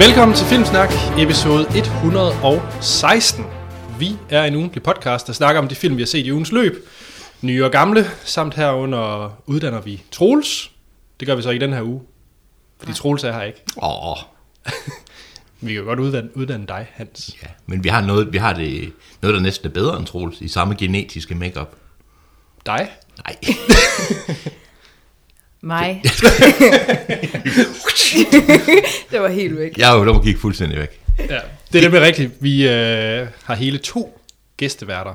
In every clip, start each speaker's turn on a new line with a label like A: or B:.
A: Velkommen til Filmsnak, episode 116. Vi er en ugentlig podcast, der snakker om de film, vi har set i ugens løb. Nye og gamle, samt herunder uddanner vi Troels. Det gør vi så ikke den her uge, fordi Troels er her ikke.
B: Åh, oh,
A: Vi kan jo godt uddanne, uddanne dig, Hans.
B: ja. Men vi har, noget, vi har det, noget, der næsten er bedre end Troels, i samme genetiske makeup.
A: Dig?
B: Nej,
C: Mig. det var helt væk.
B: jeg er jo der må gik fuldstændig væk.
A: Ja, det er nemlig rigtigt. Vi øh, har hele to gæsteværter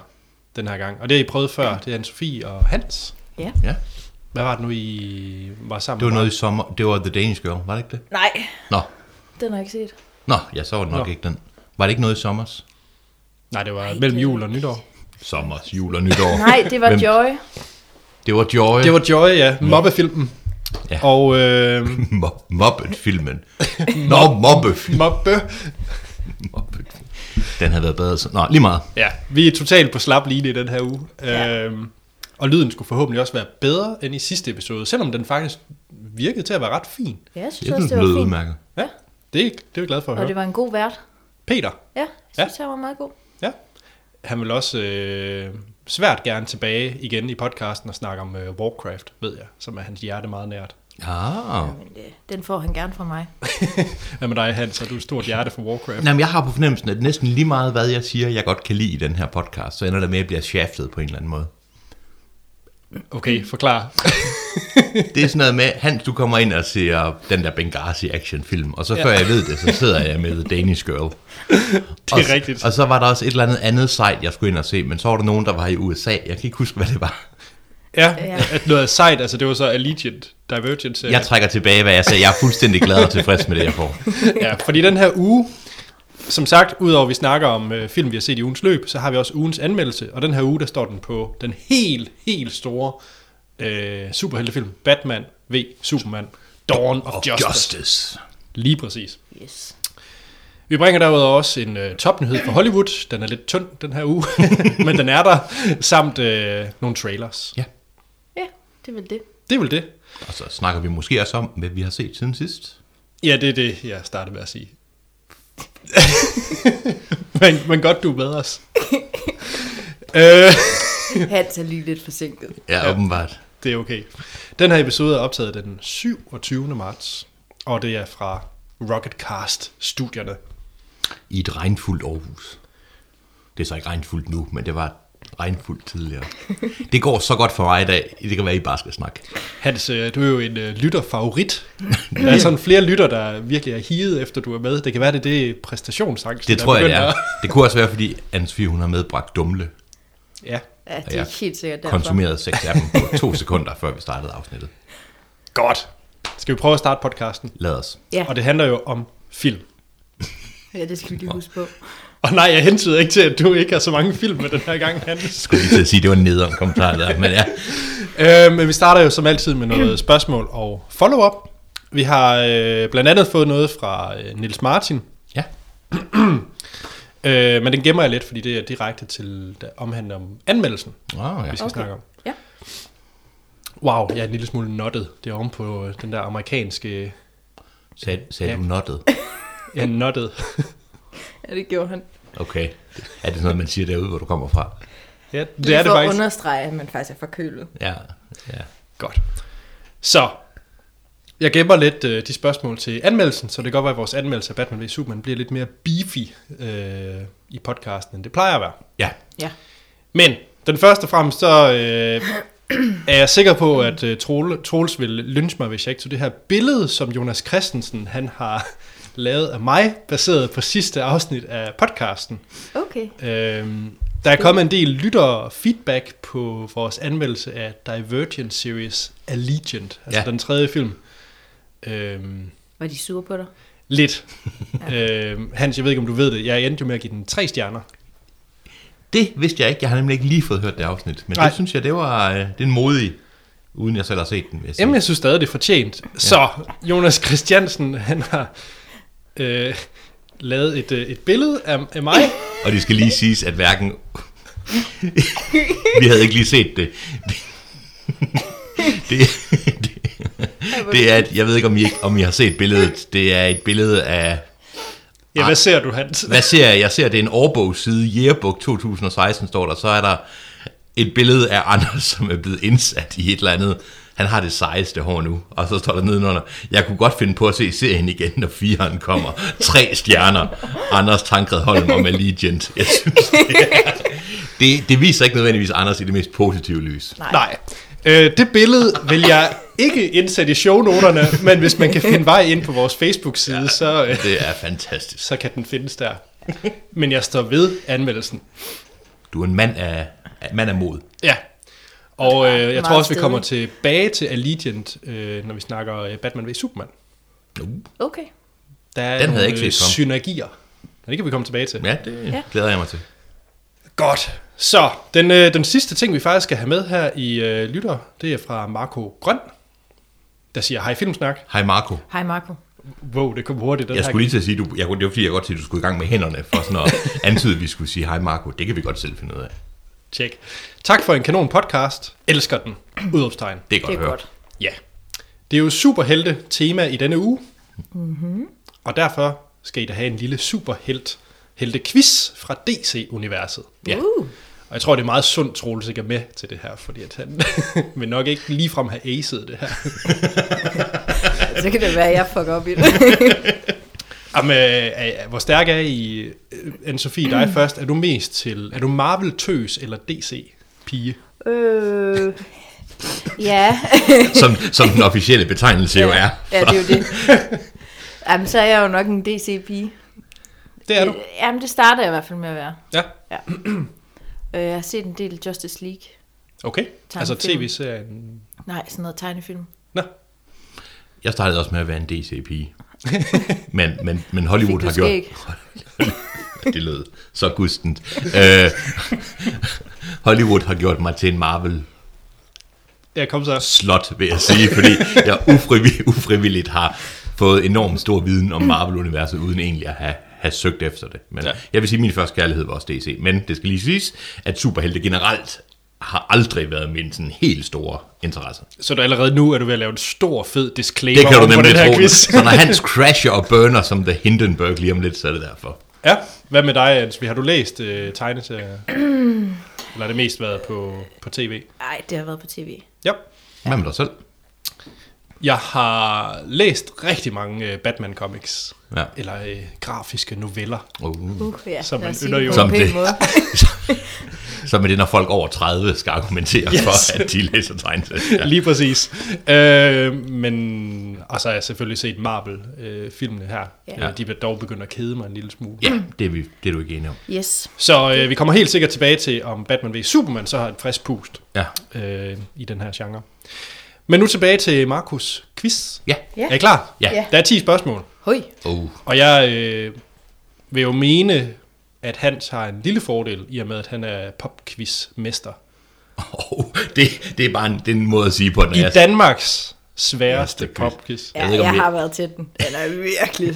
A: den her gang, og det har I prøvet før. Det er Anne-Sophie og Hans.
C: Ja.
B: Ja.
A: Hvad var det nu, I var sammen
B: Det var
A: om?
B: noget i sommer. Det var The Danish Girl, var det ikke det?
C: Nej,
B: Nå,
C: den har jeg ikke set.
B: Nå ja, så var det nok
A: Nå.
B: Nå. ikke den. Var det ikke noget i sommers?
A: Nej, det var mellem jul og nytår.
B: Sommers, jul og nytår.
C: Nej, det var
B: Hvem?
C: Joy.
B: Det var Joy.
A: Det var Joy, ja. Mobbefilmen. Ja.
B: Ja.
A: Og øh,
B: Mo- Mobbet-filmen. Nå, Mobbet-filmen.
A: mobbe.
B: Den havde været bedre. Så... Nå, lige meget.
A: Ja, vi er totalt på slap line i den her uge. Ja.
C: Ja.
A: Øhm, og lyden skulle forhåbentlig også være bedre end i sidste episode, selvom den faktisk virkede til at være ret fin.
C: Ja, jeg synes
B: Jeg synes,
C: også,
B: den
C: det var
B: lød
C: fint.
B: udmærket.
A: Ja, det er, det er vi glade for at
C: Og
A: høre.
C: det var en god vært.
A: Peter,
C: Ja, jeg
A: Ja.
C: synes, han var meget god.
A: ja, han vil også øh, svært gerne tilbage igen i podcasten og snakke om øh, Warcraft, ved jeg, som er hans hjerte meget nært.
B: Ah.
C: Men det, den får han gerne fra mig.
A: Hvad med dig, Hans? Har du et stort hjerte for Warcraft?
B: Jamen, jeg har på fornemmelsen, at næsten lige meget, hvad jeg siger, jeg godt kan lide i den her podcast, så ender det med, at jeg bliver shaftet på en eller anden måde.
A: Okay, forklar.
B: Det er sådan noget med, Hans, du kommer ind og ser den der Benghazi actionfilm, og så før jeg ved det, så sidder jeg med The Danish Girl.
A: Det er rigtigt.
B: Og så var der også et eller andet andet site, jeg skulle ind og se, men så var der nogen, der var i USA. Jeg kan ikke huske, hvad det var.
A: Ja,
C: Ja.
A: at noget er sejt, altså det var så Allegiant Divergent.
B: Jeg trækker tilbage, hvad jeg sagde. Jeg er fuldstændig glad og tilfreds med det, jeg får.
A: Ja, fordi den her uge, som sagt, udover at vi snakker om øh, film, vi har set i ugens løb, så har vi også ugens anmeldelse, og den her uge, der står den på den helt, helt store øh, superheltefilm, Batman v. Superman, Dawn of,
B: Og
A: Justice.
B: Justice.
A: Lige præcis.
C: Yes.
A: Vi bringer derudover også en øh, topnyhed fra Hollywood, den er lidt tynd den her uge, men den er der, samt øh, nogle trailers.
B: Ja,
C: Ja, det er vel det.
A: Det er vel det.
B: og så snakker vi måske også om, hvad vi har set siden sidst.
A: Ja, det er det, jeg startede med at sige. men, men godt, du er med os. øh,
C: Hans er lige lidt forsinket.
B: Ja, ja. åbenbart.
A: Det er okay. Den her episode er optaget den 27. marts, og det er fra Rocketcast-studierne.
B: I et regnfuldt Aarhus. Det er så ikke regnfuldt nu, men det var regnfuldt tidligere. Det går så godt for mig i dag. Det kan være, I bare skal snakke.
A: Hans, øh, du er jo en øh, lytterfavorit. Der er sådan flere lytter, der virkelig er higet efter, du er med. Det kan være, det er det præstationsangst.
B: Det tror jeg, det er. Det kunne også være, fordi Anne-Sophie, hun har medbragt dumle,
A: Ja.
C: Ja, det
B: Ja,
C: er helt sikkert derfor.
B: konsumeret seks af dem på to sekunder, før vi startede afsnittet.
A: Godt. Skal vi prøve at starte podcasten?
B: Lad os.
C: Ja.
A: Og det handler jo om film.
C: ja, det skal vi lige huske på.
A: Og nej, jeg hentyder ikke til, at du ikke har så mange film med den her gang, Hans.
B: Skulle lige til at sige, det var en nederen kommentar der, men ja.
A: Øh, men vi starter jo som altid med noget spørgsmål og follow-up. Vi har øh, blandt andet fået noget fra øh, Nils Martin,
B: ja.
A: Øh, men den gemmer jeg lidt, fordi det er direkte til, der omhandler om anmeldelsen,
B: Oh, ja.
A: vi skal okay. snakke om.
C: Ja.
A: Wow, jeg er en lille smule nuttet. Det er oven på øh, den der amerikanske...
B: Sag, sagde du
A: Ja.
B: nottet?
A: Ja, nuttet.
C: Ja, det gjorde han. Det
B: Okay. Er det sådan noget, man siger derude, hvor du kommer fra?
A: Ja, det er det
C: for
A: faktisk.
C: at understrege, at man faktisk er forkølet.
B: Ja. ja.
A: Godt. Så, jeg gemmer lidt øh, de spørgsmål til anmeldelsen, så det kan godt være, at vores anmeldelse af Batman v Superman bliver lidt mere beefy øh, i podcasten, end det plejer at være.
B: Ja.
C: Ja.
A: Men den første og fremmest, så øh, er jeg sikker på, at øh, Troel, Troels vil lynche mig, hvis jeg ikke tog det her billede, som Jonas Christensen han har lavet af mig, baseret på sidste afsnit af podcasten.
C: Okay.
A: Øh, der er kommet en del lytter feedback på vores anmeldelse af Divergent Series Allegiant, altså ja.
B: Ja.
A: den tredje film. Øhm,
C: Var de sure på dig?
A: lidt. øhm, Hans, jeg ved ikke, om du ved det. Jeg endte jo med at give den tre stjerner.
B: Det vidste jeg ikke. Jeg har nemlig ikke lige fået hørt det afsnit. Men
A: Nej.
B: Nej. det synes jeg, det var øh, det er en modig, uden jeg selv har set den. Vil jeg sige.
A: Jamen, jeg synes stadig, det er fortjent. Ja. Så Jonas Christiansen, han har øh, lavet et, øh, et billede af, af mig.
B: Og det skal lige siges, at hverken... vi havde ikke lige set det. det, det, det er, et, jeg ved ikke, om I, ikke, om I har set billedet. Det er et billede af
A: Ja, hvad ser du, Hans?
B: Hvad ser jeg? Jeg ser, det er en årbogsside, Yearbook 2016 står der. Så er der et billede af Anders, som er blevet indsat i et eller andet. Han har det sejeste hår nu. Og så står der nedenunder, jeg kunne godt finde på at se serien igen, når fireren kommer. Tre stjerner. Anders Tankred Holm om Allegiant. Jeg synes, det, er, det, det viser ikke nødvendigvis Anders i det mest positive lys.
A: Nej. Øh, det billede vil jeg ikke indsætte i shownoterne, men hvis man kan finde vej ind på vores Facebook-side, ja. så, øh,
B: Det er fantastisk.
A: så kan den findes der. Men jeg står ved anmeldelsen.
B: Du er en mand af, af- mand af mod.
A: Ja. Og øh, jeg
C: Meget
A: tror også, vi
C: stedig.
A: kommer tilbage til Allegiant, øh, når vi snakker øh, Batman v Superman.
C: Okay.
A: Der er
B: Den havde jeg
A: nogle,
B: ikke set
A: øh,
B: komme.
A: synergier. Men det kan vi komme tilbage til.
B: Ja, det ja. glæder jeg mig til.
A: Godt. Så, den, øh, den sidste ting, vi faktisk skal have med her i øh, Lytter, det er fra Marco Grøn, der siger, hej Filmsnak.
B: Hej Marco.
C: Hej Marco.
A: Wow, det kom hurtigt. Den
B: Jeg
A: her
B: skulle lige til at sige, du, jeg, kunne- det var fordi, jeg godt sige, at du skulle i gang med hænderne, for sådan at antyde, at vi skulle sige, hej Marco, det kan vi godt selv finde ud af.
A: Tjek. Tak for en kanon podcast. Elsker den. Udopstegn.
B: Det er godt
C: Det
B: at
C: er
B: høre.
C: godt.
A: Ja. Det er jo superhelte tema i denne uge. Mm-hmm. Og derfor skal I da have en lille superhelt helte quiz fra DC-universet.
B: Ja.
C: Uh.
A: Og jeg tror, det er meget sundt, Troels ikke er med til det her, fordi at han vil nok ikke ligefrem have acet det her.
C: Så kan Altså, det være, at jeg fucker op i det.
A: Jamen, øh, øh, hvor stærk er I, øh, Anne-Sophie, dig først. Er du mest til, er du Marvel-tøs eller DC-pige?
C: øh, ja.
B: Som, som den officielle betegnelse jo er.
C: Ja, det er jo det. Jamen, så er jeg jo nok en DC-pige.
A: Det er du.
C: Øh, Jamen, det starter jeg i hvert fald med at være.
A: Ja.
C: Øh, jeg har set en del Justice League.
A: Okay. Altså
C: Tegnefilm.
A: tv-serien.
C: Nej, sådan noget tegnefilm.
A: Nå,
B: Jeg startede også med at være en DC-pige. Men, men, men Hollywood
C: Fik du
B: har gjort...
C: skæg?
B: det lød så gustent. Øh, Hollywood har gjort mig til en Marvel
A: der kom så.
B: slot, vil jeg sige, fordi jeg ufrivilligt, ufrivilligt har fået enormt stor viden om Marvel-universet, uden egentlig at have, have søgt efter det. Men
A: Ja.
B: ja. jeg vil sige, at min første kærlighed var også DC. Men det skal lige siges, at superhelte generelt har aldrig været min sådan helt store interesse.
A: Så du allerede nu er du ved at lave en stor, fed disclaimer
B: Det kan du
A: om på
B: nemlig
A: den her
B: tro.
A: quiz.
B: Så når hans crasher og burner som The Hindenburg lige om lidt, så er det derfor.
A: ja. Hvad med dig, Anne? Har du læst øh, tegneserier? eller har det mest været på, på tv?
C: Nej, det har været på tv.
A: Ja.
B: Hvad med dig selv?
A: Jeg har læst rigtig mange øh, Batman-comics.
B: Ja.
A: Eller øh, grafiske noveller.
B: Uh.
C: Uh, ja,
A: Som
C: lad
A: man
C: os sige
A: ynder
C: det
A: jo.
C: på
B: Som
C: en pæn
B: det.
C: måde.
B: Så med det, når folk over 30 skal argumentere yes. for, at de læser tegneserier.
A: Ja. Lige præcis. Øh, men, og så har jeg selvfølgelig set Marvel-filmene her.
C: Ja.
A: Ja. De vil dog begynde at kede mig en lille smule.
B: Ja, det er, vi, det er du ikke enig om.
C: Yes.
A: Så øh, vi kommer helt sikkert tilbage til, om Batman v Superman så har et frisk pust
B: Ja.
A: øh, i den her genre. Men nu tilbage til Markus quiz.
B: Ja.
C: Ja.
A: Er I klar?
B: Ja.
C: Ja.
A: Der er 10 spørgsmål,
C: Høj.
B: Uh.
A: og jeg øh, vil jo mene, at Hans har en lille fordel, i og med, at han er popquiz-mester.
B: Oh, det, det er bare en, det er en måde at sige på den.
A: I
B: Jeg,
A: Danmarks sværeste
B: Masterquiz.
A: popquiz.
C: Ja,
B: Jeg
C: jeg,
B: ved ikke, om det-
C: har været til den. Den er virkelig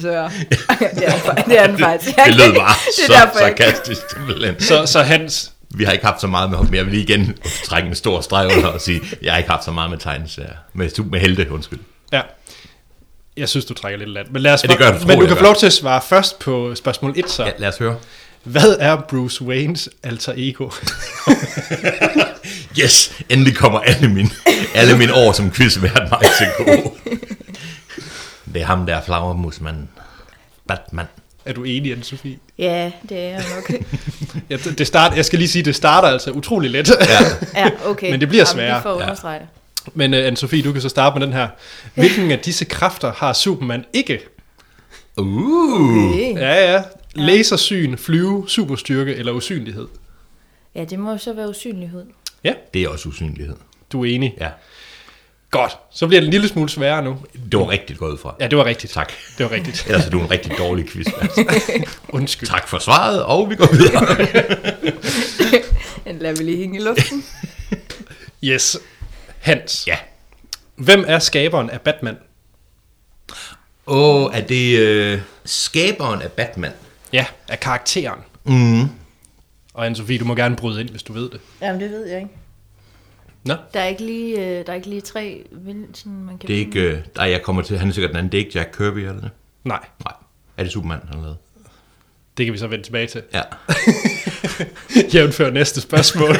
C: svær. det, er, den fa- det er den faktisk.
B: det lød bare
C: Det er
B: så
C: derfor, jeg-
B: sarkastisk. simpelthen.
A: Så, så Hans,
B: Vi har ikke haft så meget med, men jeg vil lige igen trække en stor streg under og sige, jeg har ikke haft så meget med tegneserier. Med, su- med helte, undskyld.
A: ja. Jeg synes, du trækker lidt land. Men, lad os,
B: Ja, det gør jeg, tror
A: men du
B: jeg
A: kan
B: gør.
A: få lov til at svare først på spørgsmål 1, så.
B: Ja, lad os høre.
A: Hvad er Bruce Waynes alter ego?
B: Yes, endelig kommer alle mine, alle mine år som quizvært mig til gode. Det er ham der, flagermusmanden. Batman.
A: er du enig, Anne-Sophie?
C: Ja, det er jeg nok.
A: Ja, det det start, jeg skal lige sige, det starter altså utrolig let.
B: Ja.
C: Ja, okay.
A: Men det bliver sværere.
C: Jamen, for at
B: Ja.
C: understrege det.
A: Men uh, Anne-Sophie, du kan så starte med den her. Hvilken af disse kræfter har Superman ikke?
B: Uh.
C: Okay.
A: Ja, ja. Lasersyn, flyve, superstyrke eller usynlighed?
C: Ja, det må jo så være usynlighed.
B: Det er også usynlighed.
A: Du er enig?
B: Ja.
A: Godt. Så bliver det en lille smule sværere nu.
B: Det var rigtigt gået fra.
A: Ja, det var rigtigt.
B: Tak.
A: Det var rigtigt.
B: Ellers er du en rigtig dårlig quizvært.
A: Undskyld.
B: Tak for svaret, og vi går videre.
C: Den lader vi lige hænge i luften.
A: Yes. Hans.
B: Ja.
A: Hvem er skaberen af Batman?
B: Åh, er det øh, skaberen af Batman?
A: Ja, af karakteren. Mm. Og Anne-Sophie, du må gerne bryde ind, hvis du ved det.
C: Jamen, det ved jeg ikke.
A: Nå.
C: Der er ikke lige, øh, der er ikke lige tre, vil- sådan man kan
B: Det er ikke... Øh, nej, jeg kommer til... Han er sikkert den anden. Det er ikke Jack Kirby, er det det?
A: Nej.
B: Nej. Er det Superman, han har lavet?
A: Det kan vi så vende tilbage til.
B: Ja.
A: Jævnfør næste spørgsmål.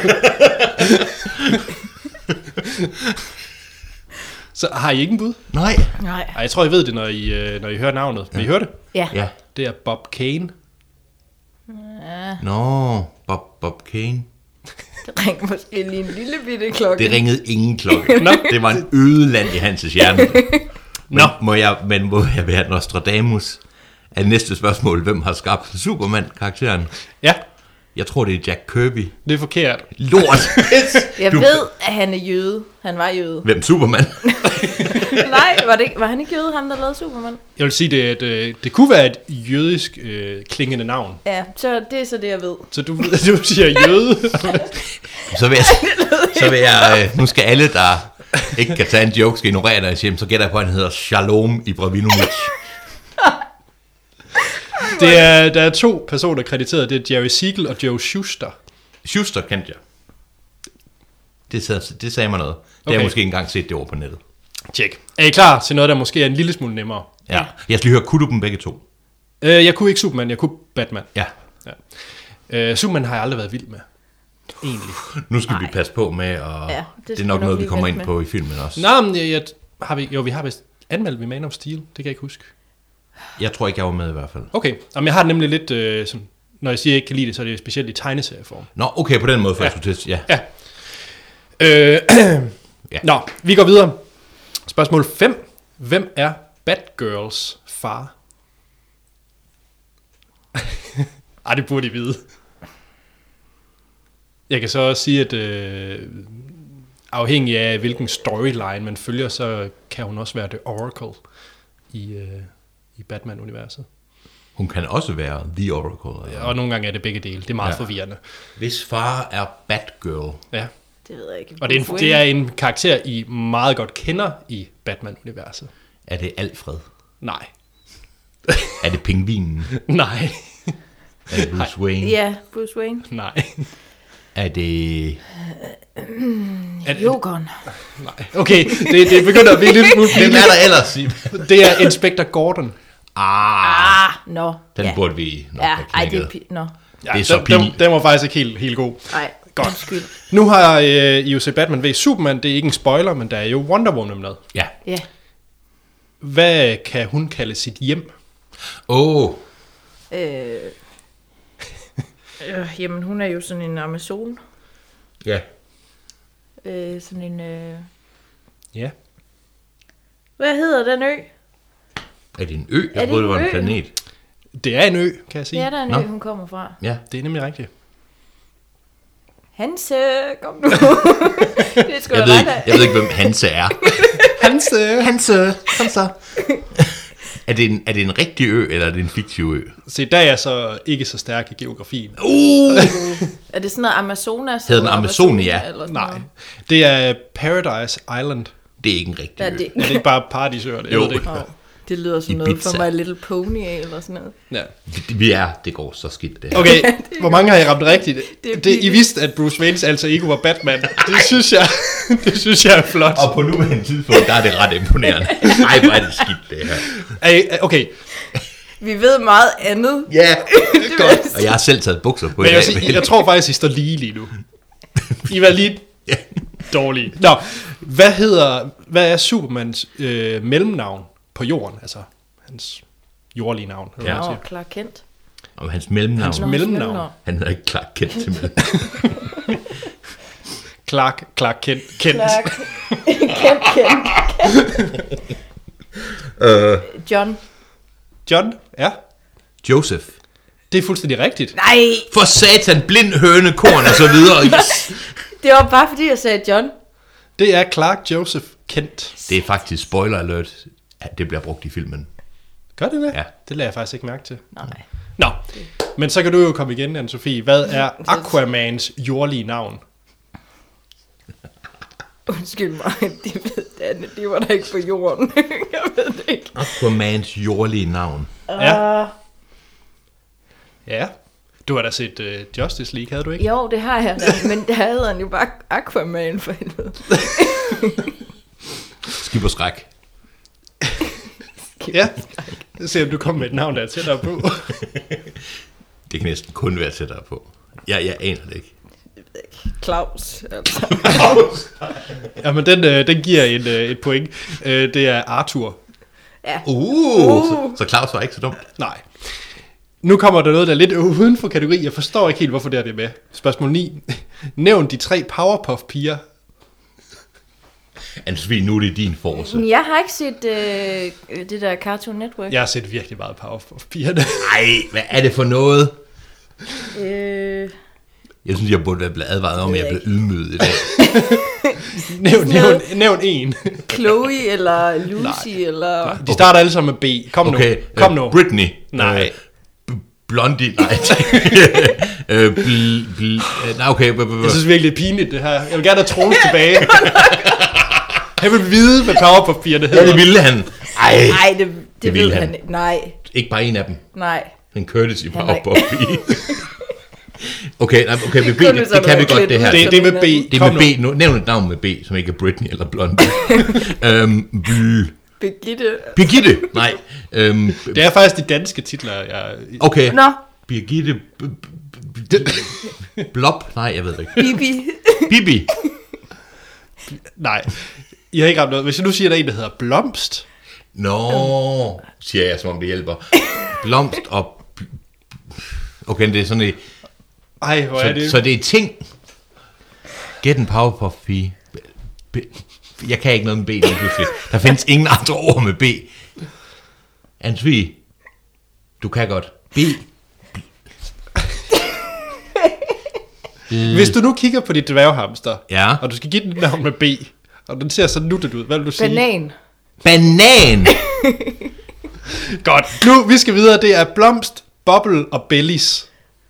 A: så har I ikke en bud?
B: Nej.
C: Nej.
A: Ej, jeg tror, I ved det, når I, øh, når I hører navnet. Vil I høre det?
C: Ja.
B: Ja.
A: Det er Bob Kane.
B: Nå, Bob, Bob Kane.
C: Det ringer måske lige en lille bitte klokke.
B: Det ringede ingen klokke.
A: Nå.
B: Det var en øde land i Hanses hjerne. Nå, må jeg, men må jeg være Nostradamus? Er næste spørgsmål, hvem har skabt Superman-karakteren?
A: Ja,
B: Jeg tror, det er Jack Kirby.
A: det er forkert.
B: Lort!
C: Jeg
B: Du-
C: ved, at han er jøde. Han var jøde.
B: Hvem Superman?
C: Nej, var, det, ikke- var han ikke jøde, ham der lavede Superman?
A: Jeg vil sige, det, er et, øh, det kunne være et jødisk øh, klingende navn.
C: Ja, så det er så det, jeg ved.
A: Så du, du siger jøde.
B: Så vil jeg, så vil jeg øh, nu skal alle, der ikke kan tage en joke, skal ignorere dig, Jim, så gætter jeg på, at han hedder Shalom Ibrahimovic.
A: Det er, der er to personer krediteret. Det er Jerry Siegel og Joe Schuster.
B: Schuster kendte jeg. Det, sagde- det sagde mig noget. Det okay. har jeg
A: Okay.
B: måske ikke engang set det over på nettet.
A: Tjek. Er I klar til noget, der måske er en lille smule nemmere?
B: Ja. Jeg skal lige høre, kunne du dem begge to?
A: Øh, jeg kunne ikke Superman, jeg kunne Batman.
B: Ja.
A: Ja. Øh, Superman har jeg aldrig været vild med. Egentlig.
B: Nu skal Ej. vi passe på med, og ja,
C: Ja,
B: det,
C: det
B: det er
C: skal
B: nok
C: vi nok
B: noget, vi
C: lige
B: kommer ind
C: vente
B: med.
C: med.
B: på i filmen også.
A: Nå, men øh, jeg, jeg, har vi, jo, vi har vist anmeldt vi Man of Steel. Det kan jeg ikke huske.
B: Jeg tror ikke, jeg var med i hvert fald.
A: Okay, Jamen, jeg har det nemlig lidt... Øh, som, når jeg siger, jeg ikke kan lide det, så er det specielt i tegneserieform.
B: Nå, okay, på den måde, for ja. jeg skulle til. Ja.
A: Ja. Øh,
B: Ja.
A: ja. Nå, vi går videre. Spørgsmål 5. Hvem er Batgirls far? Ej, det burde I vide. Jeg kan så også sige, at øh, afhængig af hvilken storyline man følger, så kan hun også være The Oracle i, øh, i Batman-universet.
B: Hun kan også være The Oracle. Ja.
A: Og nogle gange er det begge dele. Det er meget
B: Ja.
A: ja. forvirrende.
B: Hvis far er Batgirl.
A: Ja.
C: Det ved jeg ikke.
A: Og det er, en, det er en karakter, I meget godt kender i Batman-universet.
B: Er det Alfred?
A: Nej.
B: Er det pingvinen?
A: Nej.
B: Er det Bruce Wayne?
C: Ja, Bruce Wayne.
A: Nej.
B: Er det...
A: Er det,
C: Jokeren.
A: Nej. Okay, det, det begynder at blive lidt smule
B: Hvem
A: pinligt.
B: er der ellers?
A: Det er Inspector Gordon.
B: Ah,
C: Ah, nå.
B: den
C: ja.
B: ja. burde vi nok
C: Ja,
B: have
C: ej, det
B: knækket.
C: er pi- Nå.
A: Ja,
B: Det er så
A: den-
B: pinligt.
A: Den, den var faktisk ikke helt, helt god.
C: Nej,
A: Godt.
C: undskyld.
A: Nu har øh, I jo set Batman v Superman. Det er ikke en spoiler, men der er jo Wonder Woman med.
B: Ja.
C: Ja.
A: Hvad kan hun kalde sit hjem?
B: Åh, oh,
C: Øh. Øh, jamen, hun er jo sådan en amazon.
B: ja.
C: Øh, sådan en... Øh...
A: Ja.
C: Hvad hedder den ø?
B: Er det en ø?
C: Er
B: Jeg
C: det
B: troede, det
C: en
B: var en
C: ø?
B: planet.
A: Det er en ø, kan jeg sige.
C: Ja, der er en
B: Nå.
C: ø, hun kommer fra.
B: Ja.
A: Det er nemlig rigtigt.
C: Hanse, kom nu. det skulle
B: Jeg
C: jeg
B: ved,
C: dig,
B: ikke, jeg ved ikke, hvem Hanse er.
A: Hans, øh,
B: Hanse, kom så. er, det en, er det en rigtig ø, eller er det en fiktiv ø?
A: se, der er jeg så ikke så stærk i geografien.
B: Uh!
C: der- Er det sådan noget Amazonas?
B: Hedder den
C: eller
B: Amazonia?
C: eller sådan
A: Nej.
C: noget?
A: Det er Paradise Island.
B: Det er ikke en rigtig
C: Ja,
B: ø.
C: det,
A: Er det ikke bare paradisøer? Jeg
B: Jo.
A: ved det ikke.
C: Åh, det lyder som noget
B: Ibiza.
C: for mig Little Pony af, eller sådan noget.
A: Ja.
B: Vi- Vi er, det går så skidt det her.
A: Okay, hvor mange har I ramt rigtigt?
C: Det er
A: Det, det, I
C: billigt.
A: vidste, at Bruce Wayne's alter ego var Batman. Det synes jeg, det synes jeg er flot.
B: Og på nuværende tidspunkt, der er det ret imponerende. Ej, hvor er det skidt det her.
A: Er I- er- Okay,
C: Vi ved meget andet.
B: Ja,
C: Det vil
B: godt.
C: jeg sige.
B: Og jeg har selv taget bukser på i
A: men jeg,
B: dag.
A: vil sige,
B: men-
A: jeg tror faktisk, I står lige lige nu. I var lige dårlige. Nå, hvad hedder, hvad er Supermans øh, mellemnavn på jorden? Altså, hans jordlige navn. eller hvad man
C: Nå,
A: siger.
C: Clark Kent.
B: Om hans mellemnavn.
A: Hans
C: Nå, hans
A: Mellemnavn.
B: Han hedder ikke Clark Kent til mig.
A: Clark, Clark Kent. Kent.
C: Clark. Kent, Kent.
B: øh,
C: John.
A: John, ja.
B: Joseph.
A: Det er fuldstændig rigtigt.
C: Nej,
B: For satan, blind høne, korn og så videre. Yes.
C: det var bare fordi, jeg sagde John.
A: Det er Clark Joseph Kent.
B: Det er faktisk spoiler alert. Ja, det bliver brugt i filmen.
A: Gør det det?
B: Ja.
A: Det lader jeg faktisk ikke mærke til.
C: Nej.
A: Nå, men så kan du jo komme igen, anne Sofie. Hvad er Aquamans jordlige navn?
C: Undskyld mig, det ved Anne, det var der ikke på jorden. jeg ved det ikke. Ah.
B: Aquamans jordlige navn.
A: Ja. Ja. Du har da set uh, Justice League, havde du ikke?
C: Jo, det har jeg da, men der hedder han jo bare Aquaman for helvede.
B: Skib og skræk.
A: Ja. Se om du kom med et navn, der er tættere på.
B: Det kan næsten kun være tættere på. Jeg, jeg aner det ikke.
C: Claus, altså.
A: Jamen, den, øh, den giver en, øh, et point. Øh, det er Arthur.
C: Ja.
B: Uh, uh. Så,
C: Uh.
B: så Claus var ikke så dum.
A: Nej. Nu kommer der noget, der er lidt uden for kategori. Jeg forstår ikke helt, hvorfor det er det er med. Spørgsmål 9. Nævn de tre Powerpuff-piger.
B: Anne-Sophie, nu er det din force.
C: Men jeg har ikke set øh, det der Cartoon Network.
A: Jeg har set virkelig meget Powerpuff-pigerne.
B: Ej, hvad er det for noget?
C: Øh,
B: Jeg synes, jeg burde være blevet advaret om, at jeg
C: ved
B: blev
C: jeg
B: ydmyget i dag.
A: nævn, nævn, nævn en.
C: Chloe eller Lucy Nej. eller... Nej.
A: De starter alle sammen med B. Kom nu.
B: Okay,
A: Kom
B: øh,
A: nu.
B: Britney.
A: Nej.
B: Øh, B- Blondie, nej. øh, bl- bl- øh, nej, okay. B- b-
A: Jeg synes virkelig, det er pinligt, det her. Jeg vil gerne have Troels tilbage. Jeg vil vide, hvad Powerpuff-pigerne
B: Ja, det
A: hedder.
B: ville han. Ej,
C: Nej, det, det,
B: Det
C: det
B: ville
C: ved
B: han.
C: han. han ikke. Nej,
B: ikke bare en af dem.
C: nej.
B: En courtesy
C: Han var
B: power
C: ikke-
B: på Okay, nej, okay, med B,
C: Kun
B: det,
C: hvis
B: det
C: han
B: kan
C: var
B: vi godt, det her.
A: Det,
B: Det,
A: det er med B.
B: det er
A: Kom nu.
B: med B. Nu, nævn et navn med B, som ikke er Britney eller Blondie. øhm, bl-
C: Birgitte.
B: Birgitte. Nej. Øhm,
A: Det er faktisk de danske titler, jeg...
B: okay.
C: Nå,
B: Birgitte... B- b- b- d- Blop? Nej, jeg ved det ikke.
C: Bibi.
B: Bibi.
A: Nej, I har ikke ramt noget. Hvis jeg nu siger, at der er en, der hedder Blomst.
B: Nå, siger jeg, som om det hjælper. Blomst og... b- Okay, det er sådan et...
A: Ej, hvor er
B: Så,
A: det...
B: så det er ting. Get en powerpuff pige. B- b- Jeg kan ikke noget med B lige pludselig. Der findes ingen andre ord med B. Ansvi, du kan godt. B.
A: Hvis du nu kigger på dit dværghamster,
B: Ja.
A: og du skal give den et navn med B, og den ser så nuttet ud, hvad vil du sige?
C: Banan.
B: Banan!
A: Godt. Nu, vi skal videre. Det er Blomst, Bobble og Bellis.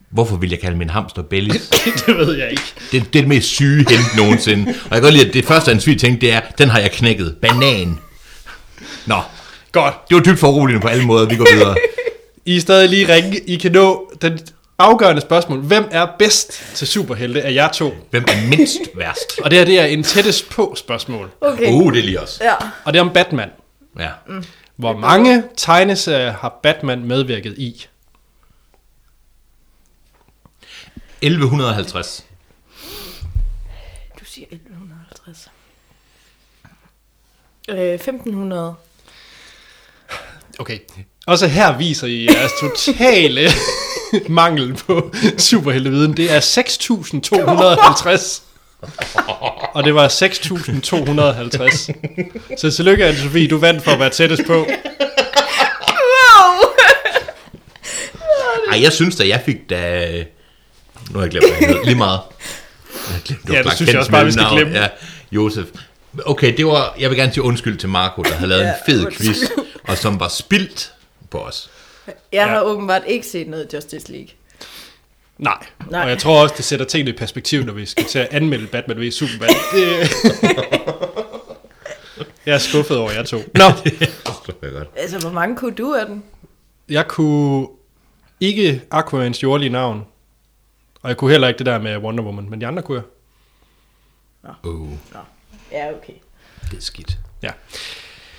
B: Hvorfor vil jeg kalde min hamster Bellis?
A: det ved jeg ikke.
B: Det, det er det mest syge hent nogensinde. Og jeg kan godt lide, at det første, Ansvi tænkte, det er, den har jeg knækket. Banan. Nå,
A: Godt.
B: det var dybt foruroligende på alle måder. Vi går videre.
A: I er stadig lige ringe. I kan nå den afgørende spørgsmål. Hvem er bedst til superhelte af jer to?
B: Hvem er mindst værst?
A: Og det her, det er en tættest på spørgsmål.
C: Okay.
B: Uh, det er lige os.
C: Ja.
A: Og det er om Batman.
B: Ja.
A: Mm. Hvor mange tegneserier har Batman medvirket i?
B: 1150.
C: Du siger 1150. Øh, 1500.
A: Okay. Også her viser I jeres totale mangel på superhelteviden. Det er 6.250. Og det var 6.250. Så tillykke, Anne-Sophie. Du vandt for at være tættest på.
B: Ej, jeg synes da, jeg fik da... Nu har jeg glemt, hvad han hed. Lige meget. Jeg har glemt, var
A: Ja, det
B: Clark
A: synes jeg
B: Kents
A: også bare, vi skal
B: mellemnavn.
A: glemme.
B: Ja, Josef. Okay, det var... Jeg vil gerne sige undskyld til Marco, der havde lavet en fed
C: undskyld.
B: quiz, og som var spildt på os.
C: Jeg
A: Ja.
C: ja. har åbenbart ikke set noget Justice League.
A: Nej.
C: Nej.
A: Og jeg tror også, det sætter tingene i perspektiv, når vi skal til at anmelde Batman vs. Superman. Det... Jeg er skuffet over jer to. Nå,
B: Det var godt.
C: Altså, hvor mange kunne du af den?
A: jeg kunne ikke Aquamans jordlige navn. Og jeg kunne heller ikke det der med Wonder Woman, men de andre kunne jeg.
B: Oh,
C: Nå. Ja, okay.
B: det er skidt.
A: Ja.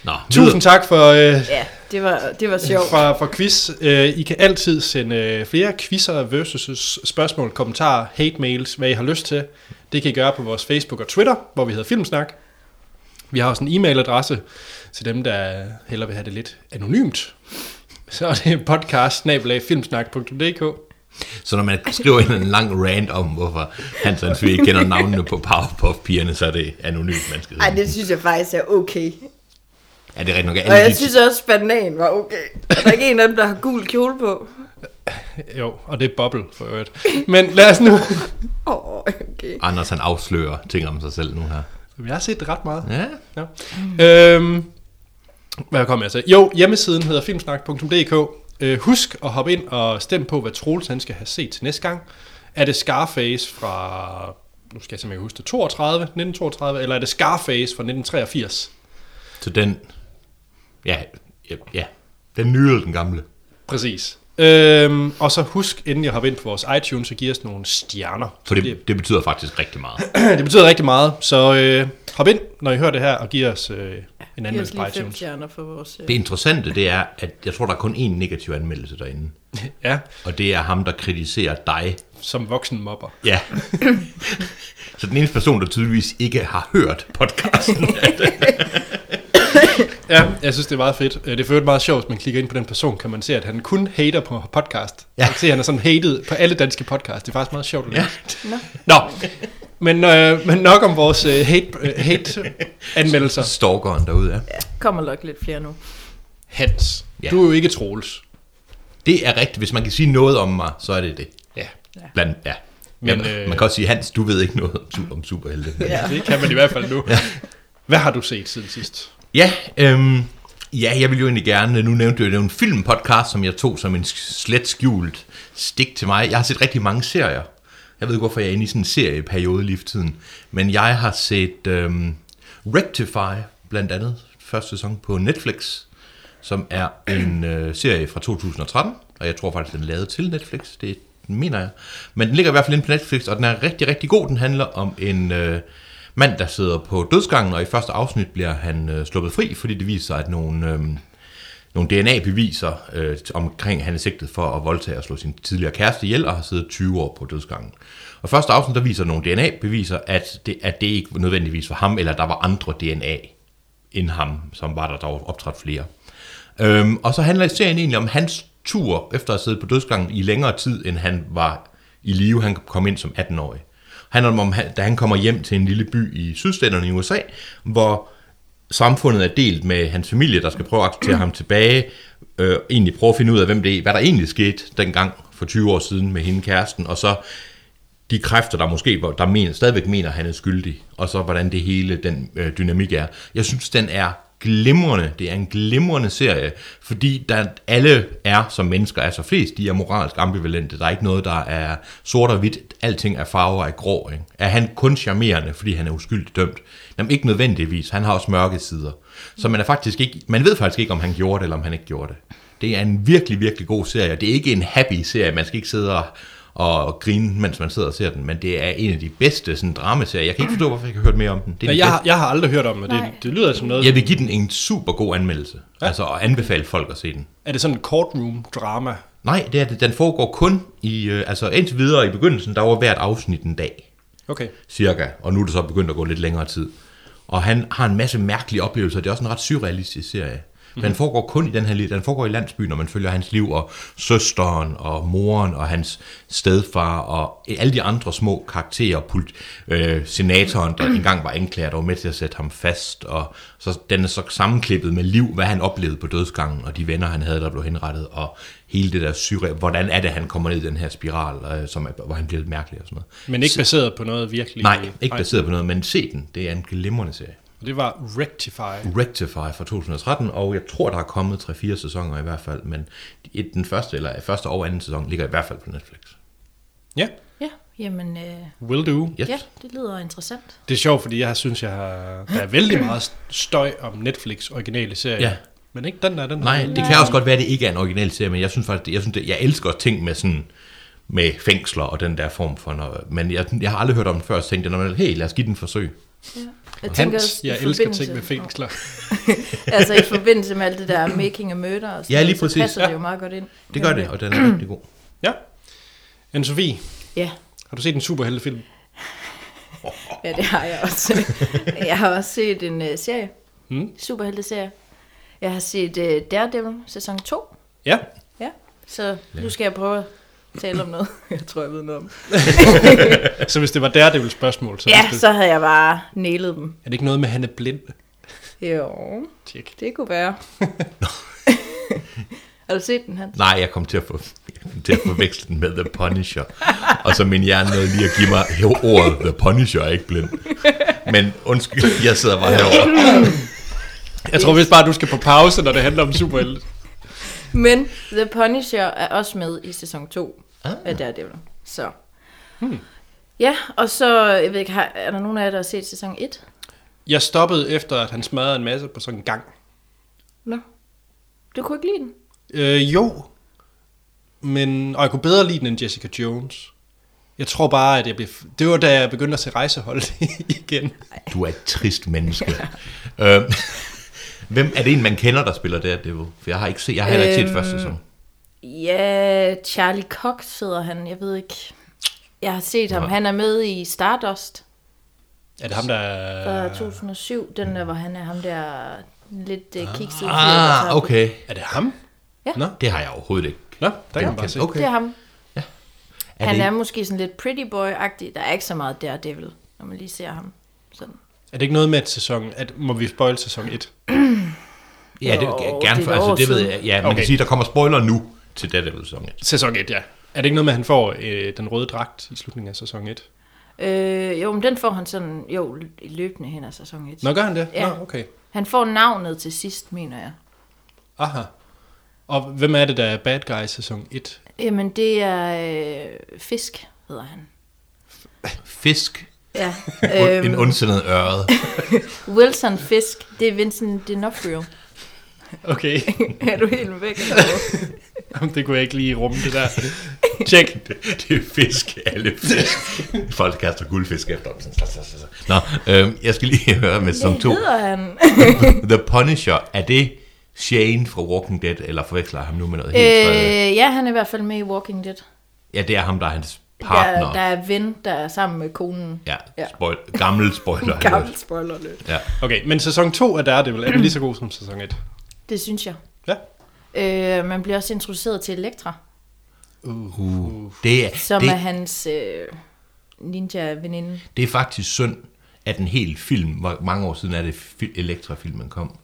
B: Nå,
A: Tusind tak for, øh,
C: Ja, det var, det var sjovt.
A: for, for quiz. Øh, I kan altid sende øh, flere quizzer, versus spørgsmål, kommentarer, hate mails, hvad I har lyst til. Det kan I gøre på vores Facebook og Twitter, hvor vi hedder Filmsnak. Vi har også en e-mailadresse til dem, der hellere vil have det lidt anonymt. Så er det podcast
B: Så når man skriver en eller anden lang rant om, hvorfor Hans og Svig ikke kender navnene på Powerpuff-pigerne, så er det anonymt, man skal
C: Ej,
B: sige.
C: det synes jeg faktisk er okay.
B: Ja, det er rigtigt nok.
C: Og
B: Alle
C: jeg
B: de-
C: synes også, banan var okay. Er der ikke en af dem, der har gul kjole på?
A: Jo, og det er Bubble for øvrigt. Men lad os nu...
C: Åh, oh, okay.
B: Anders, han afslører ting om sig selv nu her.
A: Jeg har set det ret meget.
B: Ja,
A: Ja. Øhm, hvad kom jeg til? Jo, hjemmesiden hedder filmsnak.dk. Øh, husk at hoppe ind og stem på, hvad Troels han skal have set til næste gang. Er det Scarface fra, nu skal jeg simpelthen ikke huske det, 32, 1932, eller er det Scarface fra 1983?
B: så den... Ja, ja, ja. den nye eller den gamle?
A: Præcis. Øhm, og så husk endelig at hoppe ind på vores iTunes og give os nogle stjerner.
B: For det, det betyder faktisk rigtig meget.
A: det, det betyder rigtig meget, så øh, hop ind, når I hører det her, og giv os øh, en
C: Vi har også
A: anmeldelse på
C: lige fem
A: iTunes.
C: stjerner for vores... øh,
B: Det interessante, det er, at jeg tror, der er kun én negativ anmeldelse derinde.
A: Ja,
B: Og det er ham, der kritiserer dig.
A: som voksen mobber.
B: Ja. Så den eneste person, der tydeligvis ikke har hørt podcasten.
A: Ja, jeg synes, det er meget fedt. Øh, Det er for øvrigt meget sjovt, hvis man klikker ind på den person, kan man se, at han kun hater på podcast. Ja.
B: Ja.
A: Man kan se, at han er sådan hated på alle danske podcasts. Det er faktisk meget sjovt. at
B: Ja.
A: læse. Nå, men, øh, men nok om vores øh, hate, øh, hate anmeldelser.
B: Stalkeren derude, ja.
C: Kommer nok lidt flere nu.
A: Hans, ja.
B: Ja.
A: du er jo ikke Troels.
B: Det er rigtigt. Hvis man kan sige noget om mig, så er det det.
A: Ja.
B: Blandt, ja.
A: Men,
B: Men,
A: øh,
B: øh... Man kan også sige, Hans, du ved ikke noget om, su- om superhelte. Men-
C: Ja.
A: Det kan man i hvert fald nu. Ja. Hvad har du set siden sidst?
B: Ja, øhm, ja, jeg ville jo egentlig gerne, nu nævnte jeg jo en filmpodcast, som jeg tog som en slet skjult stik til mig. Jeg har set rigtig mange serier. Jeg ved ikke, hvorfor jeg er inde i sådan en serieperiode lige for tiden. Men jeg har set øhm, Rectify, blandt andet, første sæson på Netflix, som er en øh, serie fra 2013, og jeg tror faktisk, den er lavet til Netflix, det mener jeg. Men den ligger i hvert fald inde på Netflix, og den er rigtig, rigtig god. Den handler om en... Øh, mand, der sidder på dødsgangen, og i første afsnit bliver han øh, sluppet fri, fordi det viser sig, at nogle, øh, nogle DNA-beviser øh, omkring, at han er sigtet for at voldtage og slå sin tidligere kæreste ihjel, og har siddet 20 år på dødsgangen. Og første afsnit, der viser nogle DNA-beviser, at det, at det ikke nødvendigvis var ham, eller der var andre DNA end ham, som var der, der var optrådt flere. Øhm, og så handler serien egentlig om hans tur, efter at have siddet på dødsgangen i længere tid, end han var i live. Han kom ind som 18-årig. Handler om, han- da han kommer hjem til en lille by i sydstaterne i USA, hvor samfundet er delt med hans familie, der skal prøve at acceptere ham tilbage, øh, egentlig prøve at finde ud af, hvem det er, hvad der egentlig skete dengang for 20 år siden med hende kæresten, og så de kræfter, der måske der mener, stadigvæk mener, at han er skyldig, og så hvordan det hele, den øh, dynamik er. Jeg synes, den er glimrende. Det er en glimrende serie, fordi der alle er, som mennesker er så flest, de er moralsk ambivalente. Der er ikke noget, der er sort og hvidt. Alting er farver og er grå. Ikke? Er han kun charmerende, fordi han er uskyldigt dømt? Jamen ikke nødvendigvis. Han har også mørke sider. Så man, er faktisk ikke, man ved faktisk ikke, om han gjorde det, eller om han ikke gjorde det. Det er en virkelig, virkelig god serie. Det er ikke en happy serie. Man skal ikke sidde og og grine, mens man sidder og ser den, men det er en af de bedste sådan, dramaserier. Jeg kan ikke forstå, hvorfor jeg ikke har hørt mere om den. Det er
A: Ja,
B: den
A: jeg,
B: bedste.
A: har- jeg har aldrig hørt om det. Det,
C: Nej.
A: det lyder som noget...
B: jeg vil give den en super god anmeldelse, ja. altså og anbefale folk at se den.
A: Er det sådan en courtroom-drama?
B: Nej, det er, det. den foregår kun i, øh, altså indtil videre i begyndelsen, der var hvert afsnit en dag,
A: Okay.
B: cirka, og nu er det så begyndt at gå lidt længere tid. Og han har en masse mærkelige oplevelser, det er også en ret surrealistisk serie. Mm-hmm. Den foregår kun i den her lille, den foregår i landsbyen, når man følger hans liv, og søsteren, og moren, og hans stedfar, og alle de andre små karakterer, pult, øh, senatoren, der engang var anklager, der var med til at sætte ham fast, og så den er så sammenklippet med liv, hvad han oplevede på dødsgangen, og de venner, han havde, der blev henrettet, og hele det der syre, hvordan er det, han kommer ned i den her spiral, øh, som er, hvor han bliver lidt mærkelig og sådan noget.
A: Men ikke baseret på noget virkelig...
B: Nej, ikke baseret på noget, men se den. Det er en glimrende serie.
A: Det var Rectify.
B: Rectify fra 2013, og jeg tror, der er kommet 3-4 sæsoner i hvert fald, men et- den første, eller første og anden sæson ligger i hvert fald på Netflix.
A: Ja,
C: Ja, jamen, øh,
A: will do.
B: Yes.
C: ja, det lyder interessant.
A: Det er sjovt, fordi jeg har- synes, jeg har, der er vældig meget støj om Netflix originale serie.
B: Ja.
A: Men ikke den der, den der.
B: Nej, det kan også godt være, at det ikke er en original serie, men jeg synes faktisk, jeg, synes, det, jeg elsker ting med sådan med fængsler og den der form for noget. Men jeg, jeg har aldrig hørt om den før, så tænkte jeg, "Nå, men hey, lad os give den et forsøg.
C: Ja. Jeg
A: Hans,
C: i
A: jeg elsker
C: forbindelse-
A: ting med fængsler.
C: altså i forbindelse med alt det der making a murder og sådan
B: Ja,
C: noget,
B: lige præcis.
C: Så passer det
A: Ja.
C: jo meget godt ind.
B: Det gør det, og den er rigtig god.
A: Ja. anne Sofie,
C: Ja,
A: har du set en superheltefilm?
C: ja det har jeg også. jeg har også set en uh, serie,
A: Mm.
C: mm. superhelte-serie. Jeg har set uh, Daredevil sæson 2.
A: Ja.
C: Ja, så nu skal jeg prøve at tale om noget. jeg tror, jeg ved noget om.
A: Så hvis det var der, det ville spørgsmål. Så
C: Ja,
A: det,
C: så havde jeg bare nælet dem.
A: Er det ikke noget med, at han er blind?
C: Jo,
A: Tjek.
C: det kunne være. har du set den, Hans?
B: Nej, jeg kom til at, for, jeg kom til at forveksle den med The Punisher. Og så min hjerne nåede lige at give mig jo, ordet The Punisher, er ikke blind. Men undskyld, jeg sidder bare herovre.
A: Jeg tror vist bare, du skal på pause, når det handler om superhelte.
C: Men The Punisher er også med i sæson 2 ah. af Daredevil. Så. Hmm. Ja, og så, jeg ved ikke, har, er der nogen af jer, der har set sæson 1?
A: Jeg stoppede efter, at han smadrede en masse på sådan en gang.
C: Nå. Du kunne ikke lide den?
A: Øh, jo. men, og jeg kunne bedre lide den end Jessica Jones. Jeg tror bare, at jeg blev... Det var da jeg begyndte at se rejsehold igen.
B: Du er et trist menneske. øhm, hvem er det en, man kender, der spiller Daredevil? For jeg har ikke set, jeg har heller ikke set
C: Øhm,
B: første sæson.
C: Ja, Charlie Cox hedder han. Jeg ved ikke. Jeg har set ham.
B: Nå.
C: Han er med i Stardust
A: Er det ham, der...
C: fra
A: Er,
C: 2007. Den der, hvor han er ham der lidt uh, kikset. fyr, der
B: Ah,
C: tager-
B: okay.
A: er det ham?
B: Det har jeg overhovedet ikke.
A: Nå, der kan man bare se.
B: Okay.
C: Det er ham.
B: Er
C: han
B: det,
C: er måske sådan lidt pretty boy-agtig. Der er ikke så meget Daredevil, når man lige ser ham. Sådan.
A: Er det ikke noget med, at sæson... At, må vi spoil sæson 1?
B: ja, det,
C: Åh,
B: oh,
C: det er
B: gerne
C: et
B: for, altså,
C: år
B: det ved
C: siden.
B: jeg. Ja, man
A: Okay.
B: kan sige, der kommer spoiler nu til Daredevil sæson.
A: Sæson 1, ja. Er det ikke noget med, at han får øh, den røde dragt i slutningen af sæson 1?
C: Øh, jo, men den får han sådan, jo, i løbende hen af sæson 1.
A: Nå, gør han det?
C: Ja.
A: Nå, okay.
C: Han får navnet til sidst, mener jeg.
A: Aha. Og hvem er det, der er bad guy i sæson 1?
C: Jamen, det er øh, Fisk, hedder han.
B: Fisk.
C: Ja.
B: Øhm. En
C: øhm,
B: ondsindet øre.
C: Wilson Fisk, det er Vincent D'Onofrio.
A: Okay,
C: er du helt væk?
A: Jamen, det kunne jeg ikke lige rumme, det der. Tjek.
B: det er fisk, alle fisk. Folk kaster guldfisk efter dem. Nå, øhm, jeg skal lige høre med som
C: Som
B: to.
C: Det hedder han.
B: The Punisher, er det Shane fra Walking Dead, eller forveksler jeg ham nu med noget helt tredje?
C: øh, ja, han er i hvert fald med i Walking Dead.
B: Ja, det er ham, der er hans partner.
C: Der, der er ven, der er sammen med konen.
B: Ja,
C: Ja.
B: spoil, gammel spoiler.
C: Gammel spoiler lidt.
B: Ja.
A: Okay, men sæson 2 er der, det vel. Er den lige så god som sæson 1?
C: Det synes jeg.
A: Ja.
C: Øh, man bliver også introduceret til Elektra,
B: Uh, det, er,
C: som
B: det,
C: er hans øh, ninja-veninde.
B: det er faktisk synd, at en hel film, hvor mange år siden er det, fi- Elektra-filmen kom,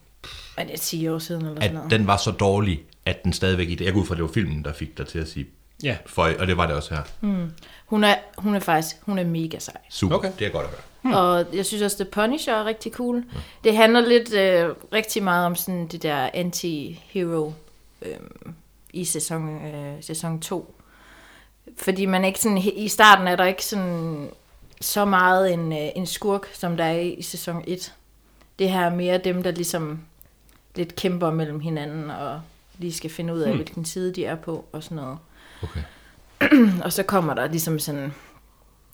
C: Men det er 10 år siden eller
B: at
C: sådan noget.
B: den var så dårlig, at den stadigvæk i dag, jeg går ud fra, at det var filmen, der fik dig til at sige
A: Ja.
B: føj, og det var det også her.
C: Mm. Hun er, hun er faktisk hun er mega sej.
B: Super,
A: Okay.
B: okay. det er godt at høre.
C: Hmm. Og jeg synes også, The Punisher er rigtig cool. Det handler lidt øh, rigtig meget om sådan det der anti-hero øh, i sæson, øh, sæson 2. Fordi man er ikke sådan, i starten er der ikke sådan så meget en, øh, en skurk, som der er i, i sæson 1. Det her er mere dem, der ligesom lidt kæmper mellem hinanden og lige skal finde ud af, hmm. hvilken side de er på og sådan noget.
B: Okay.
C: Og så kommer der ligesom sådan,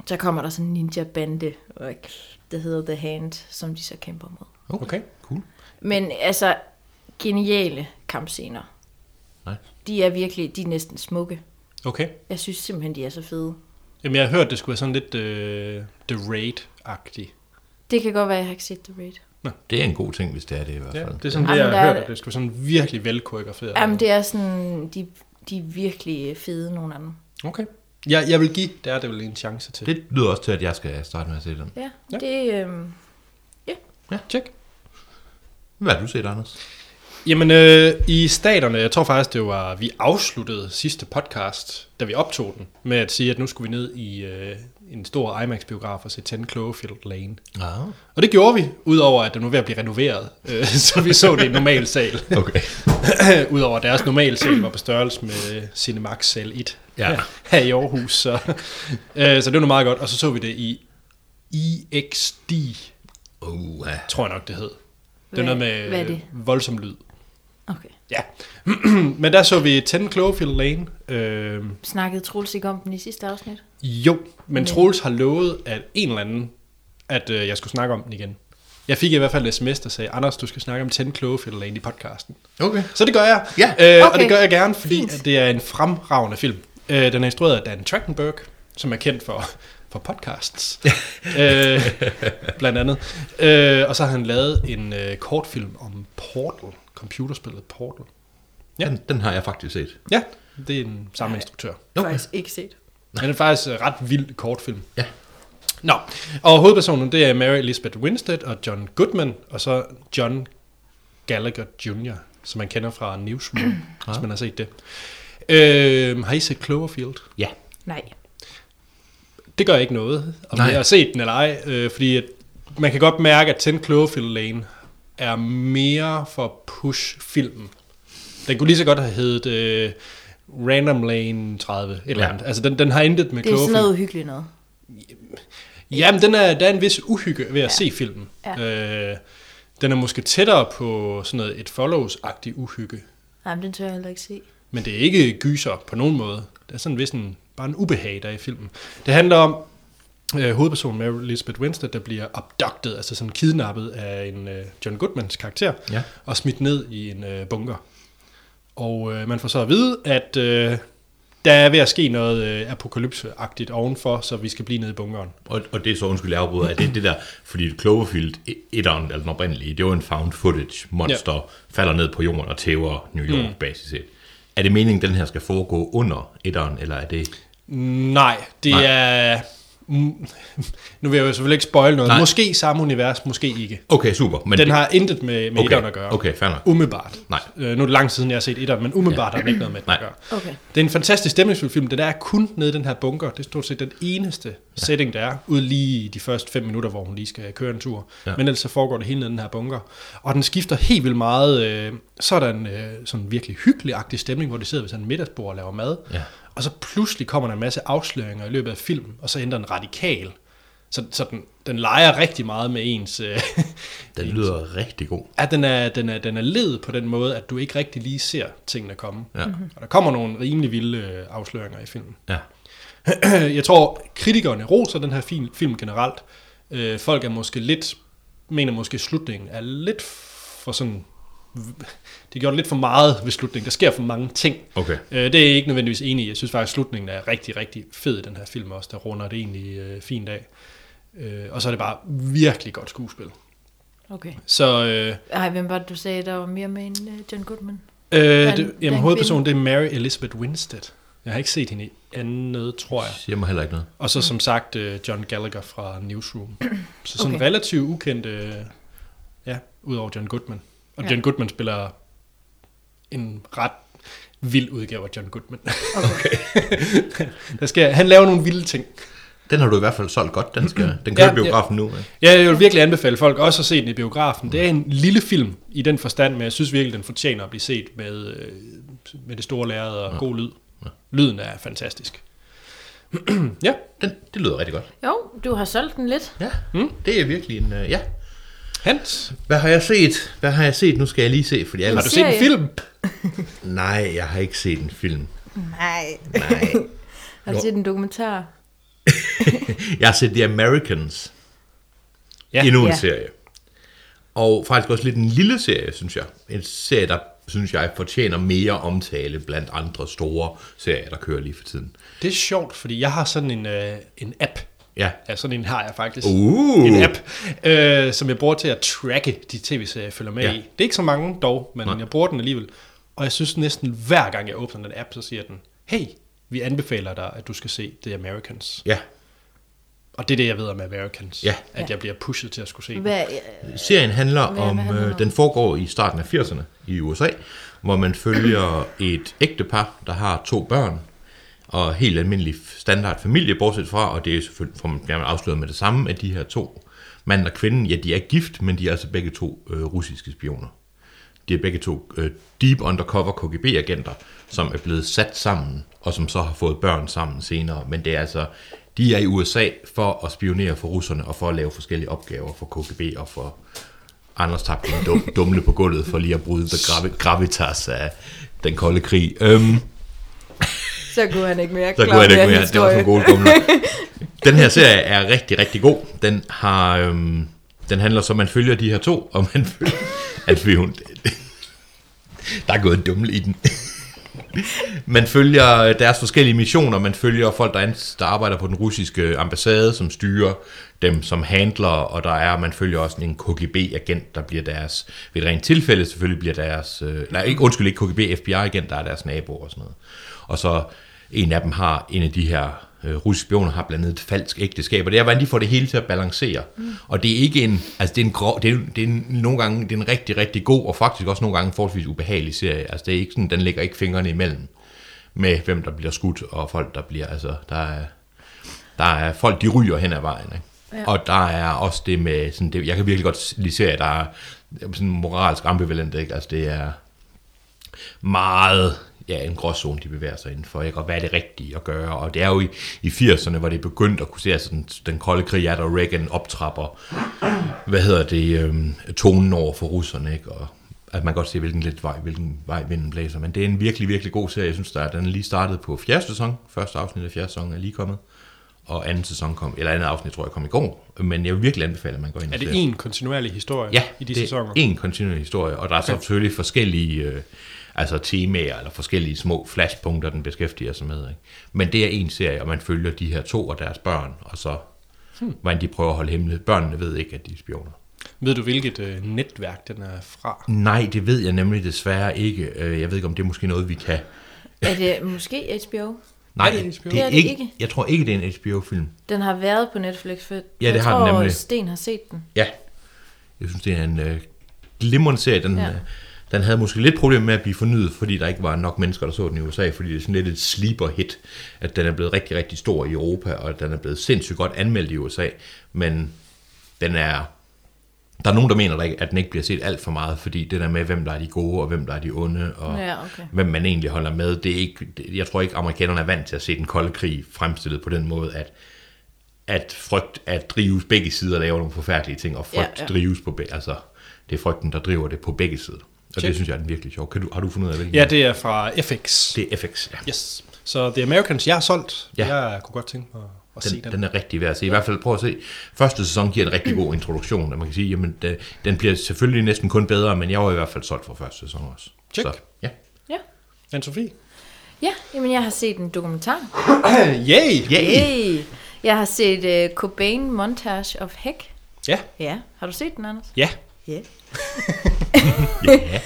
C: så kommer der sådan en ninja-bande, og det hedder The Hand, som de så kæmper mod.
A: Okay.
B: Cool.
C: Men altså, geniale kampscener.
B: Nej.
C: De er virkelig, de er næsten smukke.
A: Okay.
C: Jeg synes simpelthen, de er så fede.
A: Jamen, jeg har hørt, det skulle være sådan lidt øh, The Raid-agtigt.
C: Det kan godt være, jeg har ikke set The Raid.
B: Det er en god ting, hvis det er det i hvert
A: Ja,
B: fald.
A: det er sådan det,
C: Jamen,
A: jeg
C: der
A: har
C: er-
A: hørt, at det skulle være sådan virkelig velkoreograferet.
C: Jamen, det er sådan, de, de er virkelig fede, nogle af dem.
A: Okay. Jeg, jeg vil give Daredevil en chance til.
B: Det lyder også til, at jeg skal starte med at se den.
C: Ja,
A: Ja.
C: ja. det øh,
A: Tjek.
B: Hvad har du set, Anders?
A: Jamen, øh, i staterne, jeg tror faktisk, det var, vi afsluttede sidste podcast, da vi optog den, med at sige, at nu skulle vi ned i øh, en stor IMAX-biograf og se 10 Cloverfield Lane.
B: Ah.
A: Og det gjorde vi, udover at den var ved at blive renoveret, øh, så vi så det i en normal sal.
B: Okay.
A: Udover at deres normale sal var på størrelse med øh, Cinemax Sal 1
B: Ja.
A: her, her i Aarhus. Så, øh, så det var noget meget godt. Og så så vi det i IXD,
B: Uh, ja.
A: tror jeg nok det hed. Det er
C: Hvad-
A: noget med
C: hvad er det?
A: øh, voldsom lyd.
C: okay.
A: Ja. Men der så vi 10 Cloverfield Lane. Øh,
C: Snakkede Troels ikke om den i sidste afsnit?
A: jo, men
C: Men-
A: Troels har lovet, at en eller anden, at øh, jeg skulle snakke om den igen. Jeg fik i hvert fald et sms, der sagde, Anders, du skal snakke om 10 Cloverfield Lane i podcasten.
B: Okay.
A: Så det gør jeg.
B: Ja,
A: øh, Og
C: okay.
A: det gør jeg gerne, fordi
C: Fint.
A: at det er en fremragende film. Øh, den er instrueret af Dan Trachtenberg, som er kendt for, for podcasts. øh, blandt andet. Øh, og så har han lavet en øh, kortfilm om Portal, computerspillet Portal. Ja.
B: Den, den har jeg faktisk set.
A: Ja, det er en samme instruktør.
B: Okay.
C: Faktisk ikke set.
A: Han er faktisk øh, ret vild kortfilm.
B: Ja.
A: Nå, og hovedpersonen det er Mary Elizabeth Winstead og John Goodman, og så John Gallagher Jr., som man kender fra Newsroom, hvis man har set det. Øh, har I set Cloverfield?
B: Ja.
C: Nej.
A: Det gør ikke noget, om
B: Nej.
A: jeg har set den eller ej, øh, fordi at man kan godt mærke, at 10 Cloverfield Lane er mere for push-filmen. Den kunne lige så godt have heddet øh, Random Lane 30, et eller
B: Ja.
A: andet. Altså, den, den har intet med
C: Det er sådan
A: Cloverfield.
C: noget uhyggeligt noget.
A: Jamen, den er, der er en vis uhygge ved at ja. se filmen. Ja. Øh, den er måske tættere på sådan noget et follows-agtig uhygge.
C: Nej, men den tør jeg heller ikke se.
A: Men det er ikke gyser på nogen måde. Der er sådan vist en, bare en ubehag, der er i filmen. Det handler om øh, hovedpersonen Mary Elizabeth Winstead, der bliver abducted, altså sådan kidnappet af en øh, John Goodmans karakter,
B: Ja.
A: og smidt ned i en øh, bunker. Og øh, man får så at vide, at øh, der er ved at ske noget øh, apokalypseagtigt ovenfor, så vi skal blive nede i bunkeren.
B: Og, og det er så, undskyld, jeg afbryder, at det er det der, fordi Cloverfield, etteren, altså den oprindelige, det var en found footage monster, ja. falder ned på jorden og tæver New York mm. basis set. Er det meningen, den her skal foregå under etteren, eller er det...
A: Nej, det
B: Nej.
A: Nej. er... Mm, Nu vil jeg jo selvfølgelig ikke spoil noget.
B: Nej.
A: Nej. Måske samme univers, måske ikke.
B: Okay, super. Men
A: Den
B: det,
A: har intet med, med
B: Okay,
A: okay. etteren at gøre.
B: okay, fair nok.
A: Umiddelbart.
B: Nej.
A: Øh, nu er det lang tid siden, jeg har set etteren, men umiddelbart ja. har den ikke noget med den
B: Nej.
A: at gøre.
C: Okay.
A: Det er en fantastisk stemningsfuld film. Den er kun nede i den her bunker. Det er stort set den eneste ja. setting, der er. Ude lige i de første fem minutter, hvor hun lige skal køre en tur.
B: Ja.
A: Ja. Men ellers så foregår det hele nede i den her bunker. Og den skifter helt vildt meget. Øh, så er der en øh, sådan virkelig hyggelig-agtig stemning, hvor de sidder ved sådan en middagsbord og laver mad.
B: Ja.
A: Og så pludselig kommer der en masse afsløringer i løbet af filmen, og så ændrer den radikal. Så, så den, den leger rigtig meget med ens... Øh,
B: den lyder rigtig god.
A: at den er, den, er, den er led på den måde, at du ikke rigtig lige ser tingene komme.
B: Ja. Mhm.
A: Og der kommer nogle rimelig vilde øh, afsløringer i filmen.
B: Ja.
A: Jeg tror, kritikerne roser den her film, film generelt. Øh, folk er måske lidt, mener måske, at slutningen er lidt for sådan... De gjorde lidt for meget ved slutningen. Der sker for mange ting.
B: Okay.
A: Øh, det er jeg ikke nødvendigvis enig i. Jeg synes faktisk, at slutningen er rigtig, rigtig fed i den her film også. Der runder det egentlig øh, fint af. Øh, og så er det bare virkelig godt skuespil.
C: Okay.
A: Så øh,
C: Ej, hvem var det, du sagde, der var mere med end øh, John Goodman?
A: Øh,
C: er en
A: det, jamen,
C: kvinde.
A: hovedpersonen, det er Mary Elizabeth Winstead. Jeg har ikke set hende i andet, tror jeg.
B: Siger mig heller ikke noget.
A: Og
C: Mm.
A: så som sagt øh, John Gallagher fra Newsroom. Så sådan
C: Okay.
A: okay. relativt ukendt, øh, ja, udover John Goodman. Og
C: Ja.
A: ja. John Goodman spiller en ret vild udgave af John Goodman.
C: Okay.
A: Der sker, han laver nogle vilde ting.
B: Den har du i hvert fald solgt godt. Den, skal, den
A: Mm-hmm. Ja,
B: kører ja,
A: ja.
B: biografen nu. Ja.
A: Ja, jeg vil virkelig anbefale folk også at se den i biografen. Det er en lille film i den forstand, men jeg synes virkelig, den fortjener at blive set med, øh, med det store lærred og god lyd. Lyden er fantastisk. ja,
B: Den, det lyder rigtig godt.
C: Jo, du har solgt den lidt.
B: Ja, mm. det er virkelig en... øh, ja.
A: Hans,
B: Hvad har jeg set? Hvad har jeg set? Nu skal jeg lige se, fordi jeg
A: har
B: ellers...
A: du set en
C: serie.
A: film?
B: Nej, jeg har ikke set en film.
C: Nej.
B: Nej.
C: Har du
B: Jo.
C: set en dokumentar?
B: Jeg har set The Americans.
A: Ja.
B: Endnu en
C: Ja.
B: serie. Og faktisk også lidt en lille serie, synes jeg. En serie, der, synes jeg, fortjener mere omtale blandt andre store serier, der kører lige for tiden.
A: Det er sjovt, fordi jeg har sådan en, øh, en app.
B: Ja.
A: Ja, sådan en har jeg faktisk.
B: Uh.
A: En app, øh, som jeg bruger til at tracke de tv-serier, jeg følger med
B: Ja.
A: ja. i. Det er ikke så mange dog, men
B: Nej.
A: Nej. jeg bruger den alligevel. Og jeg synes næsten hver gang, jeg åbner den app, så siger den, hey, vi anbefaler dig, at du skal se The Americans.
B: Ja.
A: Og det er det, jeg ved om Americans.
B: Ja.
A: At jeg bliver pushet til at skulle se den.
C: Hvad,
B: Serien handler
C: Hvad- hvad
B: om,
C: handler den
B: øh,
C: om?
B: den foregår i starten af 80'erne i USA, hvor man følger et ægtepar, der har to børn, og helt almindelig standard familie, bortset fra, og det er selvfølgelig, for man bliver afsløret med det samme, at de her to, mand og kvinde, ja, de er gift, men de er altså begge to øh, russiske spioner. De er begge to øh, deep undercover KGB-agenter, som er blevet sat sammen, og som så har fået børn sammen senere. Men det er altså, de er i USA for at spionere for russerne, og for at lave forskellige opgaver for KGB og for Anders tabte en dum, dumle på gulvet for lige at bryde the gravi- gravitas af den kolde krig. Øhm,
C: så kunne han ikke mere
B: så kunne jeg det ikke mere. Det var sådan gode gumler. Den her serie er rigtig, rigtig god. Den har... Øhm, den handler så, man følger de her to, og man følger... At vi, hun, der er gået en dumle i den. Man følger deres forskellige missioner. Man følger folk, der, ans- der arbejder på den russiske ambassade, som styrer dem som handler, og der er, man følger også en KGB-agent, der bliver deres, ved et rent tilfælde selvfølgelig bliver deres, øh, nej, ikke, undskyld, ikke KGB, FBI-agent, der er deres nabo og sådan noget. Og så en af dem har, en af de her øh, russiske spioner har blandt andet et falsk ægteskab, og det er, hvordan de får det hele til at balancere. Mm. Og det er ikke en, altså det er en grov, det er, det er en, nogle gange, det er en rigtig, rigtig god, og faktisk også nogle gange forholdsvis ubehagelig serie. Altså det er ikke sådan, den lægger ikke fingrene imellem med, hvem der bliver skudt, og folk, der bliver, altså, der er, der er folk, de ryger hen ad vejen, ikke? Ja. Og der er også det med, sådan det, jeg kan virkelig godt lide serier, der er sådan moralsk ambivalent, ikke? Altså det er meget, ja, en gråzone, de bevæger sig indenfor, ikke? Og hvad er det rigtige at gøre? Og det er jo i, i 80'erne, hvor det er begyndt at kunne se, altså den, den kolde krig er, der Reagan optrapper, hvad hedder det, øhm, tonen over for russerne, ikke? Og at man godt se, hvilken lidt vej, hvilken vej vinden blæser. Men det er en virkelig, virkelig god serie. Jeg synes, der, er- den er lige startet på fjerde sæson. Første afsnit af fjerde sæson er lige kommet. Og anden sæson kom, eller andet afsnit, tror jeg, kom i går. Men jeg vil virkelig anbefale, at man går ind
A: Er
B: og
A: det
B: ser
A: en kontinuerlig historie
B: ja,
A: i de
B: det
A: sæsoner?
B: er en kontinuerlig historie, og der er okay. selvfølgelig forskellige øh, altså temaer eller forskellige små flashpunkter, den beskæftiger sig med. Ikke? Men det er en serie, og man følger de her to og deres børn, og så hmm. hvordan de prøver at holde hemmelighed. Børnene ved ikke, at de er spioner.
A: Ved du, hvilket øh, netværk den er fra?
B: Nej, det ved jeg nemlig desværre ikke. Øh, Jeg ved ikke, om det er måske noget, vi kan...
C: Er det måske HBO?
B: Nej,
A: Er det en HBO?
B: det
C: Det
B: er
C: er det
B: ikke,
C: ikke.
B: jeg tror ikke, det er en HBO-film.
C: Den har været på Netflix, for ja,
B: det
C: jeg
B: har den
C: tror,
B: nemlig.
C: Sten har set den.
B: Ja, jeg synes, det er en øh, glimrende serie. Den, ja.
C: Ja.
B: øh, den havde måske lidt problemer med at blive fornyet, fordi der ikke var nok mennesker, der så den i USA, fordi det er sådan lidt et sleeper hit, at den er blevet rigtig, rigtig stor i Europa, og den er blevet sindssygt godt anmeldt i USA, men den er... Der er nogen, der mener, der ikke- at den ikke bliver set alt for meget, fordi det der med, hvem der er de gode, og hvem der er de onde, og
C: Ja, okay.
B: hvem man egentlig holder med, det er ikke, det- jeg tror ikke, amerikanerne er vant til at se den kolde krig fremstillet på den måde, at at frygt at drives begge sider laver nogle forfærdelige ting, og frygt ja,
C: Ja,
B: ja.
C: ja.
B: drives på be- altså det er frygten, der driver det på begge sider. Og Check.
A: Check.
B: det synes jeg er den virkelig sjov. Kan du, har du fundet ud af, hvilken?
A: Ja, det er fra FX.
B: det er FX, ja.
A: Yes. Så The Americans, jeg har solgt.
B: Ja.
A: Ja. Jeg kunne godt tænke mig at se
B: Den,
A: den.
B: den er rigtig værd at se. I hvert fald prøv at se. Første sæson giver en rigtig god introduktion, og man kan sige, jamen det, den bliver selvfølgelig næsten kun bedre, men jeg var i hvert fald solgt for første sæson også.
A: Check.
B: ja.
C: Ja.
A: Anne-Sophie?
C: Ja, jamen jeg har set en dokumentar.
A: Yay!
B: Yeah.
C: Hey. Jeg har set uh, Cobain Montage of Heck.
A: Ja.
C: Ja, har du set den, Anders?
A: Ja.
C: Ja.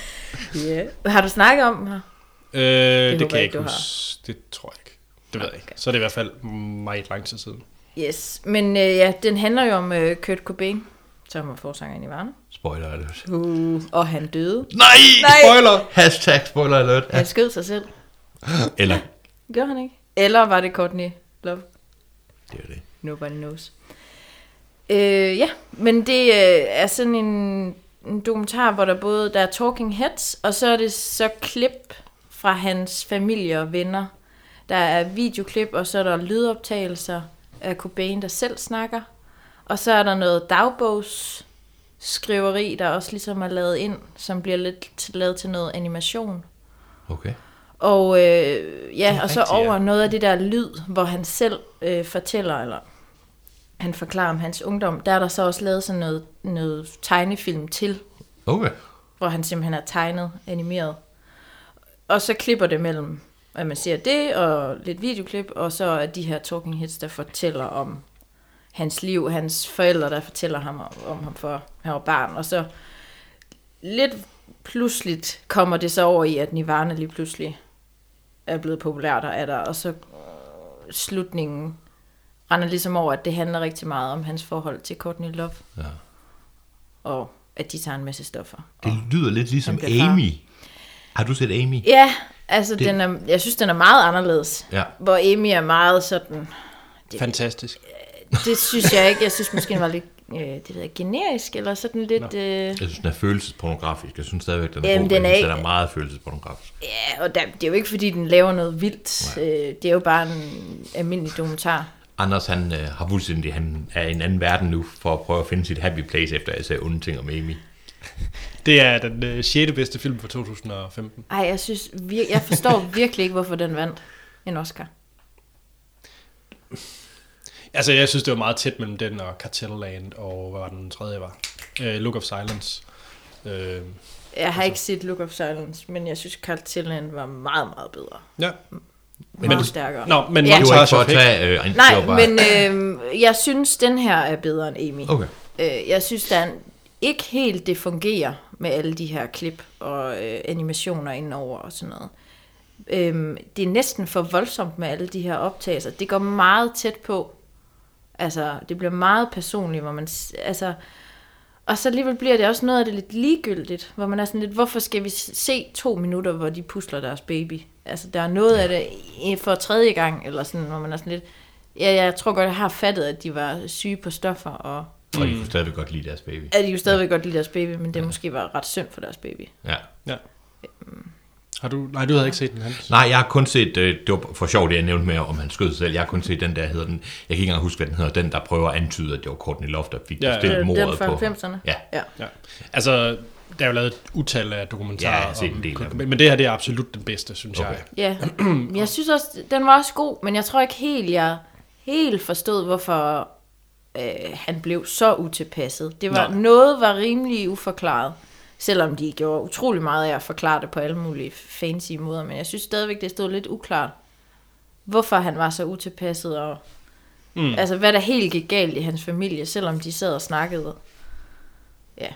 C: ja. Har du snakket om den her?
A: Øh, det,
C: håber
A: det kan jeg
C: jeg
A: ikke
C: ikke, du har.
A: huske. Det tror jeg ikke. Det ved jeg ikke.
C: Okay.
A: Så er det i hvert fald meget lang tid siden.
C: Yes, men øh, ja, den handler jo om øh, Kurt Cobain, som var forsangeren i Varne.
B: Spoiler alert.
C: Uh. Og han døde.
B: Nej!
C: Nej!
A: Spoiler!
B: Hashtag spoiler alert. Ja.
C: Han skød sig selv.
B: Eller,
C: Gjorde han ikke? Eller var det Courtney Love?
B: det er det.
C: Nobody knows. Øh, ja, men det øh, er sådan en, en dokumentar, hvor der både der er talking heads, og så er det så klip fra hans familie og venner. Der er videoklip, og så er der lydoptagelser af Cobain, der selv snakker. Og så er der noget dagbogsskriveri, der også ligesom er lavet ind, som bliver lidt lavet til noget animation.
B: Okay.
C: Og øh, ja, og så
A: rigtigt, ja.
C: over noget af det der lyd, hvor han selv øh, fortæller, eller han forklarer om hans ungdom, der er der så også lavet sådan noget, noget tegnefilm til,
B: Okay.
C: hvor han simpelthen er tegnet, animeret. Og så klipper det mellem, at man ser det, og lidt videoklip, og så er de her talking heads, der fortæller om hans liv, hans forældre, der fortæller ham om, om ham for, han var barn, og så lidt pludseligt kommer det så over i, at Nirvana lige pludselig er blevet populært og er der, og så øh, slutningen render ligesom over, at det handler rigtig meget om hans forhold til Courtney Love,
B: Ja.
C: og at de tager en masse stoffer.
B: Det lyder lidt ligesom
C: bliver far.
B: Amy. Har du set Amy?
C: Ja, altså det... den er, jeg synes, den er meget anderledes.
B: Ja.
C: Hvor Amy er meget sådan,
A: Fantastisk.
C: det synes jeg ikke, jeg synes måske den var lidt, øh, det ved jeg, generisk, eller sådan lidt, øh,
B: Jeg synes, den er følelsespornografisk. Jeg synes stadigvæk, den er
C: Jamen,
B: god,
C: den
B: men
C: er
B: jeg synes,
C: ikke-
B: den er meget følelsespornografisk.
C: ja, og der, det er jo ikke fordi, den laver noget vildt, øh, det er jo bare en almindelig dokumentar.
B: Anders, han øh, har fuldstændig, han er i en anden verden nu, for at prøve at finde sit happy place, efter jeg sagde onde ting om Amy.
A: Det er den øh, 6. bedste film fra 2015.
C: Ej, jeg synes, vir- jeg forstår virkelig ikke, hvorfor den vandt en Oscar.
A: Altså, jeg synes, det var meget tæt mellem den og Cartel Land, og hvad var den tredje var? Øh, Look of Silence. Øh,
C: Jeg har ikke set Look of Silence, men jeg synes, Carl Tilland var meget, meget bedre.
A: ja.
C: Men, meget stærkere.
A: Nå, men
C: Ja.
A: ja.
B: Det var ikke for at
A: tage...
B: tage... Øh, en-
C: Nej,
B: det var bare,
C: men øh, jeg synes, den her er bedre end Amy.
B: Okay.
C: Øh, jeg synes, der er en, ikke helt det fungerer med alle de her klip og øh, animationer indenover og sådan noget. Øhm, det er næsten for voldsomt med alle de her optagelser. Det går meget tæt på. Altså, det bliver meget personligt, hvor man... s- Altså, og så alligevel bliver det også noget af det lidt ligegyldigt, hvor man er sådan lidt, hvorfor skal vi s- se to minutter, hvor de pusler deres baby? Altså, der er noget af det i- for tredje gang, eller sådan, hvor man er sådan lidt, ja, jeg tror godt, jeg har fattet, at de var syge på stoffer, og
B: Og de kunne stadigvæk godt lide deres baby.
C: at de jo stadigvæk godt lide deres baby, men det måske var ret synd for deres baby.
B: Ja.
A: Ja. Har du... Nej, du havde ikke set den, Hans.
B: Nej, jeg har kun set, øh, det var for sjovt, det jeg nævnte med, om han skød sig selv. Jeg har kun set den, der hedder den, jeg kan ikke engang huske, hvad den hedder, den, der prøver at antyde, at det var Courtney Love, der fik
A: Ja,
B: ja,
A: ja.
B: bestilt
C: Øh, den
B: mordet
C: fra
B: på.
C: 90'erne?
B: Ja.
C: Ja.
A: Ja. Altså, der er jo lavet et utal af dokumentarer.
B: Ja, jeg har set en del af dem.
A: men, men det her det er absolut den bedste, synes
B: Okay.
A: jeg.
C: Ja, jeg synes også, den var også god, men jeg tror ikke helt, jeg helt forstod, hvorfor øh, han blev så utilpasset. Det var,
A: Nej.
C: noget var rimelig uforklaret, selvom de gjorde utrolig meget af at forklare det på alle mulige fancy måder, men jeg synes stadigvæk, det stod lidt uklart, hvorfor han var så utilpasset, og mm. altså, hvad der helt gik galt i hans familie, selvom de sad og snakkede. Ja,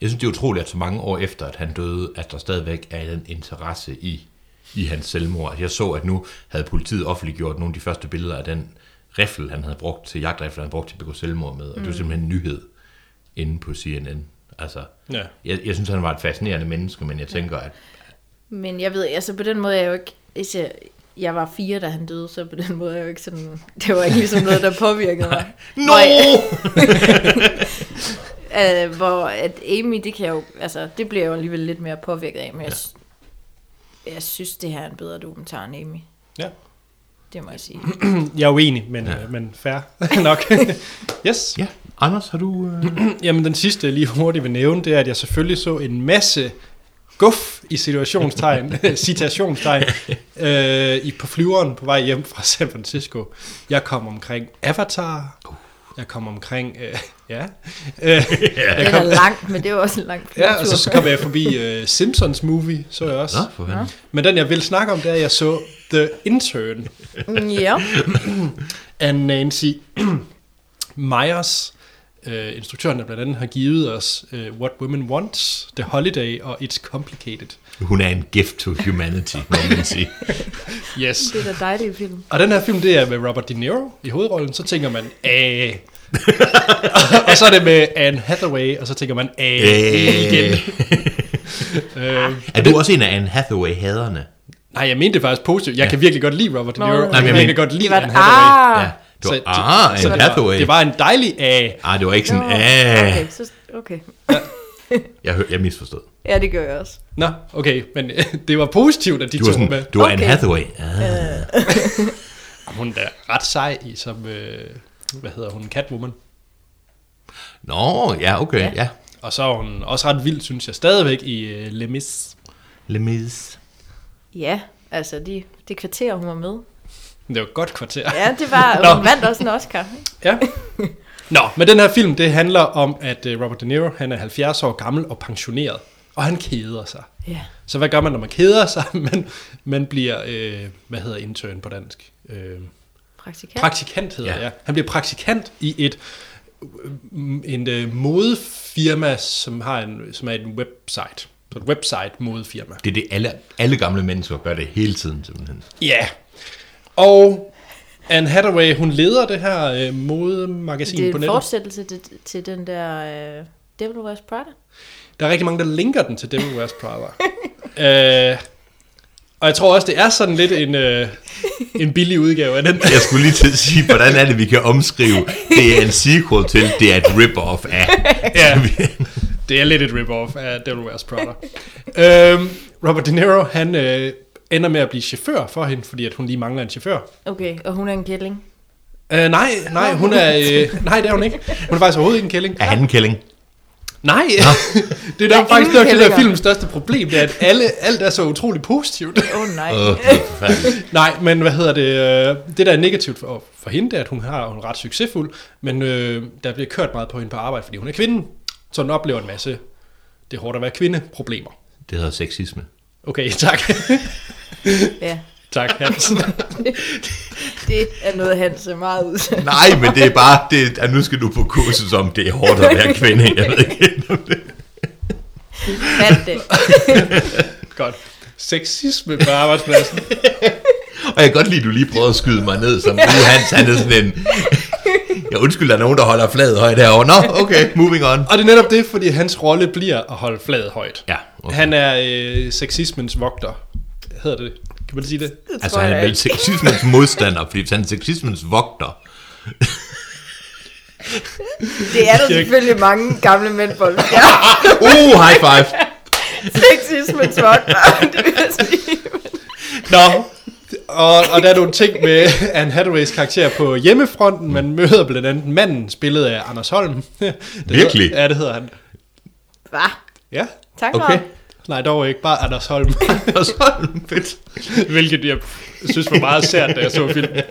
B: Jeg synes, det er utroligt, at så mange år efter, at han døde, at der stadigvæk er en interesse i, i hans selvmord. Altså, Jeg så, at nu havde politiet offentliggjort nogle af de første billeder af den riffel, han havde brugt til jagtrifle, han brugte til at begå selvmord med. Og det var simpelthen en nyhed inde på CNN. Altså,
A: Ja.
B: jeg, jeg synes, han var et fascinerende menneske, men jeg tænker, at
C: Men jeg ved, altså på den måde er jeg jo ikke... Hvis jeg, jeg var fire, da han døde, så på den måde er jeg jo ikke sådan... Det var ikke ligesom noget, der påvirkede mig.
B: No!
C: Uh, hvor at Amy, det kan jeg jo... Altså, det bliver jeg jo alligevel lidt mere påvirket af, men ja. jeg, sy- jeg synes, det her er en bedre dokumentar end Amy.
A: Ja.
C: Det må jeg sige.
A: Jeg er uenig, men, ja.
B: Ja.
A: øh, men fair nok. yes.
B: Ja, Anders, har du... Øh...
A: Jamen den sidste, jeg lige hurtigt vil nævne, det er, at jeg selvfølgelig så en masse guf i situationstegn, citationstegn, øh, i, på flyveren på vej hjem fra San Francisco. Jeg kom omkring Avatar. Jeg kom omkring, øh, ja. Øh,
C: det er da langt, men det er jo også en lang
A: ja, og
C: flyvetur.
A: så kom jeg forbi øh, Simpsons movie, så jeg også.
B: Nå, for fanden.
A: Men den, jeg vil snakke om, det er, at jeg så The Intern
C: Mm, ja.
A: af Nancy Myers, øh, instruktøren, der blandt andet har givet os øh, What Women Wants, The Holiday og It's Complicated.
B: Hun er en gift to humanity, må man sige.
A: Yes.
C: Det er da dejligt film.
A: Og den her film, det er med Robert De Niro i hovedrollen, så tænker man, æh. og så er det med Anne Hathaway, og så tænker man, æh, igen. Øh,
B: Er du også en af Anne Hathaway-haderne?
A: nej, jeg mente det faktisk positivt. Jeg kan virkelig godt lide Robert De Niro,
C: Nå,
A: og jeg
C: men-
A: kan virkelig godt
C: Det
A: lide
C: var et,
A: Anne Hathaway.
C: ah!
B: Ja,
A: Så
B: du var,
A: det-
B: ah,
A: så
B: Anne
A: det, var,
B: Hathaway.
A: det var en dejlig æh.
B: Ah, det var ikke sådan,
C: Nå,
B: ah.
C: Okay, så, okay.
B: Jeg, hør, jeg misforstod.
C: Ja, det gør jeg også.
A: Nå, okay, men det var positivt, at de
B: Du var
A: to var
B: sådan,
A: med.
B: du var Anne
C: Okay.
B: Hathaway. Ah.
A: Hun er da ret sej i som, øh, hvad hedder hun, Catwoman.
B: Nå, ja, okay, ja.
A: Og så er hun også ret vild, synes jeg, stadigvæk i øh, Les Mis.
B: Lemis.
C: Ja, altså de, det kvarter, hun var med.
A: Det var et godt kvarter.
C: Ja, det var,
A: Nå.
C: hun vandt også en Oscar. ikke?
A: Ja. Nå, men den her film, det handler om, at øh, Robert De Niro, han er 70 år gammel og pensioneret, og han keder sig.
C: Ja.
A: Så hvad gør man, når man keder sig? Man, man bliver, øh, hvad hedder intern på dansk? Øh,
C: Praktikant.
A: praktikant hedder ja.
B: Ja.
A: jeg. Han bliver praktikant i et øh, en øh, modefirma, som har en, som er en website. Så et website modefirma.
B: Det er det, alle, alle gamle mennesker gør det hele tiden, simpelthen.
A: Ja. Og Anne Hathaway, hun leder det her øh, modemagasin
C: det er
A: på
C: en
A: nettet.
C: fortsættelse til, til den der øh, Devil Wears Prada.
A: Der er rigtig mange, der linker den til Devil Wears Prada. øh, og jeg tror også, det er sådan lidt en, øh, en billig udgave af den.
B: Jeg skulle lige til at sige, hvordan er det, vi kan omskrive, det er en sequel til, det er et rip-off af.
A: ja, det er lidt et rip-off af Devil Wears Prada. øhm, Robert De Niro, han øh, ender med at blive chauffør for hende, fordi at hun lige mangler en chauffør.
C: Okay, og hun er en gælling.
A: Øh, nej, nej, hun er, øh, nej, det er hun ikke. Hun er faktisk overhovedet ikke en kælling.
B: Er han en kælling?
A: Nej, det er
C: Der
A: der
C: er
A: faktisk nok
C: ingen
A: det der
C: kællinger.
A: films største problem, det er, at alle, alt er så utroligt positivt.
C: Åh oh, nej.
B: Åh, det er forfærdeligt.
A: Nej, men hvad hedder det? øh, Det, der er negativt for, for hende, det er, at hun har hun er ret succesfuld, men øh, der bliver kørt meget på hende på arbejde, fordi hun er kvinde. Så hun oplever en masse, det er hårdt at være kvinde, problemer.
B: det hedder sexisme.
A: Okay, tak.
C: Ja,
A: tak, Hans.
C: det er noget, han ser meget ud til.
B: Nej, men det er bare, det, er- at nu skal du på kursus om, det er hårdt at være kvinde. Jeg ved ikke.
C: Han det.
A: Godt. Sexisme på arbejdspladsen.
B: Og jeg kan godt lide, at du lige prøvede at skyde mig ned, som nu Hans, han er sådan en... Jeg undskyld, der er nogen, der holder fladet højt herovre. Nå, okay, moving on.
A: Og det er netop det, fordi hans rolle bliver at holde flaget højt.
B: Ja, okay.
A: Han er øh, sexismens vogter. Hedder det? Kan man sige det?
C: det
B: Altså,
C: tror
B: han er
C: jeg
B: vel
C: ikke.
B: sexismens modstander, fordi hvis han er sexismens vogter,
C: Det er der selvfølgelig mange gamle mænd på. Ja,
B: Uh, high five.
C: sexisme tvok. Det vil jeg sige.
A: Nå, og, og der er nogle ting med Anne Hathaways karakter på hjemmefronten. Man møder blandt andet manden, spillet af Anders Holm. Det
B: Virkelig?
A: Hedder, ja, det hedder han.
C: Hva?
A: Ja,
C: Tak
B: Okay.
C: for
A: nej dog ikke, bare Anders Holm,
B: Og så fedt.
A: hvilket jeg synes var meget sært, da jeg så filmen.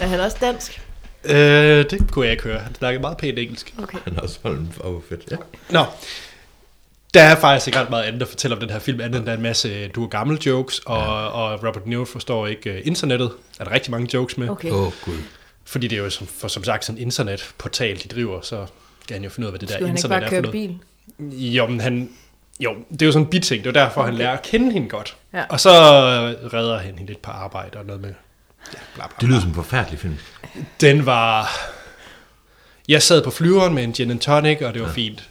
C: Er han også dansk?
A: Øh, det kunne jeg ikke høre, han snakkede meget pænt engelsk.
C: Okay.
B: Han er også holden for, hvor fedt. Ja.
A: Nå, der er faktisk ikke ret meget andet at fortælle om den her film, andet end der er en masse du er gammel jokes, og, ja. og Robert De Niro forstår ikke øh, internettet. Er der rigtig mange jokes med?
C: okay.
B: Åh, oh, gud.
A: Fordi det er jo som, for, som sagt sådan en internetportal, de driver, så skal han jo finde ud af, hvad det
C: Skulle
A: der
C: han ikke
A: internet
C: bare
A: er
C: køre
A: for noget.
C: bil?
A: Bil? Jo, men han, jo, det er jo sådan en biting, det er jo derfor, han lærer at kende hende godt.
C: Ja.
A: Og så øh, redder han hende lidt på arbejde og noget med... Ja, bla, bla,
B: Det
A: bla.
B: lyder som en forfærdelig film.
A: Den var... Jeg sad på flyveren med en gin and tonic, og det var ja. fint.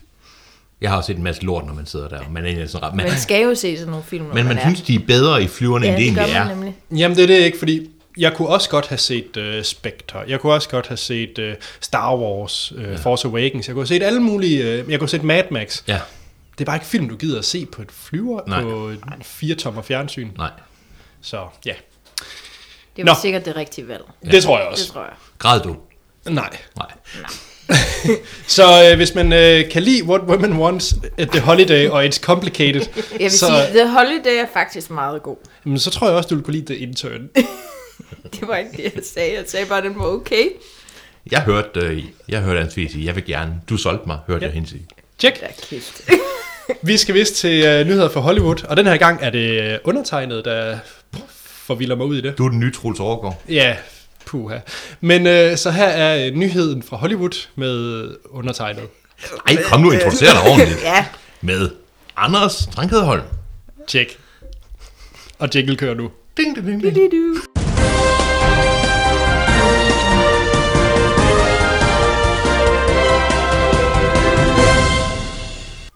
B: Jeg har også set en masse lort, når man sidder der. Man er egentlig sådan ret, man,
C: Man skal jo se sådan nogle film, når
B: men man
C: er.
B: synes, de er bedre i flyverne,
C: ja,
B: end det
C: det gør
B: egentlig
C: man
B: er.
C: nemlig.
A: Jamen, det er det ikke, fordi jeg kunne også godt have set uh, Spectre. Jeg kunne også godt have set uh, Star Wars, uh, ja. Force Awakens. Jeg kunne have set alle mulige... Uh, jeg kunne have set Mad Max.
B: Ja,
A: Det er bare ikke film, du gider at se på et flyver
B: Nej.
A: på et fire tommer fjernsyn.
B: nej.
A: Så ja,
C: Det var
A: Nå.
C: sikkert det rigtige valg.
A: det tror jeg
C: Det
A: også.
C: tror jeg.
B: Græd du?
A: Nej.
B: Nej.
A: Så øh, hvis man øh, kan lide What Women Wants at The Holiday og It's Complicated,
C: Jeg vil
A: så,
C: sige, The Holiday er faktisk meget god.
A: jamen, så tror jeg også, du vil kunne lide The Intern.
C: Det var ikke det, jeg sagde. Jeg sagde bare, at den var okay.
B: Jeg hørte, øh, jeg hørte Anne Sofie sige, jeg vil gerne. Du solgte mig, hørte ja. jeg hende sige.
A: Tjek.
C: Ja, kæft.
A: Vi skal vist til øh, nyheder fra Hollywood, og den her gang er det øh, undertegnet, der forvilder mig ud i det.
B: Du er den nye Troels Overgaard.
A: Ja, puha. Men øh, så her er øh, nyheden fra Hollywood med undertegnet.
B: Ej, kom nu, introducer dig ordentligt.
C: Ja,
B: Med Anders Trankedholm.
A: Tjek. Og jingle kører nu.
B: Ding, ding, ding, ding.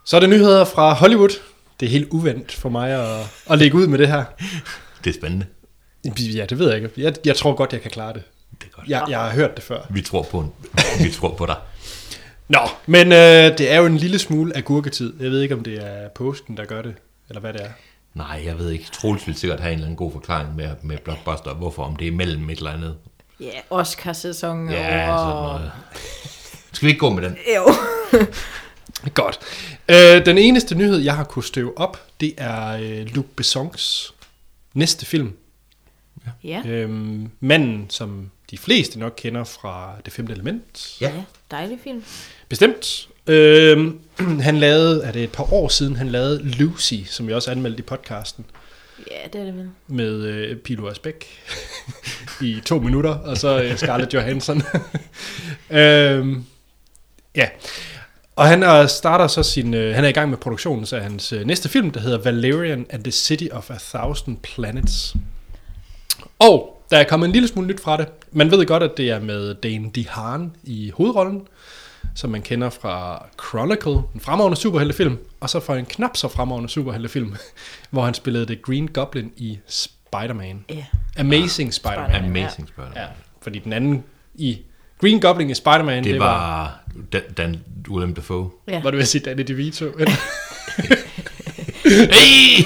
A: Så er det nyheder fra Hollywood. Det er helt uventet for mig at, at lægge ud med det her.
B: Det er spændende.
A: Ja, det ved jeg ikke. Jeg, jeg tror godt, jeg kan klare det.
B: Det er godt.
A: Jeg, jeg har hørt det før.
B: Vi tror på, en, vi tror på dig.
A: Nå, men øh, det er jo en lille smule agurketid. Jeg ved ikke, om det er påsken, der gør det, eller hvad det er.
B: Nej, jeg ved ikke. Troels vil sikkert have en eller anden god forklaring med, med Blockbuster. Hvorfor? Om det er mellem et eller andet.
C: ja Oscar-sæsonen.
B: Ja,
C: og...
B: sådan noget. Skal vi ikke gå med den?
C: Jo.
A: Godt. Øh, den eneste nyhed, jeg har kunne støve op, det er øh, Luc Besson's næste film.
C: Ja.
A: Øhm, manden, som de fleste nok kender fra Det femte element.
B: Ja.
C: ja. Dejlig film.
A: Bestemt. Øhm, han lavede, er det et par år siden, han lavede Lucy, som jeg også anmeldte i podcasten,
C: Ja, det er det vel.
A: med øh, Pilo Asbæk i to minutter, og så øh, Scarlett Johansson. øhm, ja. Og han er, starter så sin, øh, han er i gang med produktionen af hans øh, næste film, der hedder Valerian and the City of a Thousand Planets. Og der er kommet en lille smule nyt fra det. Man ved godt, at det er med Dane DeHaan i hovedrollen, som man kender fra Chronicle, en fremragende superheltefilm, og så fra en knap så fremragende superheltefilm, hvor han spillede The Green Goblin i Spider-Man.
C: Ja.
A: Amazing Spider-Man.
B: Amazing spørgsmål.
A: Ja, fordi den anden i Green Goblin i Spider-Man,
B: Det,
A: det,
B: det var, Dan, Dan Willem Dafoe.
C: Ja.
A: Var du ved at sige Danny DeVito? Eller?
B: Hey!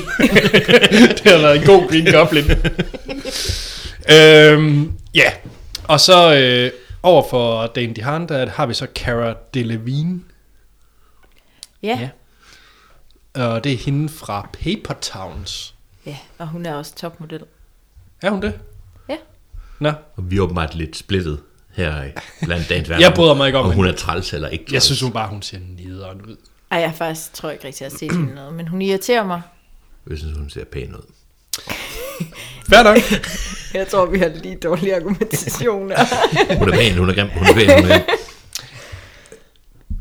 A: det har været en god Green Goblin. øhm, ja, og så øh, over for Dane DeHaan, der har vi så Cara Delevingne.
C: Ja.
A: Ja. Og det er hende fra Paper Towns.
C: ja. Og hun er også topmodel.
A: Er hun det?
C: Ja.
A: Nå,
B: Og vi er åbenbart lidt splittet her i- blandt dagens verden.
A: Jeg bryder mig ikke om
B: Om
A: hende.
B: hun er træls eller ikke træls.
A: jeg synes hun bare, hun ser nederen ud.
C: Ej, jeg faktisk tror ikke rigtig, jeg har set hende i noget, men hun irriterer mig.
B: Jeg synes, hun ser pæn ud.
A: Fair nok.
C: Jeg tror, vi har lige dårlige argumentationer.
B: Hun er pæn, hun er grim, hun er pæn, hun er grim.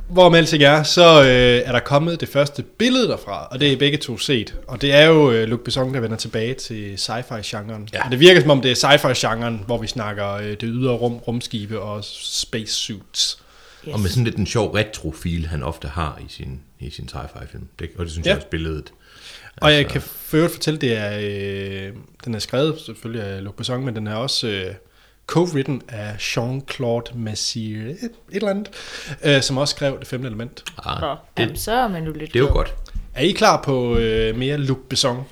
A: Hvor med alting er, så øh, er der kommet det første billede derfra, og det er I begge to set. Og det er jo øh, Luc Besson, der vender tilbage til sci-fi-genren.
B: Ja.
A: Ja. Og det virker som om det er sci-fi-genren, hvor vi snakker øh, det ydre rum, rumskibe og spacesuits.
C: yes.
B: Og med sådan lidt en sjov retrofil, han ofte har i sin, i sin sci-fi-film. Det, og det synes
A: Ja.
B: ja. jeg også billedet.
A: Og jeg kan for øvrigt fortælle, det er, øh, den er skrevet selvfølgelig af Luc Besson, men den er også øh, co-written af Jean-Claude Massier, et eller andet, øh, som også skrev Det femte element.
C: Nå,
B: Ah,
C: Jamen,
B: det,
C: så er man jo lidt
B: det er jo
C: glad.
B: godt.
A: Er I klar på øh, mere Luc Besson?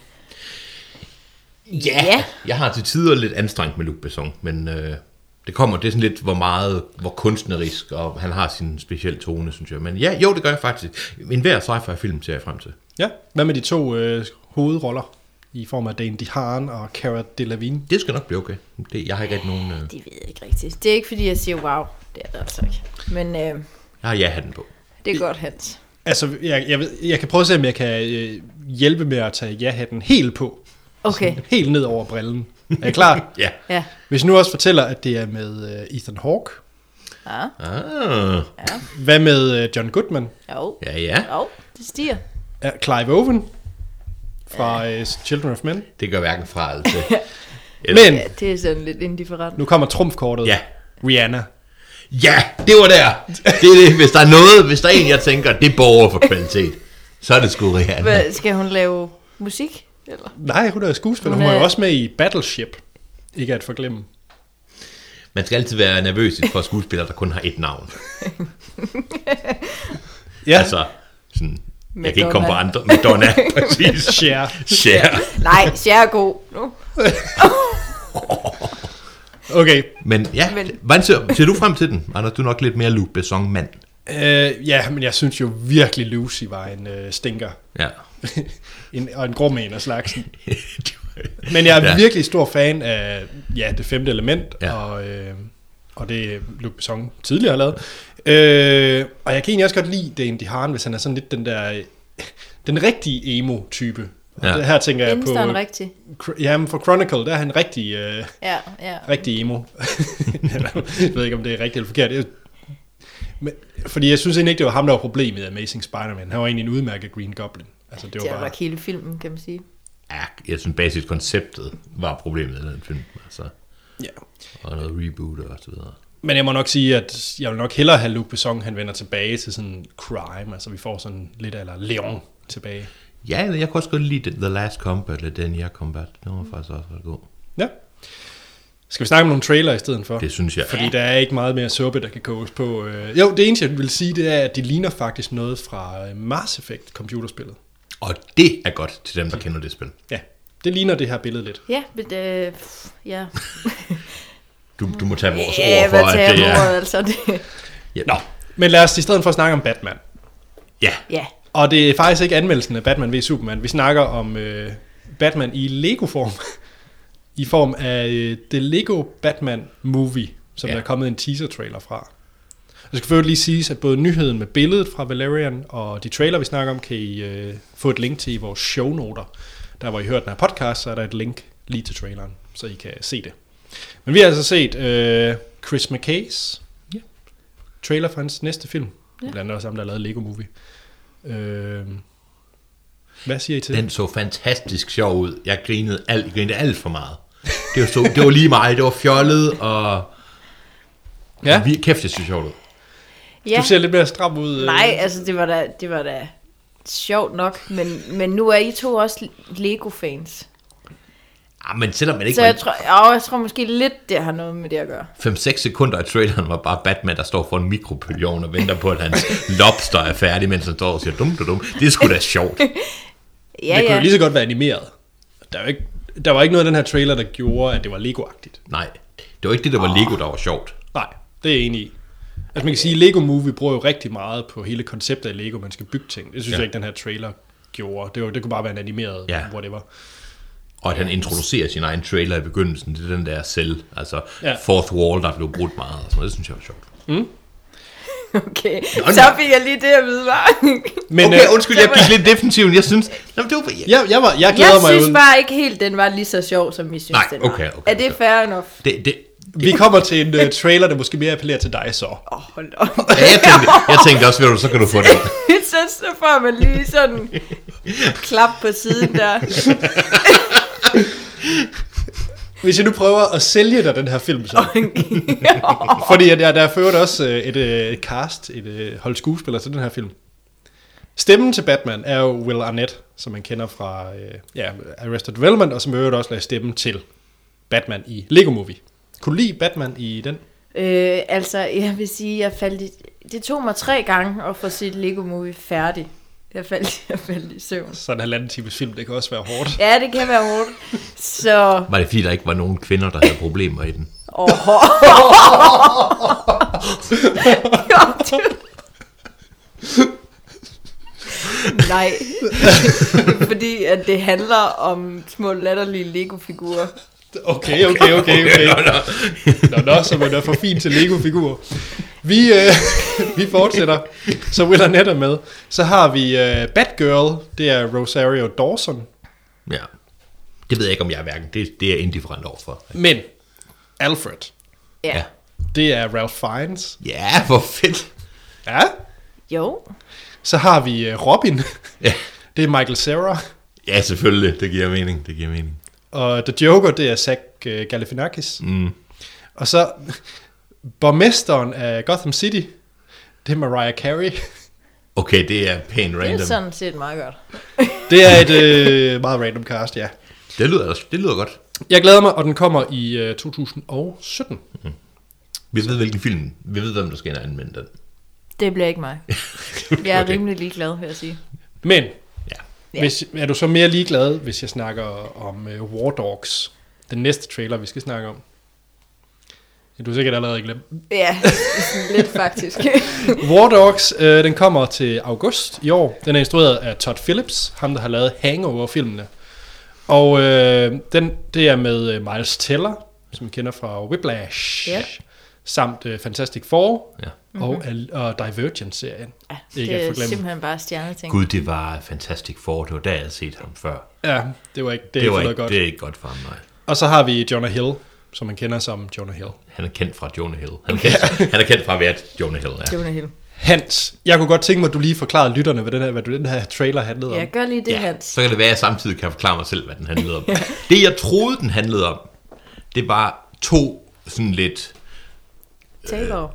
C: Ja.
B: Jeg har til tider lidt anstrengt med Luc Besson, men øh, Det kommer, det er sådan lidt, hvor meget, hvor kunstnerisk, og han har sin speciel tone, synes jeg. Men ja, jo, det gør jeg faktisk. En hver sci-fi film ser jeg frem til.
A: Ja, hvad med de to øh, hovedroller i form af Dan DeHaan og Cara Delevingne?
B: Det skal nok blive okay. Det, jeg har ikke rigtig nogen... Øh,
C: Det ved jeg ikke rigtigt. Det er ikke, fordi jeg siger wow. Det er det altså ikke. Men øh,
B: jeg har ja-hatten på.
C: det er godt, Hans.
A: Altså, jeg, jeg, ved, jeg kan prøve at se, om jeg kan øh, hjælpe med at tage ja-hatten helt på.
C: Okay,
A: Sådan Helt ned over brillen. Er I klar?
B: Ja.
C: ja.
A: Hvis jeg nu også fortæller, at det er med øh, Ethan Hawke.
C: Ja,
B: Ah,
A: Hvad med øh, John Goodman?
C: jo.
B: ja, ja.
C: Jo, det stiger.
A: Er Clive Owen fra øh, Children of Men.
B: Det gør hverken fra eller til.
A: Men
C: Ja, det er sådan lidt indifferent.
A: nu kommer trumfkortet.
B: Ja.
A: Rihanna.
B: Ja, det var der. Det er det. Hvis der er noget, hvis der er en, jeg tænker, det borger for kvalitet, så er det sgu Rihanna.
C: Hvad, skal hun lave musik? Eller?
A: Nej, hun er skuespiller. Hun,
C: Hun
A: hun er jo
C: er-
A: også med i Battleship. Ikke at forglemme.
B: Man skal altid være nervøs for skuespillere, der kun har et navn.
A: Ja, altså.
B: Altså, sådan, jeg kan ikke
C: Madonna.
B: komme på andre. Madonna, præcis.
A: Cher.
B: Cher.
C: Nej, Cher er god nu.
A: Okay,
B: Men ja,
C: Men-
B: hvordan ser, ser du frem til den? Anders, du er nok lidt mere Luc Besson-mand.
A: øh, ja, men jeg synes jo virkelig, Lucy var en øh, stinker.
B: Ja.
A: en, og en grum en af slagsen. Men jeg er
B: Ja.
A: ja. virkelig stor fan af ja, det femte element,
B: Ja.
A: ja. og, øh, og det Luc Besson tidligere har lavet. Øh, og jeg kan egentlig også godt lide Dan DeHaan, hvis han er sådan lidt den der, øh, den rigtige emo-type.
B: Ja.
A: Ja. Og det her tænker jeg
C: Findes
A: på...
C: der en rigtig?
A: Cr- Jamen, for Chronicle, der er han rigtig, øh,
C: Ja, ja.
A: rigtig emo. jeg ved ikke, om det er rigtigt eller forkert. Jeg, men, fordi jeg synes egentlig ikke, det var ham, der var problemet i Amazing Spider-Man. Han var egentlig en udmærket Green Goblin. Altså, det var
C: Det
A: bare...
C: var nok hele filmen, kan man sige.
B: ja, jeg synes basisk konceptet var problemet i den film. Altså,
A: Ja.
B: og noget reboot og så videre.
A: Men jeg må nok sige, at jeg vil nok hellere have Luc Besson, han vender tilbage til sådan crime, altså vi får sådan lidt eller Leon tilbage.
B: Ja, jeg kunne også godt lide The Last Combat, eller Den Year Combat. Den var faktisk også ret god.
A: Ja. Skal vi snakke om nogle trailer i stedet for?
B: Det synes jeg.
A: Fordi der er ikke meget mere suppe, der kan koges på. øh. Jo, det eneste, jeg vil sige, det er, at det ligner faktisk noget fra øh, Mass Effect computerspillet.
B: Og det er godt til dem, der kender det spil.
A: Ja, det ligner det her billede lidt.
C: Ja, men øh, pff, ja.
B: Du, du må tage vores
C: Ja,
B: ord
C: hvad
B: for,
C: tager
B: at det
C: jeg
B: er...
C: ordet, altså? Det.
B: Ja, Nå,
A: Men lad os i stedet for snakke om Batman.
B: ja.
C: Ja,
A: Og det er faktisk ikke anmeldelsen af Batman v Superman. Vi snakker om øh, Batman i Lego-form. I form af øh, The Lego Batman Movie, som
B: Ja.
A: ja. der er kommet en teaser-trailer fra. Og så skal først lige siges, at både nyheden med billedet fra Valerian og de trailer, vi snakker om, kan I øh, få et link til i vores shownoter. Der hvor I hører den her podcast, så er der et link lige til traileren, så I kan se det. Men vi har altså set øh, Chris McKays
B: Ja.
A: trailer for hans næste film. Ja. Blandt andet også ham, der lavede Lego Movie. Øh, hvad siger I til
B: Den så fantastisk sjov ud. Jeg grinede alt, grinede alt for meget. Det var, så, det var lige mig, det var fjollet, og
A: Ja.
B: vi, kæft, det synes sjovt ud.
A: Ja.
C: ja.
A: Du ser lidt mere stram ud. øh.
C: nej, altså det var da, det var da sjovt nok, men, men nu er I to også Lego-fans.
B: Ah, men selvom man ikke
C: Så jeg
B: var
C: tror, åh, jeg tror måske lidt, det har noget med det at gøre.
B: 5-6 sekunder i traileren, var bare Batman, der står for en mikrobølgeovn og venter på, at hans lobster er færdig, mens han står og siger dum, dum, dum. Det er sgu da sjovt.
C: Ja,
A: det kunne
C: ja.
A: jo lige så godt være animeret. Der, er jo ikke, der var ikke noget af den her trailer, der gjorde, at det var Lego-agtigt.
B: Nej, det var ikke det, der var Lego, der var sjovt.
A: Nej, det er jeg enig i. Altså man kan sige, at Lego Movie bruger jo rigtig meget på hele konceptet af Lego, man skal bygge ting. Det synes
B: Ja.
A: ja. jeg ikke, den her trailer gjorde. Det, var, det kunne bare være en animeret,
B: Ja.
A: ja. whatever.
B: Og at han introducerer sin egen trailer i begyndelsen, det er den der selv, altså
A: Ja.
B: fourth wall, der blev brudt meget og sådan noget. Det synes jeg var sjovt.
C: Okay,
B: nå.
C: så fik jeg lige det at vide, var.
A: Men
B: okay,
A: øh,
B: undskyld, jeg gik lidt defensivt. Jeg synes, Nå, men det var, ja.
A: jeg, jeg, var, jeg glæder
C: Jeg
A: mig
C: synes
A: jo.
C: bare ikke helt, den var lige så sjov, som vi synes,
B: Nej,
C: den var.
B: okay, okay,
C: er det
B: okay.
C: fair enough?
B: det, det,
A: Vi kommer til en uh, trailer, der måske mere appellerer til dig så.
C: Åh, oh, hold op.
B: ja, jeg, tænkte, jeg tænkte også, ved du, så kan du få det.
C: så, så får man lige sådan klap på siden der.
A: Hvis jeg nu prøver at sælge dig den her film så. Fordi at jeg, der er for øvrigt også øh, et øh, cast, et øh, hold skuespillere til den her film. Stemmen til Batman er jo Will Arnett, som man kender fra øh, ja, Arrested Development, og som i øvrigt også lagde stemmen til Batman i Lego Movie. Kunne du lide Batman i den?
C: øh, altså, jeg vil sige, jeg faldt i, det tog mig tre gange at få sit Lego Movie færdig. Jeg faldt, jeg faldt i søvn.
A: Sådan en halvanden times film, det kan også være hårdt.
C: Ja, det kan være hårdt. Så,
B: Var det fordi, der ikke var nogen kvinder, der havde problemer i den?
C: og hår. jo, det- Nej, fordi at det handler om små latterlige Lego-figurer.
A: Okay, okay, okay, okay. Nå, nå, så man er for fin til Lego-figurer. Vi, øh, vi fortsætter, så Will Arnett er med. Så har vi øh, Batgirl, det er Rosario Dawson.
B: Ja. Det ved jeg ikke, om jeg er hverken. Det, det er jeg indifferent overfor.
A: Men Alfred,
C: Ja.
B: Ja.
C: ja.
A: det er Ralph Fiennes.
B: Ja, hvor fedt.
A: Ja.
C: Jo,
A: Så har vi øh, Robin,
B: Ja.
A: det er Michael Cera.
B: ja, selvfølgelig. Det giver mening. Det giver mening.
A: Og The Joker, det er Zach øh, Galifianakis.
B: Mm.
A: Og så borgmesteren af Gotham City, det er Mariah Carey.
B: Okay, det er pænt
C: det er
B: random.
C: sådan set meget godt.
A: Det er et øh, meget random cast, ja.
B: Det lyder, det lyder godt.
A: Jeg glæder mig, og den kommer i øh, 2017.
B: Vi ved, hvilken film. Vi ved, hvem der skal ind og anmelde den.
C: Det bliver ikke mig. Jeg er
B: Okay.
C: rimelig ligeglad, vil jeg sige.
A: Men
B: Ja.
C: Ja.
A: hvis, er du så mere ligeglad, hvis jeg snakker om øh, War Dogs, den næste trailer, vi skal snakke om? Ja, Du har sikkert allerede glemt.
C: Ja, sådan lidt faktisk.
A: War Dogs, øh, den kommer til august i år. Den er instrueret af Todd Phillips, ham der har lavet Hangover-filmene. Og øh, den, det er med øh, Miles Teller, som vi kender fra Whiplash,
C: Ja. Mhm.
A: samt øh, Fantastic Four
B: ja.
A: og, Al- og Divergent-serien.
C: Ja,
A: Ikke
C: det
A: at
C: er
A: forglemme.
C: simpelthen bare stjerneting.
B: Gud, det var Fantastic Four. Det var da, jeg havde set ham før.
A: Ja, det var ikke det,
B: Det,
A: er ikke
B: var
A: noget
B: ikke,
A: godt.
B: det er ikke godt for ham, nej.
A: Og så har vi Jonah Hill, som man kender som Jonah Hill.
B: Han er kendt fra Jonah Hill. Han er kendt, han er kendt fra at være Jonah Hill, ja.
C: Det var helt.
A: Hans, jeg kunne godt tænke mig, at du lige forklarede lytterne, hvad den her, hvad den her trailer handlede om.
C: Ja, gør lige det,
B: ja,
C: Hans.
B: Så kan det være, at jeg samtidig kan forklare mig selv, hvad den handlede om. Det, jeg troede, den handlede om, det var to sådan lidt,
C: Tag over.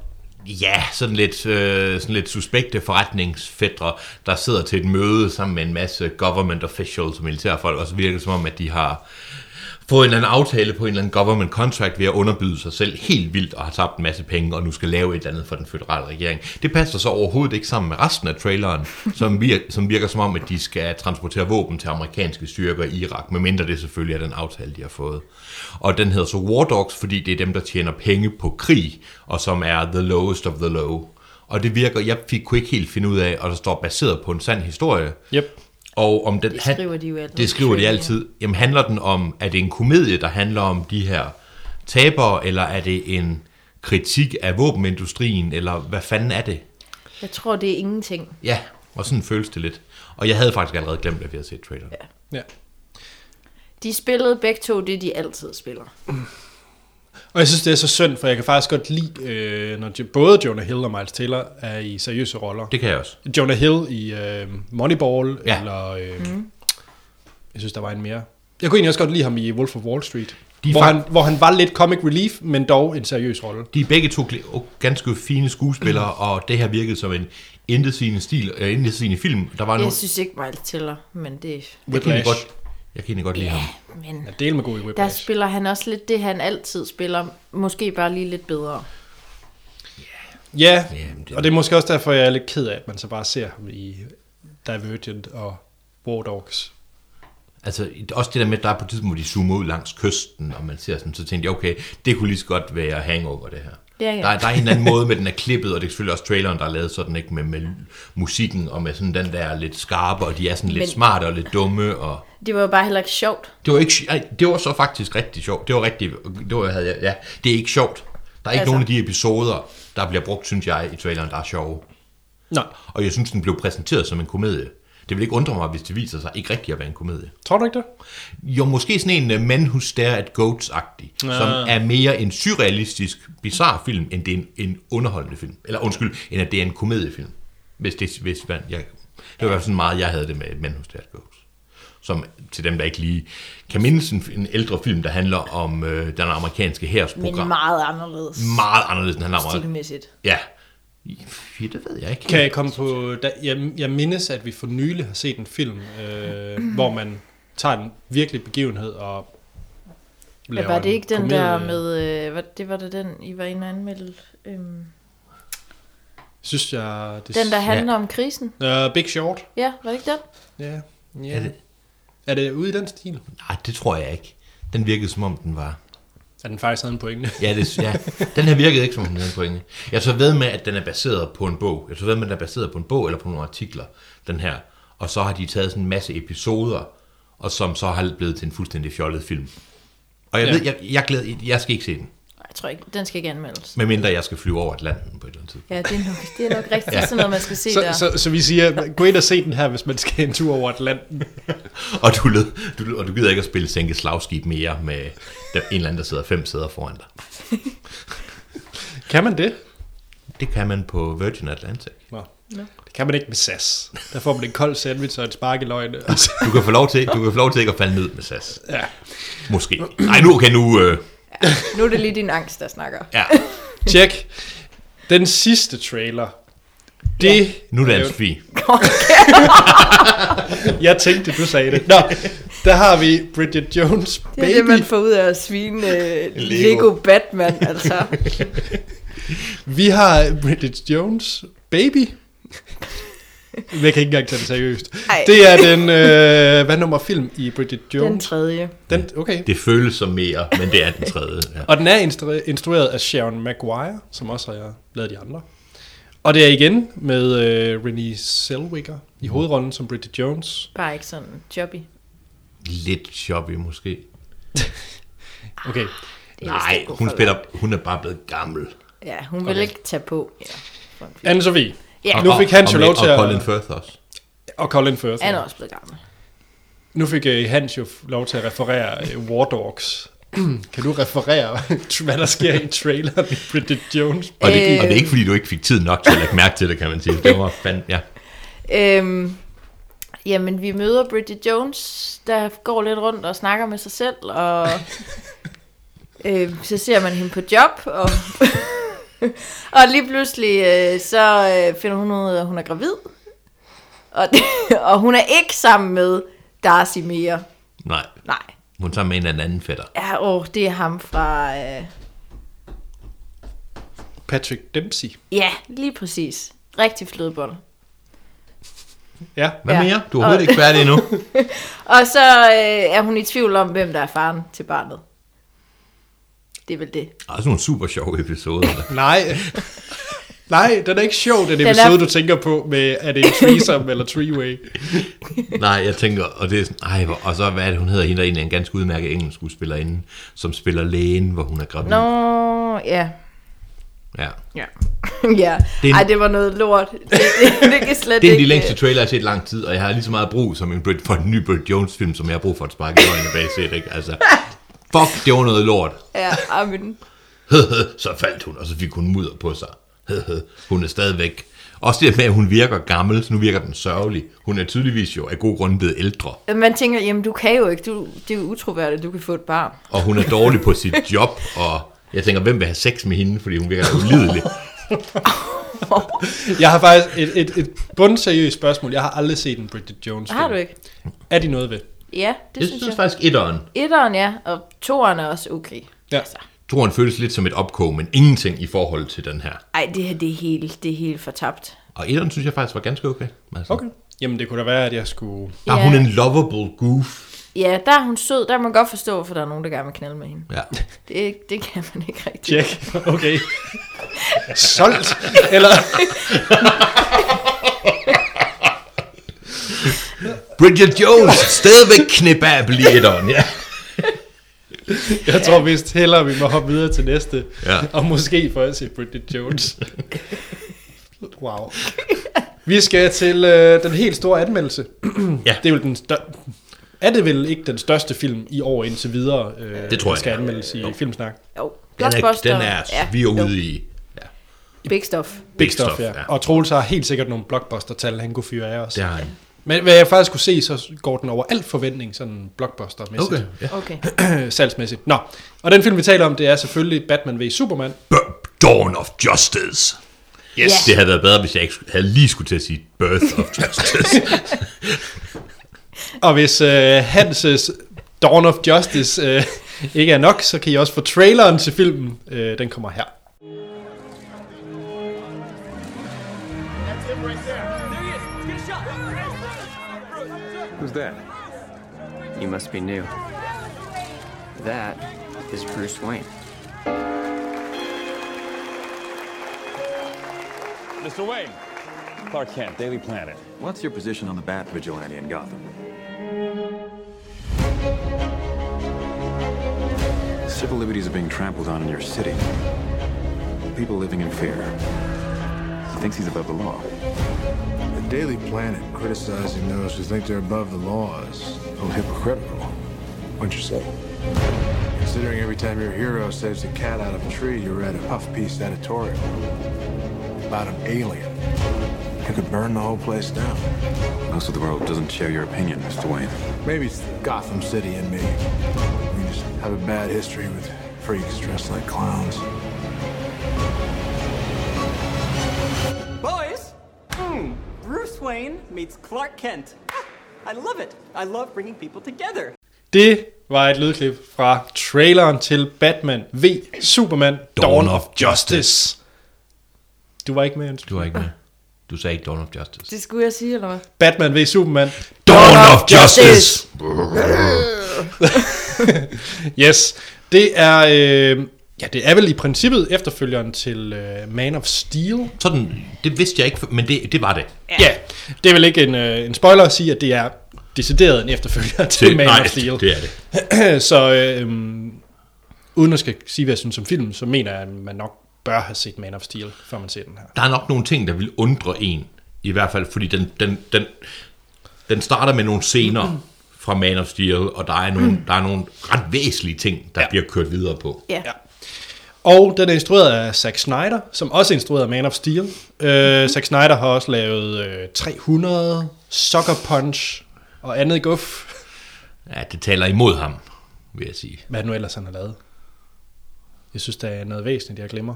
B: ja, sådan lidt, øh, sådan lidt suspekte forretningsfædre, der sidder til et møde sammen med en masse government officials og militærfolk, og så virker det som om, at de har fået en eller anden aftale på en eller anden government contract ved at underbyde sig selv helt vildt og har tabt en masse penge og nu skal lave et eller andet for den føderale regering. Det passer så overhovedet ikke sammen med resten af traileren, som virker, som virker som om, at de skal transportere våben til amerikanske styrker i Irak, medmindre det selvfølgelig er den aftale, de har fået. Og den hedder så War Dogs, fordi det er dem, der tjener penge på krig, og som er the lowest of the low. Og det virker, jeg fik, kunne ikke helt finde ud af, og der står baseret på en sand historie.
A: Yep.
B: Og om den,
C: Det
B: han-
C: skriver de jo altid.
B: Det skriver de
C: Trailer.
B: altid. Jamen handler den om, er det en komedie, der handler om de her tabere, eller er det en kritik af våbenindustrien, eller hvad fanden er det?
C: Jeg tror, det er ingenting.
B: Ja, og sådan føles det lidt. Og jeg havde faktisk allerede glemt, at vi havde set traileren. Ja.
A: Ja.
C: De spillede begge to det, de altid spiller.
A: Og jeg synes, det er så synd, for jeg kan faktisk godt lide, øh, når jo- både Jonah Hill og Miles Taylor er i seriøse roller.
B: Det kan jeg også.
A: Jonah Hill i øh, Moneyball, ja.
B: Ja.
A: eller øh, mm. jeg synes, der var en mere. Jeg kunne egentlig også godt lide ham i Wolf of Wall Street,
B: De
A: De
B: er
A: hvor,
B: fak-
A: han, hvor han var lidt comic relief, men dog en seriøs rolle.
B: De er begge to gl- og ganske fine skuespillere, og det her virkede som en intetsigende stil, øh, intetsigende film. Der var
C: Jeg
B: nogle,
C: synes ikke, Miles Teller, men det...
B: jeg kan egentlig
A: Whiplash.
B: godt, jeg kan egentlig godt lide ham.
C: Men
A: Ja, del med god i
C: der
A: Whiplash.
C: spiller han også lidt det, han altid spiller. Måske bare lige lidt bedre.
A: Ja,
B: Jamen, det-
A: og det er måske også derfor, jeg er lidt ked af, at man så bare ser ham i Divergent og War Dogs.
B: Altså også det der med, at der er på et tidspunkt, hvor de zoomer ud langs kysten, og man ser sådan, så tænkte jeg, okay, det kunne lige så godt være hangover det her.
C: Ja, ja.
B: Der, er- der er en eller anden måde med, den er klippet, og det er selvfølgelig også traileren, der er lavet sådan, ikke med, med musikken, og med sådan den der lidt skarpe, og de er sådan lidt
C: Men-
B: smarte og lidt dumme, og
C: Det var jo bare heller ikke sjovt.
B: det var, ikke, sj- ej, det var så faktisk rigtig sjovt. Det var rigtig, det var, havde jeg, ja, det er ikke sjovt. Der er ikke
C: Altså.
B: altså. nogen af de episoder, der bliver brugt, synes jeg, i traileren, der er sjove.
A: Nej,
B: Og jeg synes, den blev præsenteret som en komedie. Det vil ikke undre mig, hvis det viser sig ikke rigtigt at være en komedie.
A: tror du ikke det?
B: Jo, måske sådan en uh, Men Who Stare at Goats-agtig, ja. som er mere en surrealistisk, bizarre film, end det er en, en underholdende film. Eller undskyld, end at det er en komediefilm. Hvis det, hvis man, jeg, det var i hvert fald sådan meget, jeg havde det med Men Who Stare at Goats. Som til dem, der ikke lige kan mindes en, en ældre film, der handler om øh, den amerikanske hærs
C: Men
B: program.
C: meget anderledes
B: meget anderledes, end den handler om.
C: stilmæssigt.
B: Ja. ja, det ved jeg ikke.
A: Kan jeg komme på... Da, jeg, jeg mindes, at vi for nylig har set en film, øh, hvor man tager en virkelig begivenhed og...
C: Ja,
A: laver
C: var det
A: en
C: ikke den
A: komedie.
C: der med... Øh, var, det var da den, I var inde og anmelde. Øhm,
A: Synes jeg... Det,
C: den, der handler om krisen.
A: Uh, Big Short.
C: Ja, var det ikke den?
A: Ja. ja.
B: Er det-
A: er det ude i den stil?
B: Nej, det tror jeg ikke. Den virkede, som om den var
A: At den faktisk havde en pointe.
B: Ja, det, ja, den her virkede ikke som hun havde en pointe. Jeg så ved med, at den er baseret på en bog. Jeg så ved med, at den er baseret på en bog eller på nogle artikler, den her. Og så har de taget sådan en masse episoder, og som så har blevet til en fuldstændig fjollet film. Og jeg
A: Ja.
B: ja. ved, jeg, jeg, glæder, jeg skal ikke se den,
C: Nej, Jeg tror ikke, den skal ikke anmeldes.
B: medmindre jeg skal flyve over Atlanten på et eller andet tidspunkt.
C: Ja, det er nok, det er nok rigtigt sådan noget, man skal se
A: Så,
C: der.
A: så, så vi siger, gå ind og se den her, hvis man skal en tur over Atlanten.
B: Og du, led, du, og du gider ikke at spille sænke slagskib mere med der- en eller anden, der sidder fem sæder foran dig.
A: Kan man det?
B: Det kan man på Virgin Atlantic.
A: Nå. Det kan man ikke med SAS. Der får man en kold sandwich og et spark i løgene. og så-
B: Du kan få lov til, du kan få lov til ikke at falde ned med SAS.
A: Ja.
B: Måske. Nej, nu kan nu... Øh,
C: Nu er det lige din angst, der snakker.
B: ja,
A: Tjek. Den sidste trailer. Det... Ja.
B: nu er det altså fint.
A: Jeg tænkte, du sagde det. Nå, der har vi Bridget Jones
C: Det er
A: baby.
C: Baby. det, man får ud af at svine uh,
B: Lego.
C: Lego Batman, altså.
A: Vi har Bridget Jones baby. Jeg kan ikke engang tage det seriøst.
C: Ej.
A: Det er den, øh, hvad nummer film i Bridget
C: Den
A: Jones?
C: tredje.
A: Den, okay.
B: Det føles som mere, men det er den tredje. Ja.
A: Og den er instru- instrueret af Sharon Maguire, som også har lavet de andre. Og det er igen med øh, Renée Zellweger i hovedrollen som Bridget Jones.
C: Bare ikke sådan jobby.
B: Lidt choppy måske.
A: Okay,
C: Det er vist
B: Nej,
C: ikke god
B: hun,
C: for
B: spiller, hun er bare blevet gammel.
C: dig. Ja, hun vil
A: Okay.
C: ikke tage på. Ja, for en fyr.
A: Anne-Sophie.
C: Ja.
A: Nu fik han
B: og,
A: jo
B: og,
A: lov til
B: og,
A: at...
B: Colin Firth også.
A: Og Colin Firth.
C: Han er
A: ja.
C: også blevet gammel.
A: Nu fik øh, Hans jo f- lov til at referere øh, War Dogs. kan du referere, hvad der sker i traileren i Bridget Jones?
B: Og det,
C: Øh.
B: og det er ikke, fordi du ikke fik tid nok til at lægge mærke til det, kan man sige. Det var fandme, ja.
C: Øhm, jamen, vi møder Bridget Jones, der går lidt rundt og snakker med sig selv, og øhm, så ser man hende på job, og, og lige pludselig, øh, så øh, finder hun ud af, at hun er gravid, og, det, og hun er ikke sammen med Darcy mere.
B: Nej,
C: Nej,
B: hun er sammen med en eller anden fætter.
C: ja, åh, det er ham fra... Øh,
A: Øh, Patrick Dempsey.
C: ja, lige præcis. Rigtig flødebolle.
A: Ja.
B: Hvad
C: Ja.
B: ja. mere? Du er overhovedet ikke færdig endnu.
C: Og så øh, er hun i tvivl om, hvem der er faren til barnet. Det er vel det.
B: Der er sådan nogle super sjove episoder. Der.
A: Nej. Nej, den er ikke sjov, den,
C: er-
A: episode, du tænker på med, er det en threesome eller three-way?
B: Nej, jeg tænker, og det er sådan, ej, hvor, og så hvad er det, hun hedder? Hende der egentlig er en ganske udmærket engelsk skuespillerinde, som spiller lægen, hvor hun er gravid.
C: Nå, ja.
B: Ja.
C: Ja. ja.
B: Det er en-
C: Ej, det var noget lort. Det, det, det kan slet
B: Det er en af de
C: ikke... øh,
B: længste trailer, jeg har set i lang tid, og jeg har lige så meget brug som en Brit, for en ny Brit Jones-film, som jeg har brug for et spark i øjnene bag set, ikke? Altså, fuck, det var noget lort.
C: Ja, ej, men,
B: så faldt hun, og så fik hun mudder på sig. hun er stadigvæk. Også det med, at hun virker gammel, så nu virker den sørgelig. Hun er tydeligvis jo af god grund blevet ældre,
C: man tænker, jamen du kan jo ikke. Du, det er jo utroværdigt, du kan få et barn.
B: og hun er dårlig på sit job, og jeg tænker, hvem vil have sex med hende, fordi hun virker da ulidelig.
A: Jeg har faktisk et, et, et bundseriøst spørgsmål. Jeg har aldrig set en Bridget Jones film.
C: Har du ikke?
A: Er de noget ved?
C: Ja, det,
B: Jeg
C: synes jeg.
B: synes faktisk, etteren.
C: Etteren ja, og toeren er også okay. Altså,
A: Ja.
B: Toren føles lidt som et opkog, men ingenting i forhold til den her.
C: Ej, det her, det er helt, det er helt fortabt.
B: Og etteren synes jeg faktisk var ganske okay. Altså,
A: Okay. Jamen, det kunne da være, at jeg skulle...
B: Der er
C: Ja.
B: Ah, hun en lovable goof.
C: Ja, der er hun sød. Der kan man godt forstå, hvorfor der er nogen, der gerne vil knalde med hende.
B: Ja.
C: Det, det kan man ikke rigtig.
A: Tjek. Okay. Solgt. Eller...
B: Bridget Jones, stadigvæk knæbabel i etteren, ja.
A: Jeg tror vist hellere, vi må hoppe videre til næste.
B: Ja.
A: Og måske få at se Bridget Jones. Wow. Vi skal til øh, den helt store anmeldelse.
B: Ja.
A: Det er, vel den stør- er det vel ikke den største film i år indtil videre, øh,
B: Det tror
A: der
B: jeg,
A: skal
B: ja.
A: anmeldes i Filmsnak?
C: Jo,
B: Den er,
C: blockbuster.
B: den er vi er ude i.
C: Big stuff.
A: Big stuff, ja. ja. Og Troels har helt sikkert nogle blockbuster-tal, han kunne fyre af os.
B: Det har han.
A: Men hvad jeg faktisk kunne se, så går den over alt forventning, sådan blockbuster-mæssigt.
B: Okay. Ja.
C: Okay.
A: Okay. Salgsmæssigt. Nå, og den film, vi taler om, det er selvfølgelig Batman v Superman.
B: B- Dawn of Justice. Yes.
C: Ja.
B: Det havde været bedre, hvis jeg ikke skulle- havde lige skulle til at sige Birth of Justice.
A: Og hvis øh, Hans' Dawn of Justice øh, ikke er nok, så kan I også få traileren til filmen. Øh, den kommer her.
D: There he is. Let's get a shot.
E: Who's that? You must be new. That is Bruce Wayne.
F: Mr. Wayne. Clark Kent, Daily Planet.
G: What's your position on the Bat Vigilante in Gotham? Civil liberties are being trampled on in your city. People living in fear. He thinks he's above the law.
H: The Daily Planet criticizing those who think they're above the law is a little hypocritical. What'd you say? Considering every time your hero saves a cat out of a tree, you read a puff piece editorial about an alien who could burn the whole place down.
G: Most of the world doesn't share your opinion, Mr. Wayne.
H: Maybe it's the Gotham City in me. We just have a bad history with freaks dressed like clowns.
E: Boys! Mm, Bruce Wayne meets Clark Kent. Ah, I love it. I love bringing people together.
A: Det var et lydklip fra traileren til Batman v Superman Dawn, Dawn of Justice. Du var ikke med, Jens.
B: Du var ikke med. Du sagde ikke Dawn of Justice.
C: Det skulle jeg sige, eller hvad?
A: Batman v Superman.
B: Dawn of
C: Justice!
A: Yes. Det er, øh, ja, det er vel i princippet efterfølgeren til øh, Man of Steel.
B: Sådan, det vidste jeg ikke, men det, det var det.
A: Ja. ja. Det er vel ikke en, øh, en spoiler at sige, at det er decideret en efterfølger til det, Man
B: nej,
A: of Steel.
B: det er det.
A: så øh, øhm, uden at skal sige, hvad jeg synes om filmen, så mener jeg, at man nok bør have set Man of Steel, før man ser den her.
B: Der er nok nogle ting, der vil undre en. I hvert fald, fordi den, den, den, den starter med nogle scener
A: Mm-hmm.
B: fra Man of Steel, og der er
A: Mm.
B: nogle, der er nogle ret væsentlige ting, der ja. bliver kørt videre på.
C: Ja.
A: Ja. Og den er instrueret af Zack Snyder, som også instruerede Man of Steel. Øh, Zack Snyder har også lavet øh, 300, Sucker Punch og andet guf.
B: Ja, det taler imod ham, vil jeg sige.
A: Hvad er det nu ellers han har lavet? Jeg synes, der er noget væsentligt, jeg glemmer.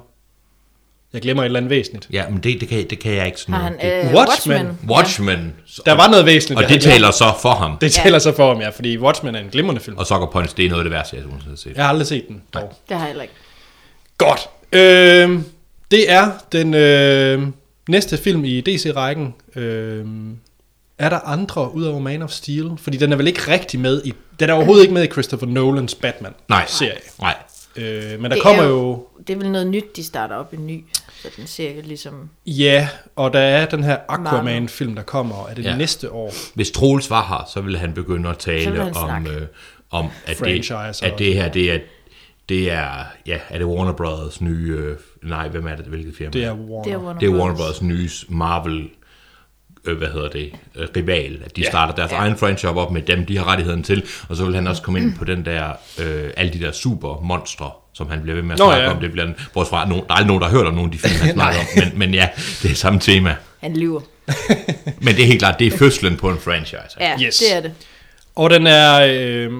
A: Jeg glemmer et eller andet væsentligt.
B: Ja, men det, det, kan, det kan jeg ikke sådan
C: Har
B: noget.
C: han
B: det,
C: øh,
A: Watchmen.
C: Watchmen?
B: Watchmen.
A: Der var noget væsentligt.
B: Og
A: jeg
B: det
A: havde
B: taler så for ham.
A: glemt. Det tæller så for ham, ja, fordi Watchmen er en glimrende film.
B: Og Sucker Punch, det er noget af det værste, jeg nogensinde har set.
A: Jeg har aldrig set den, dog.
B: Nej.
C: Det har jeg heller ikke.
A: Godt. Øh, det er den øh, næste film i DC-rækken. Øh, er der andre udover Man of Steel? Fordi den er vel ikke rigtig med i... Den er overhovedet ikke med i Christopher Nolans
B: Nej.
A: Batman-serie.
B: Nej.
A: Øh, men der
C: Det
A: kommer
C: er
A: jo...
C: Det er vel noget nyt, de starter op en ny. Så den ser ligesom...
A: Ja, og der er den her Aquaman-film, der kommer. Er det
B: Ja.
A: ja. næste år?
B: Hvis Troels var her, så ville han begynde at
C: Så
B: tale
C: ville han
B: om,
C: snakke.
B: øh, om at, det,
A: Franchise og-
B: at det her, det er, det er, ja, er det Warner Brothers nye, øh, nej, hvem er det, hvilket firma?
A: Det er Warner.
C: Det er Warner,
B: det er Warner Brothers nye Marvel, øh, hvad hedder det, øh, rival, at de yeah. starter deres yeah. egen franchise op med dem, de har rettigheden til, og så vil han også komme ind på den der, øh, alle de der super monstre, som han bliver ved med at
A: Nå,
B: snakke
A: ja.
B: om. Det bliver, en- bortset fra, at nogen, der er aldrig nogen, der har hørt om nogen af de film, han snakker om, men, men ja, det er samme tema.
C: Han lyver.
B: Men det er helt klart, det er fødslen på en franchise.
C: Ja,
A: Yes.
C: yes. det er det.
A: Og den er... Øh,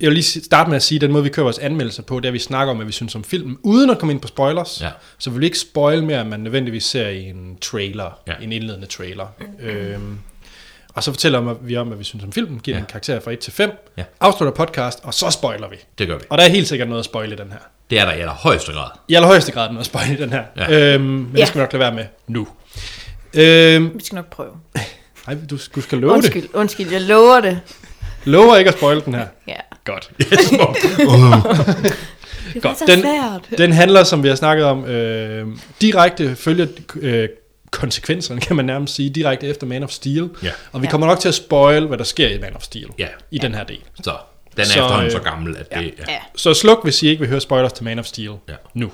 A: jeg vil lige si- starte med at sige, at den måde, vi kører vores anmeldelser på, det er, at vi snakker om, hvad vi synes om filmen, uden at komme ind på spoilers.
B: Ja.
A: Så vi vil ikke spoil mere, end man nødvendigvis ser i en trailer,
B: Ja.
A: ja. en indledende trailer. Øhm, og så fortæller vi om, hvad vi synes om filmen, giver
B: Ja.
A: ja. en karakter fra 1 til 5,
B: Ja.
A: afslutter podcast, og så spoiler vi.
B: Det gør vi.
A: Og der er helt sikkert noget at spoil i den her.
B: Det er der i allerhøjeste grad.
A: I allerhøjeste grad noget at spoil i den her.
B: Ja.
A: Øhm, men ja.
C: Ja.
A: det skal vi nok lade være med nu. Øhm,
C: Vi skal nok prøve.
A: nej, du, du skal love
C: Undskyld, undskyld, jeg lover det.
A: det. Lover ikke at spoil den her.
C: Ja.
A: Godt.
C: Det
A: Godt. Den, den handler, som vi har snakket om, øh, direkte følger øh, konsekvenserne, kan man nærmest sige, direkte efter Man of Steel.
B: Ja.
A: Og vi kommer nok til at spoil, hvad der sker i Man of Steel
B: Ja.
A: i den her del.
B: Så den er
A: Så,
B: efterhånden så
A: øh,
B: gammel, at det ja.
C: Ja.
A: Så sluk, hvis I ikke vil høre spoilers til Man of Steel
B: Ja.
A: nu.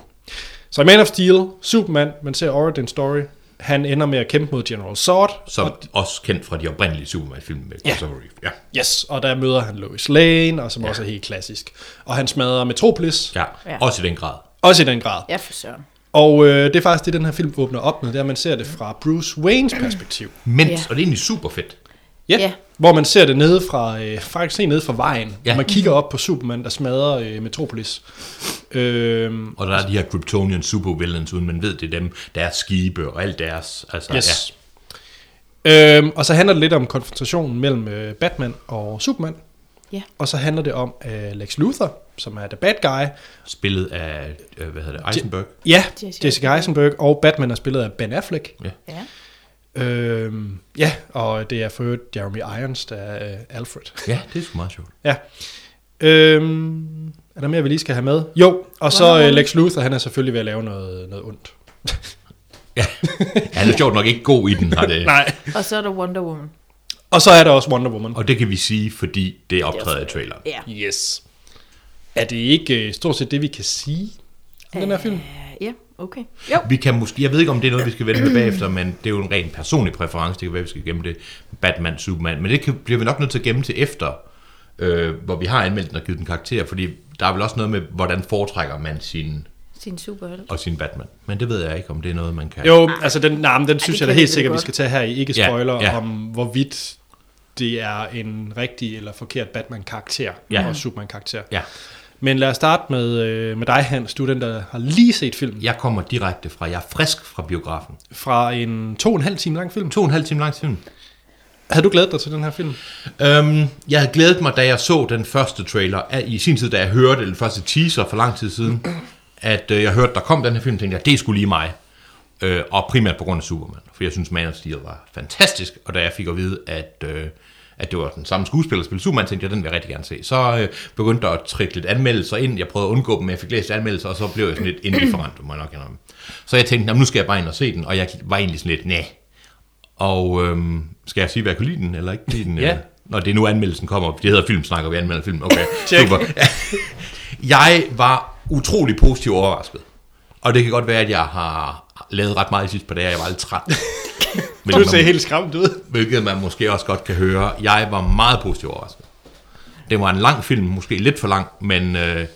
A: Så i Man of Steel, Superman, man ser origin story, han ender med at kæmpe mod General Zod.
B: som også kendt fra de oprindelige Superman-film med
A: Ja.
B: Christopher Reeve. Ja.
A: Yes, og der møder han Lois Lane, og som ja. også er helt klassisk. Og han smadrer Metropolis, ja.
B: Ja. ja,
C: Ja.
B: også i den grad.
A: også i den grad.
C: Ja, for søren.
A: Og øh, det er faktisk det, den her film åbner op med, det er, at man ser det fra Bruce Waynes perspektiv.
B: Mens,
C: Ja.
B: og det er egentlig super fedt.
A: Ja, yeah.
C: Ja.
A: hvor man ser det nede fra, øh, faktisk helt nede fra vejen.
B: Ja.
A: Ja. Man kigger op på Superman, der smadrer øh, Metropolis. Øh,
B: Og der er de her Kryptonian supervillains, uden man ved, det er dem, deres skibe og alt deres. Altså,
A: yes. Ja. Øhm, og så handler det lidt om konfrontationen mellem øh, Batman og Superman.
C: Ja.
A: Og så handler det om øh, Lex Luthor, som er the bad guy.
B: ja, spillet af, øh, hvad hedder det, Eisenberg.
A: Ja,
C: Jesse
A: Jessica Eisenberg og Batman er spillet af Ben Affleck.
C: Ja.
A: Øhm, ja, og det er for øvrigt Jeremy Irons, der er øh, Alfred.
B: Ja, det er sgu meget sjovt.
A: Ja. Øhm, Er der mere, vi lige skal have med? Jo, og så øh, Lex Luthor, han er selvfølgelig ved at lave noget, noget ondt.
B: Ja. Han er sjovt nok ikke god i den, har det.
A: Nej.
C: Og så er der Wonder Woman.
A: Og så er der også Wonder Woman.
B: Og det kan vi sige, fordi det er optræder i traileren.
C: Ja.
A: Yes. Er det ikke øh, stort set det, vi kan sige om
C: Øh.
A: den her film?
C: Ja, ja okay. Jo.
B: Vi kan måske, jeg ved ikke om det er noget, vi skal vende med bagefter, men det er jo en ren personlig præference, det kan være, vi skal gemme det, Batman, Superman, men det kan, bliver vi nok nødt til at gemme til efter, øh, hvor vi har anmeldt den og givet den karakter, fordi der er vel også noget med, hvordan foretrækker man sin,
C: Sin superhelt.
B: og sin Batman, men det ved jeg ikke, om det er noget, man kan.
A: Jo, altså den, nej, men den synes
C: det
A: jeg da
C: kan vi
A: helt
C: vel
A: sikkert, vi
C: godt.
A: skal tage her i ikke
B: Ja,
A: spoiler,
B: ja.
A: om hvorvidt det er en rigtig eller forkert Batman-karakter
B: Ja.
A: og Superman-karakter.
B: Ja,
A: Men lad os starte med, øh, med dig, Hans. Du er den, der har lige set filmen
B: jeg kommer direkte fra, jeg er frisk fra biografen.
A: fra en to og en halv time lang film.
B: To og en halv time lang film.
A: Havde du glædet dig til den her film?
B: Øhm, jeg havde glædet mig, da jeg så den første trailer, at i sin tid, da jeg hørte den første teaser for lang tid siden, at øh, jeg hørte, der kom den her film, tænkte jeg, det skulle lige mig. Øh, og primært på grund af Superman, for jeg synes, Man of Steel var fantastisk, og da jeg fik at vide, at, øh, at det var den samme skuespiller, der spillede Superman, tænkte jeg, den vil jeg rigtig gerne se. Så øh, begyndte der at trikke lidt anmeldelser ind, jeg prøvede at undgå dem, men jeg fik læst anmeldelser, og så blev jeg sådan lidt indifferent, må jeg nok indrømme. Så jeg tænkte, "Nå, nu skal jeg bare ind og se den, og jeg var egentlig sådan lidt, nej, og øhm, skal jeg sige, hvad jeg kunne lide den, eller ikke lide den?
A: Ja.
B: Eller? Når det er nu anmeldelsen kommer, det hedder Filmsnak, og vi anmelder film. Okay, super. jeg var utrolig positivt overrasket. Og det kan godt være, at jeg har lavet ret meget i sidste par dage, og jeg var lidt træt.
A: Du
B: Hvilket
A: ser
B: man-
A: helt skræmt ud.
B: Hvilket man måske også godt kan høre. Jeg var meget positivt overrasket. Det var en lang film, måske lidt for lang, men, øh,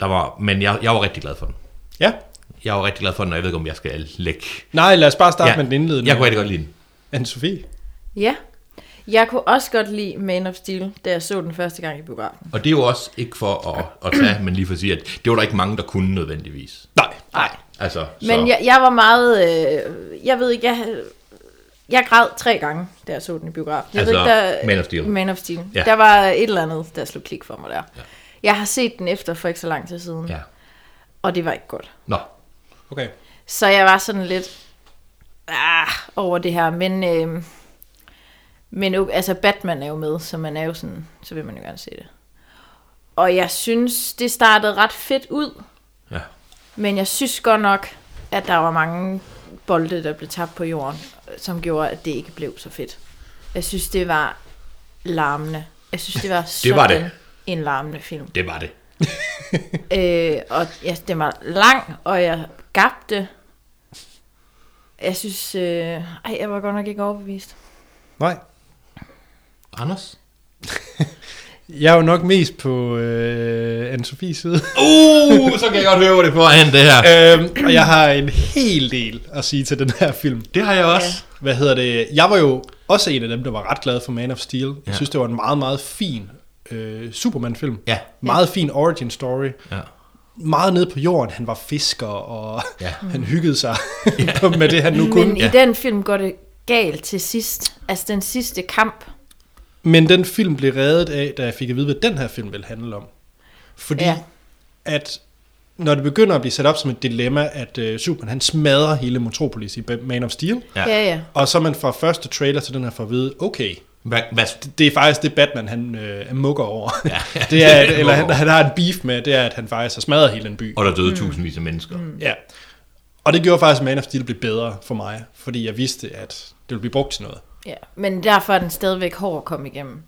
B: der var, men jeg, jeg var rigtig glad for den.
A: Ja.
B: Jeg var rigtig glad for den, og jeg ved ikke, om jeg skal lægge...
A: Nej, lad os bare starte
B: Ja,
A: ja. med den indledende.
B: Jeg kunne rigtig godt lide den.
A: Anne-Sophie.
C: Ja. Jeg kunne også godt lide Man of Steel, da jeg så den første gang i biografen.
B: Og det er jo også ikke for at, at tage, men lige for at sige, at det var der ikke mange, der kunne nødvendigvis.
A: Nej.
C: Nej.
B: Altså, så,
C: Men jeg, jeg var meget... Øh, jeg ved ikke, jeg, jeg græd tre gange, da jeg så den i biografen. Jeg ved
B: Altså,
C: ikke,
B: Man of Steel.
C: Man of Steel.
B: Ja.
C: Ja. Der var et eller andet, der slog klik for mig der. Ja. Jeg har set den efter for ikke så lang tid siden,
B: Ja.
C: og det var ikke godt.
B: Nå,
A: Okay.
C: Så jeg var sådan lidt ah, over det her, men... Øh, men o- altså Batman er jo med, så man er jo sådan, så vil man jo gerne se det. Og jeg synes, det startede ret fedt ud,
B: ja.
C: men jeg synes godt nok, at der var mange bolde, der blev tabt på jorden, som gjorde, at det ikke blev så fedt. Jeg synes, det var larmende. Jeg synes, det var sådan
B: var det.
C: en larmende film.
B: det var det.
C: Øh, og ja, den var lang, og jeg gabte. Jeg synes, øh, ej, jeg var godt nok ikke overbevist.
A: Nej.
B: Anders?
A: Jeg er jo nok mest på øh, Anne-Sophies side.
B: Uh, så kan jeg godt høre, hvor det er på hen, det her.
A: øhm, og jeg har en hel del at sige til den her film.
B: Det har jeg også.
A: Hvad hedder det? Jeg var jo også en af dem, der var ret glad for Man of Steel. Jeg
B: Ja.
A: synes, det var en meget, meget fin øh, Superman-film.
B: Ja.
A: Meget fin origin story.
B: Ja.
A: Meget nede på jorden. Han var fisker, og
B: Ja.
A: ja. han hyggede sig ja. med det, han nu kunne.
C: Men i den film går det galt til sidst. Altså den sidste kamp.
A: Men den film blev reddet af, da jeg fik at vide, hvad den her film vil handle om. Fordi ja.
C: Ja.
A: at når det begynder at blive sat op som et dilemma, at øh, Superman han smadrer hele Metropolis i Ba- Man of Steel,
B: Ja.
C: Ja, ja. ja.
A: og så man fra første trailer til den her får at vide, okay,
B: Hvad, hvad,
A: det er faktisk det Batman, han øh, er mukker over. Ja, det er, at, eller han, han har en beef med, det er, at han faktisk har smadret hele en by.
B: og der døde mm. tusindvis af mennesker. Mm.
A: Ja. Og det gjorde faktisk, at Man of Steel blev bedre for mig, fordi jeg vidste, at det ville blive brugt til noget.
C: ja. Men derfor er den stadigvæk hård at komme igennem.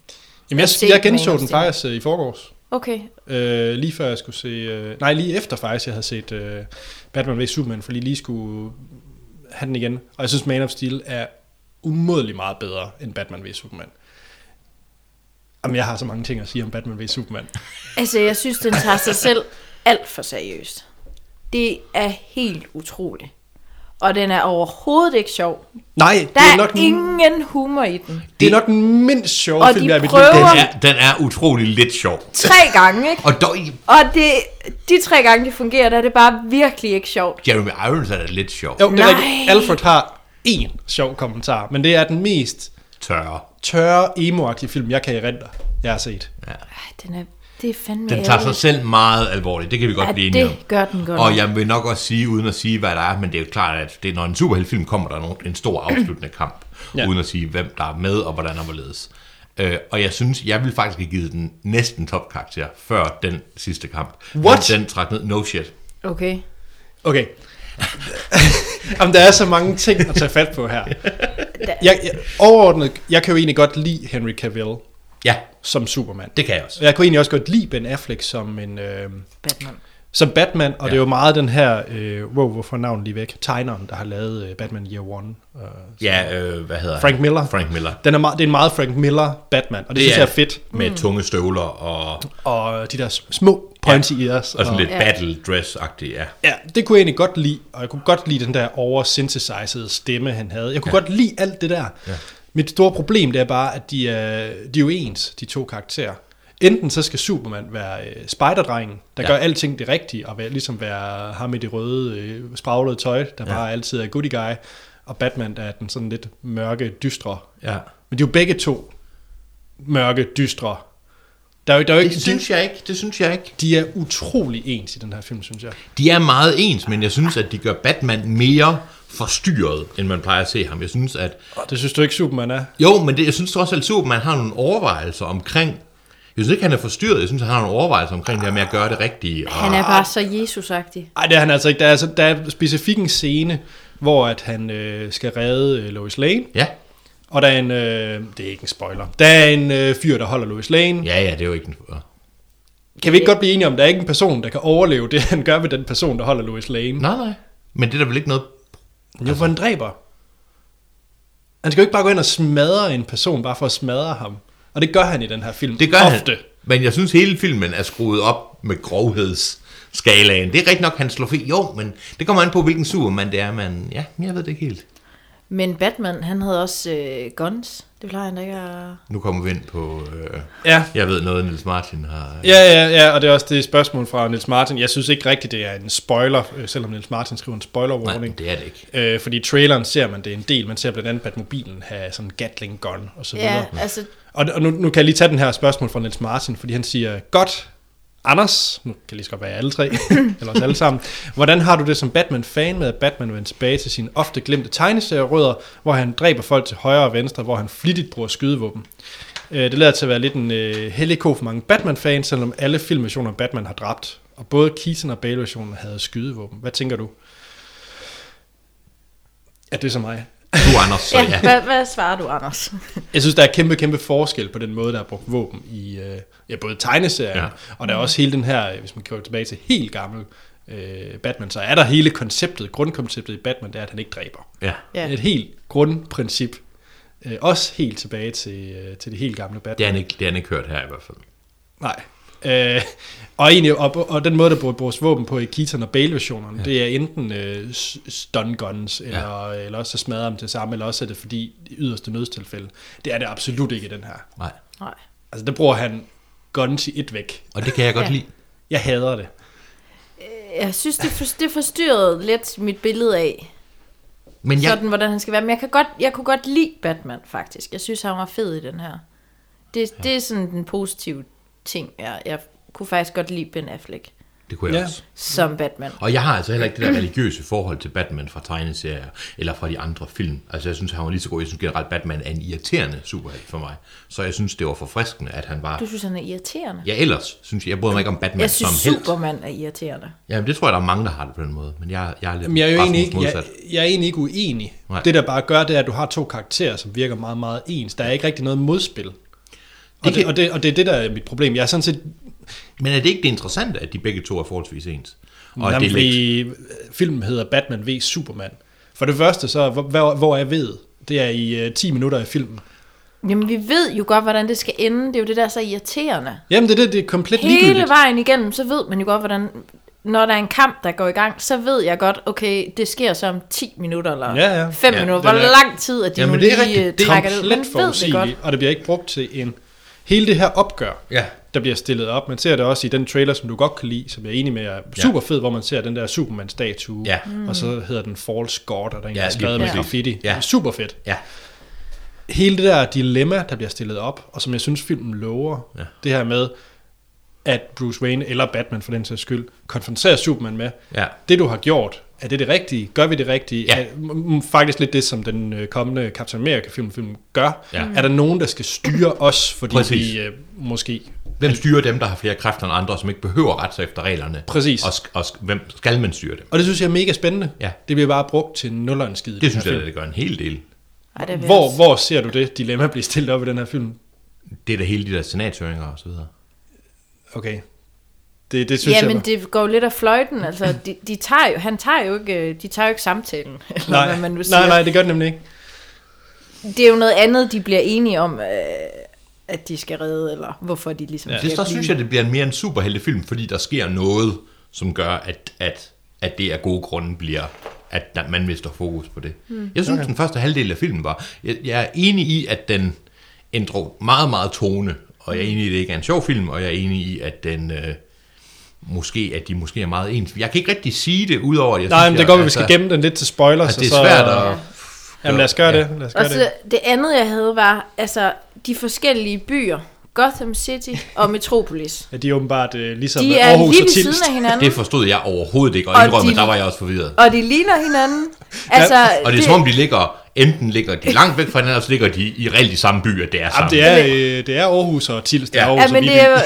A: Jamen, jeg,
C: At se
A: jeg
C: Man
A: genså
C: of
A: den
C: Steel.
A: faktisk øh, i forgårs.
C: Okay.
A: Øh, lige før jeg skulle se... Øh, nej, lige efter faktisk, jeg havde set øh, Batman vs. Superman, fordi jeg lige skulle have den igen. Og jeg synes, Man of Steel er umådelig meget bedre end Batman vs. Superman. Jamen, jeg har så mange ting at sige om Batman vs. Superman.
C: Altså, jeg synes, den tager sig selv alt for seriøst. Det er helt utroligt. Og den er overhovedet ikke sjov.
A: Nej,
C: Der
A: det er
C: er,
A: nok,
C: er ingen humor i den.
A: det er nok den mindst sjove
C: Og
A: film,
C: de
A: jeg har i mit
C: prøver-
A: liv.
B: Den, er, den er utrolig lidt sjov.
C: Tre gange, ikke?
B: Og dog,
C: Og det, de tre gange, det fungerer, der er det bare virkelig ikke sjovt.
B: Jeremy Irons er da lidt sjov.
A: Jo, det er
C: Nej.
A: rigtigt. Alfred har én sjov kommentar, men det er den mest
B: Tørre.
A: tørre, emo film, jeg kan erindre, jeg har set.
C: Ej, den er, det er fandme
B: Den tager sig
C: ærgerligt.
B: selv meget alvorligt, det kan vi godt
C: Ja,
B: blive enige om.
C: det gør den godt
B: Og
C: nok.
B: jeg vil nok også sige, uden at sige, hvad der er, men det er jo klart, at det, når en superheltfilm kommer, der er nogen- en stor afsluttende kamp,
A: Ja.
B: ja. uden at sige, hvem der er med og hvordan og hvorledes. Øh, og jeg synes, jeg ville faktisk have givet den næsten topkarakter før den sidste kamp.
A: What?
B: Men Den trak ned. No shit.
C: Okay.
A: Okay. Jamen, der er så mange ting at tage fat på her. Jeg, jeg, overordnet, jeg kan jo egentlig godt lide Henry Cavill
B: Ja,
A: som Superman.
B: det kan jeg også.
A: Og jeg kunne egentlig også godt lide Ben Affleck som en... Øh,
C: Batman.
B: Ah.
A: som Batman, og ja. det er jo meget den her, øh, wow, hvorfor er navnet lige væk, tegneren, der har lavet øh, Batman Year One. Øh,
B: Ja, øh, hvad hedder
A: Frank
B: han?
A: Miller.
B: Frank Miller.
A: Den er meget, det er en meget Frank Miller Batman, og det, det synes jeg er fedt.
B: Med mm. tunge støvler og,
A: Og de der små pointy ja. ears.
B: og sådan lidt
C: Ja.
B: battle dress-agtigt, ja.
A: Ja, det kunne jeg egentlig godt lide, og jeg kunne godt lide den der over-synthesized stemme, han havde. Jeg kunne ja. godt lide alt det der. Ja. Mit store problem, det er bare, at de er, de er jo ens, de to karakterer. Enten så skal Superman være øh, spejderdrengen, der ja.
B: Ja.
A: gør alting det rigtige, og være, ligesom være ham i det røde, øh, spraglede tøj, der ja. bare altid er goody guy, og Batman, der er den sådan lidt mørke, dystre.
B: ja.
A: Men de er jo begge to mørke, dystre. Der er jo, der er jo ikke,
B: Det synes jeg ikke, det synes jeg ikke.
A: de er utrolig ens i den her film, synes jeg.
B: De er meget ens, men jeg synes, at de gør Batman mere forstyrret, end man plejer at se ham. Jeg synes, at...
A: Det synes du ikke, Superman er?
B: Jo, men det, jeg synes trods alt, at Superman har nogle overvejelser omkring... Jeg synes ikke, han er forstyrret. Jeg synes, han har nogle overvejelser omkring det her med at gøre det rigtige. Og,
C: Han er bare så Jesus-agtig.
A: Nej, det er han altså ikke. Der er, altså, der er specifikt en scene, hvor at han øh, skal redde øh, Lois Lane,
B: ja.
A: og der er en, øh, det er ikke en spoiler, der er en øh, fyr, der holder Lois Lane. Ja.
B: ja, ja, det er jo ikke en...
A: Kan vi ikke godt blive enige om, at der er ikke en person, der kan overleve det, han gør ved den person, der holder Lois Lane?
B: Nej, nej. Men det er der vel ikke noget...
A: Jo, for han dræber. Han skal jo ikke bare gå ind og smadre en person, bare for at smadre ham. Og det gør han i den her film.
B: Det gør
A: Ofte.
B: han. Men jeg synes, hele filmen er skruet op med grovhedsskalaen. Det er rigtigt nok, han slår fri. Jo, men det kommer an på, hvilken Superman det er, men ja, jeg ved det ikke helt.
C: Men Batman, han havde også øh, guns. Det plejer han da ikke at...
B: Nu kommer vi ind på... Øh,
A: Ja.
B: jeg ved noget, Niels Martin har...
A: Ja, ja, ja, og det er også det spørgsmål fra Nils Martin. Jeg synes ikke rigtigt, det er en spoiler, øh, selvom Nils Martin skriver en spoiler warning.
B: Nej, det er det ikke.
A: Øh, fordi i traileren ser man det en del. Man ser blandt andet Batmobilen have sådan en Gatling gun og så videre.
C: Ja, altså,
A: Og, og nu, nu kan jeg lige tage den her spørgsmål fra Niels Martin, fordi han siger, godt, Anders, nu kan jeg lige så godt være alle tre, eller os alle sammen, hvordan har du det som Batman-fan med, at Batman vender tilbage til sine ofte glemte tegneserierødder, hvor han dræber folk til højre og venstre, hvor han flittigt bruger skydevåben? Øh, det lader til at være lidt en øh, hellig ko for mange Batman-fans, selvom alle filmversioner af Batman har dræbt, og både Keaton og Bale-versionen havde skydevåben. Hvad tænker du? Ja, det er så mig.
B: Du, Anders, så
C: ja,
B: ja.
C: Hvad, hvad svarer du, Anders?
A: Jeg synes, der er kæmpe, kæmpe forskel på den måde, der er brugt våben i øh, ja, både tegneserien, ja.
B: Ja.
A: og der er også hele den her, øh, hvis man kører tilbage til helt gammel øh, Batman, så er der hele konceptet, grundkonceptet i Batman, det er, at han ikke dræber.
B: ja.
A: Ja.
C: Ja.
A: Et helt grundprincip. Øh, også helt tilbage til, øh, til det helt gamle Batman.
B: Det har, han ikke, det har han ikke hørt her i hvert fald.
A: Nej. Øh, og, egentlig, og, og den måde, der bruger- bruges våben på i Keaton og Bale-versionerne, ja. det er enten øh, s- stun guns, eller, ja. eller også så smadrer dem til samme, eller også er det fordi i yderste nødstilfælde. Det er det absolut ikke i den her.
B: Nej.
C: Nej.
A: Altså, der bruger han guns i et væk.
B: Og det kan jeg godt
C: Ja.
B: lide.
A: Jeg hader det.
C: Jeg synes, det, for, det forstyrrede lidt mit billede af,
B: Men jeg,
C: sådan, hvordan han skal være. Men jeg, kan godt, jeg kunne godt lide Batman, faktisk. Jeg synes, han var fed i den her. Det, ja. det er sådan den positive ting. Jeg, jeg kunne faktisk godt lide Ben Affleck
B: det kunne jeg
A: Ja.
B: ja. også.
C: som Batman.
B: Og jeg har altså heller ikke det der religiøse forhold til Batman fra tegneserier, eller fra de andre film. Altså jeg synes, han var lige så god. Jeg synes generelt, Batman er en irriterende superhelt for mig. Så jeg synes, det var forfriskende, at han var...
C: Du synes, han er irriterende?
B: Ja, ellers synes jeg, jeg bryder mig ikke om Batman
C: jeg synes,
B: som helt.
C: Superman er irriterende.
B: Jamen, det tror jeg, der er mange, der har det på den måde. Men jeg, jeg er lidt
A: Men jeg er jo
B: Rasmus
A: egentlig ikke, jeg,
B: modsat.
A: jeg er egentlig ikke uenig. Nej.
B: Nej.
A: Det, der bare gør, det er, at du har to karakterer, som virker meget, meget ens. Der er ikke rigtig noget modspil. Og det,
B: Det kan-
A: og, det, og det er det, der er mit problem. Jeg er sådan set...
B: Men er det ikke det interessante, at de begge to er forholdsvis ens? Og
A: Jamen,
B: det er lidt...
A: fordi filmen hedder Batman v Superman. For det første, så hvor- hvor, hvor jeg ved, det er i uh, 10 minutter af filmen.
C: Jamen, vi ved jo godt, hvordan det skal ende. Det er jo det, der er så irriterende.
A: Jamen, det er det, det er komplet
C: Hele
A: ligegyldigt.
C: vejen igennem, så ved man jo godt, hvordan... Når der er en kamp, der går i gang, så ved jeg godt, okay, det sker så om 10 minutter eller
A: Ja, ja.
C: 5
B: Ja,
C: minutter.
A: den
C: Hvor
A: er-
C: lang tid er de
B: Jamen,
C: nu
B: det er
C: lige
B: rigtigt.
C: øh,
B: Det er
C: trækker det ud? Man
A: Komplet
C: ved det godt.
A: forudsigeligt, og det bliver ikke brugt til en... Hele det her opgør,
B: Ja.
A: der bliver stillet op. Man ser det også i den trailer, som du godt kan lide, som jeg er enig med er super fed, hvor man ser den der Superman-statue,
B: Ja.
A: og så hedder den False God, og der er en,
B: Ja,
A: der er
B: lige
A: skrevet med
B: præcis.
A: graffiti.
B: Ja.
A: Super fedt.
B: Ja.
A: Hele det der dilemma, der bliver stillet op, og som jeg synes, filmen lover, ja. det her med, at Bruce Wayne eller Batman for den sags skyld, konfronterer Superman med,
B: Ja.
A: det du har gjort, er det det rigtige? Gør vi det rigtige?
B: Ja.
A: Er, m- m- faktisk lidt det, som den øh, kommende Captain America-film film gør.
B: Ja.
C: Mm.
A: Er der nogen, der skal styre os, fordi
B: Præcis.
A: vi øh, måske...
B: Hvem styrer dem, der har flere kræfter end andre, som ikke behøver at rette sig efter reglerne?
A: Præcis.
B: Og, sk- og sk- hvem skal man styre dem?
A: Og det synes jeg er mega spændende.
B: Ja.
A: Det bliver bare brugt til nulleren skid.
B: Det synes jeg, det gør en hel del.
C: Ej, det vil jeg
A: Hvor,
C: s-
A: hvor ser du det dilemma blive stillet op i den her film?
B: Det er da hele de der senatshøringer og så videre.
A: Okay. Det, det synes jeg...
C: Jamen,
A: var-
C: det går jo lidt af fløjten. Altså, de, de tager jo, han tager jo ikke, øh, de tager jo ikke samtalen, eller nej, hvad man nu siger.
A: nej, nej, det gør det nemlig ikke.
C: Det er jo noget andet, de bliver enige om, øh, at de skal redde, eller hvorfor de ligesom
A: Ja.
C: ja.
B: Det, så synes jeg, det bliver en mere en superheltefilm, fordi der sker noget, som gør, at, at, at det af gode grunde bliver, at der- man mister fokus på det. Mm. Jeg synes, okay. den første halvdel af filmen var... Jeg, jeg er enig i, at den ændrer meget, meget tone, og jeg
A: Mm.
B: er enig i, at det ikke er en sjov film, og jeg er enig i, at den... Øh, måske, at de måske er meget ens. Jeg kan ikke rigtig sige det, udover at jeg
A: Nej,
B: synes,
A: men det er
B: jeg,
A: godt, at vi skal gemme den lidt til spoilers.
B: at altså- det
A: og
B: er svært at...
A: Jamen lad os gøre det. Lad os gøre
C: Og så
A: det.
C: det andet, jeg havde, var altså, de forskellige byer. Gotham City og Metropolis.
A: Ja, de er åbenbart øh, ligesom
C: De er
A: Aarhus
C: lige
A: og
C: ved
A: Tilst.
C: siden af hinanden,
B: Det forstod jeg overhovedet ikke, og,
C: Og
B: og indrømme,
C: de-
B: der var jeg også forvirret.
C: og de ligner hinanden. Altså,
B: Og det er som om, de ligger, enten ligger de langt væk fra hinanden, og så ligger de i reelt i samme by, at det er
A: Jamen,
B: sammen.
A: det er, øh, det er Aarhus og Tilst. der
B: Ja.
A: er Aarhus
C: ja,
A: og
C: men det,
A: Viby.
C: er jo-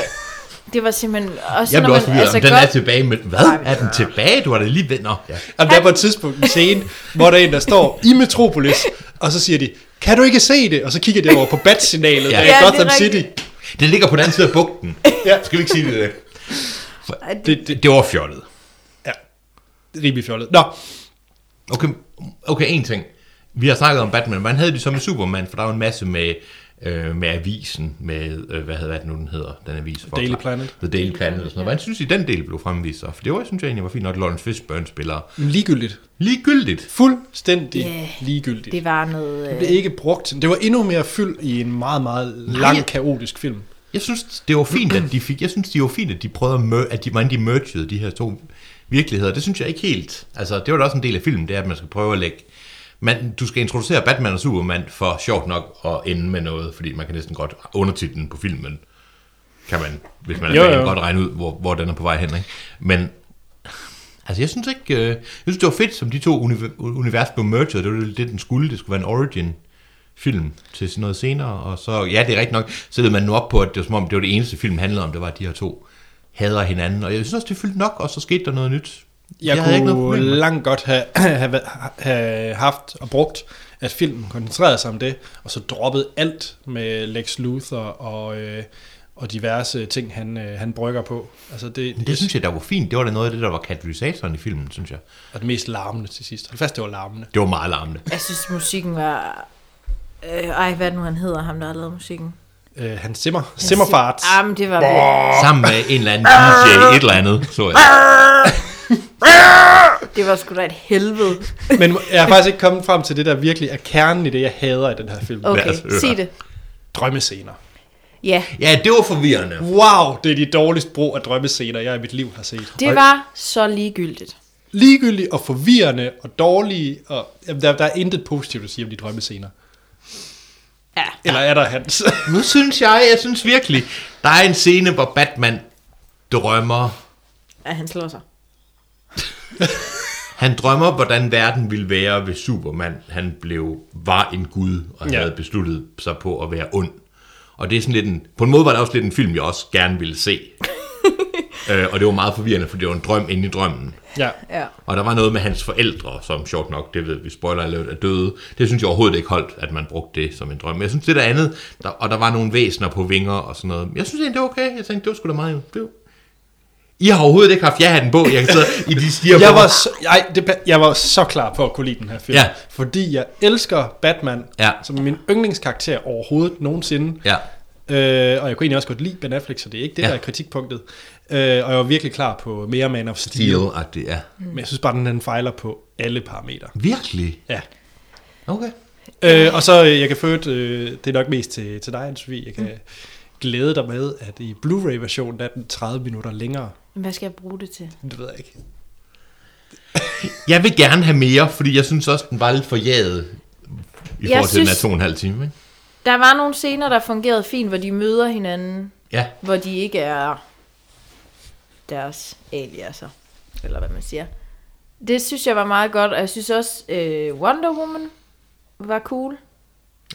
C: det var simpelthen også,
B: Jeg
C: når
B: blev også
C: man,
B: forvirret, altså, den
C: Goth-
B: er tilbage med, hvad er den tilbage? Du har da lige venner. Ja.
A: Jamen, der er på et tidspunkt en scene, hvor der er en, der står i Metropolis, og så siger de, kan du ikke se det? Og så kigger de over på batsignalet, ja.
B: Ja.
A: der er
B: Ja,
A: ja,
C: det er
A: Gotham City.
C: rigtigt.
B: Den ligger på den anden side af bugten.
A: Ja.
B: ja. Skal vi ikke sige det?
A: Det, det
B: Det, det var fjollet.
A: er rimelig fjollet. Nå,
B: Okay, okay, en ting. Vi har snakket om Batman. Hvordan havde de så med Superman? For der er jo en masse med, øh, med avisen, med, øh, hvad, hedder, hvad er det nu, den hedder, den avis? The
A: Daily Planet.
B: The Daily Planet og sådan noget. Hvordan synes I, den del blev fremvist så? For det var, synes jeg egentlig var fint, når Lawrence Fishburne spiller
A: men ligegyldigt.
B: ligegyldigt.
A: Fuldstændig
C: Ja.
A: ligegyldigt.
C: det var noget...
A: Det
C: Øh,
A: blev ikke brugt. Det var endnu mere fyld i en meget, meget lang,
B: jeg-
A: kaotisk film.
B: Jeg synes, det var fint, at de fik... Jeg synes, det var fint, at de prøvede at, mø- at de, hvordan de mergede de her to virkeligheder. Det synes jeg ikke helt. Altså, det var da også en del af filmen, det er, at man skal prøve at lægge... Man, du skal introducere Batman og Superman for sjovt nok at ende med noget, fordi man kan næsten godt undertitlen på filmen. Kan man, hvis man er
A: Jo,
B: jo,
A: jo.
B: jo. godt regne ud, hvor, hvor den er på vej hen, ikke? Men Altså, jeg synes ikke... Øh, jeg synes, det var fedt, som de to univer- univers blev merged. Det var det, det, den skulle. Det skulle være en origin-film til sådan noget senere. Og så, ja, det er rigtigt nok, sættede man nu op på, at det var som om, det var det eneste film handlede om, det var, at de her to hader hinanden. Og jeg synes også, det fyldte nok, og så skete der noget nyt.
A: Jeg,
B: havde
A: jeg kunne
B: problem med-
A: langt godt have, have, væ- have haft og brugt, at filmen koncentrerede sig om det, og så droppede alt med Lex Luthor og, øh, og diverse ting, han, øh, han brygger på. Altså det,
B: Men Det synes jeg, der var fint. Det var da noget af det, der var katalysatoren i filmen, synes jeg.
A: var det mest larmende til sidst. Hold fast, det var larmende.
B: Det var meget larmende.
C: jeg synes, musikken var... Øh, ej, hvad er det nu han hedder, ham der har lavet musikken?
A: Øh, han simmer, simmerfart.
C: Ah, men det var virkelig,
B: Sammen med en eller anden DJ, et eller andet, så jeg.
C: det var sgu da et helvede.
A: Men jeg er faktisk ikke kommet frem til det, der virkelig er kernen i det, jeg hader i den her film.
B: Lad
C: Okay,
B: os høre.
C: sig det.
A: Drømmescener.
C: Ja,
B: Ja, det var forvirrende.
A: Wow, det er de dårligste brug af drømmescener, jeg i mit liv har set.
C: det var så ligegyldigt.
A: Ligegyldige og forvirrende og dårlige, og jamen, der, der er intet positivt at sige om de drømmescener.
C: Ja.
A: Eller er der hans?
B: Nu synes jeg, jeg synes virkelig, der er en scene, hvor Batman drømmer
C: ja, han slår sig.
B: Han drømmer, hvordan verden ville være, hvis Superman han blev, var en gud, og
A: Ja.
B: ja. havde besluttet sig på at være ond. Og det er sådan lidt en, på en måde var det også lidt en film, jeg også gerne ville se. øh, og det var meget forvirrende, for det var en drøm inde i drømmen.
A: ja.
C: Ja.
B: Og der var noget med hans forældre, som sjovt nok, det ved vi, spoiler alert, er døde. Det synes jeg overhovedet ikke holdt, at man brugte det som en drøm. Men jeg synes, det der andet, der, og der var nogle væsener på vinger og sådan noget. Jeg synes egentlig, det var okay. Jeg tænkte, det var sgu da meget. Det var... I har overhovedet ikke haft ja-hatten på. Jeg kan sidde i de stiger på
A: Jeg
B: mig.
A: var, så, jeg, det, pa- jeg var så klar på at kunne lide den her film.
B: Ja.
A: Fordi jeg elsker Batman,
B: Ja.
A: som er min yndlingskarakter overhovedet nogensinde.
B: Ja.
A: Øh, og jeg kunne egentlig også godt lide Ben Affleck, så det er ikke det,
B: Ja.
A: der er kritikpunktet. Øh, og jeg var virkelig klar på mere Man of Steel.
B: Steel-agtigt, ja.
A: Men jeg synes bare, den, den fejler på alle parametre.
B: Virkelig?
A: Ja.
B: Okay.
A: Øh, og så, øh, jeg kan få et, øh, det er nok mest til, til dig, Sofie, jeg kan mm. glæde dig med, at i Blu-ray-versionen er den 30 minutter længere.
C: Men Hvad skal jeg bruge det til?
A: Det ved jeg ikke.
B: Jeg vil gerne have mere, fordi jeg synes også, den var lidt for jaget i
C: Jeg
B: forhold til den her
C: synes-
B: to og en halv time, ikke?
C: Der var nogle scener, der fungerede fint, hvor de møder hinanden,
B: Ja.
C: hvor de ikke er deres aliaser, eller hvad man siger. Det synes jeg var meget godt, og jeg synes også, øh, Wonder Woman var cool.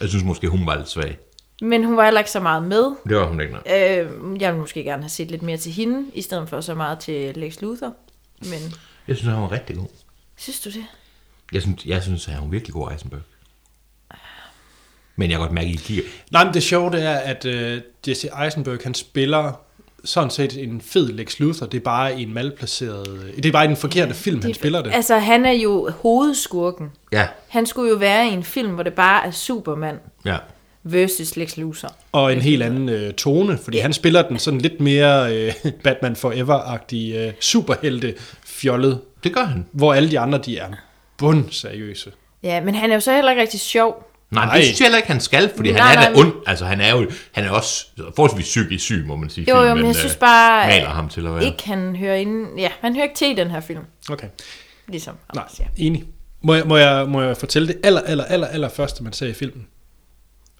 B: Jeg synes måske, hun var lidt svag.
C: Men hun var heller ikke så meget med.
B: Det var hun ikke, nej.
C: Øh, jeg ville måske gerne have set lidt mere til hende, i stedet for så meget til Lex Luthor. Men
B: Jeg synes, hun var rigtig god.
C: synes du det?
B: Jeg synes, jeg synes at hun er virkelig god, Eisenberg. Men jeg kan godt mærke, at I kigger.
A: Nej, men det sjove det er, at øh, Jesse Eisenberg, han spiller sådan set en fed Lex Luthor. Det er bare en malplaceret... øh, Det er bare i den forkerte film, han spiller det.
C: Altså, han er jo hovedskurken.
B: Ja,
C: Han skulle jo være i en film, hvor det bare er Superman
B: ja.
C: versus Lex Luthor.
A: Og en helt anden øh, tone, fordi han spiller den sådan lidt mere øh, Batman Forever-agtig øh, superhelte-fjollet,
B: Det gør han.
A: hvor alle de andre, de er bundseriøse.
C: Ja, men han er jo så heller ikke rigtig sjov.
B: Nej,
A: Nej.
B: nej. det synes jeg heller ikke, han skal, fordi nej,
C: Nej,
B: han er da
C: nej,
B: ond. Altså, han er jo han er også forholdsvis psykisk syg, må man sige.
C: Jo, jo,
B: filmen,
C: men
B: øh,
C: jeg synes bare,
B: Maler ham til at være.
C: ikke han hører inden... Ja, han hører ikke til i den her film,
A: Okay.
C: ligesom
A: Nej,
C: Anders, ja.
A: enig. Må jeg, må, jeg, må jeg fortælle det aller, aller, aller, aller første, man ser i filmen?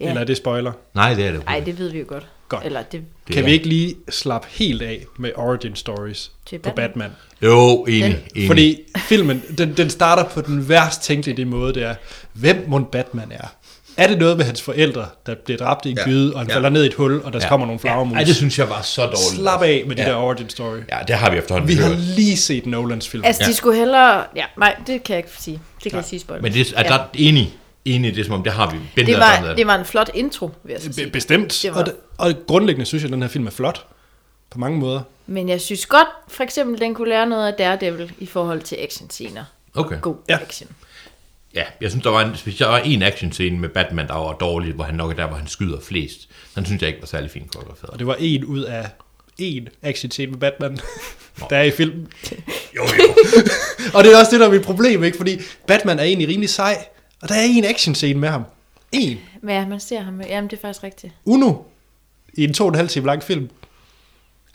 C: Ja.
A: Eller er det spoiler?
B: Nej, det er det.
C: Ej, det ved vi jo godt.
A: Godt.
C: Eller det,
A: Det
B: Det
A: kan
B: er-
A: vi ikke lige slappe helt af med origin stories
C: Til
A: på
C: Batman?
A: Batman?
B: Jo, enig. enig.
A: Fordi filmen, den, den starter på den værst tænkelige måde, det er, hvem mon Batman er? Er det noget med hans forældre, der bliver dræbt i en
B: Ja,
A: gyde, og han
B: ja.
A: falder ned i et hul, og der kommer nogle flagermus?
B: Ej, det synes jeg var så dårligt.
A: Slap af med de
B: ja.
A: der origin story.
B: Ja, det har vi efterhånden
A: Vi
B: hørt.
A: har lige set Nolans film.
C: Altså, ja. de skulle hellere... Ja, nej, det kan jeg ikke sige. Det kan jeg sige spoiler.
B: Men det er, ja. der er enig, enig, det er som om, det har vi. Ben
C: det, var, det var en flot intro, vil jeg så
A: Be-
C: sige.
A: Bestemt.
C: Det var-
A: Og, det, og grundlæggende synes jeg, at den her film er flot. På mange måder.
C: Men jeg synes godt, for eksempel, den kunne lære noget af Daredevil i forhold til action-scener.
B: Okay.
C: God
A: Ja.
C: ja. action.
B: Ja, jeg synes, der var en, specielt- der var en action scene med Batman, der var dårlig, hvor han nok er der, hvor han skyder flest. Den synes jeg ikke var særlig fint
A: Og
B: koreograferet.
A: det var en ud af en action-scene med Batman, der er i filmen.
B: Jo, jo.
A: Og det er også det, der er mit problem, ikke? Fordi Batman er egentlig rimelig sej, og der er en action-scene med ham. En.
C: Men ja, man ser ham. Jamen, det er faktisk rigtigt.
A: Uno. I en to og en halv time lang film.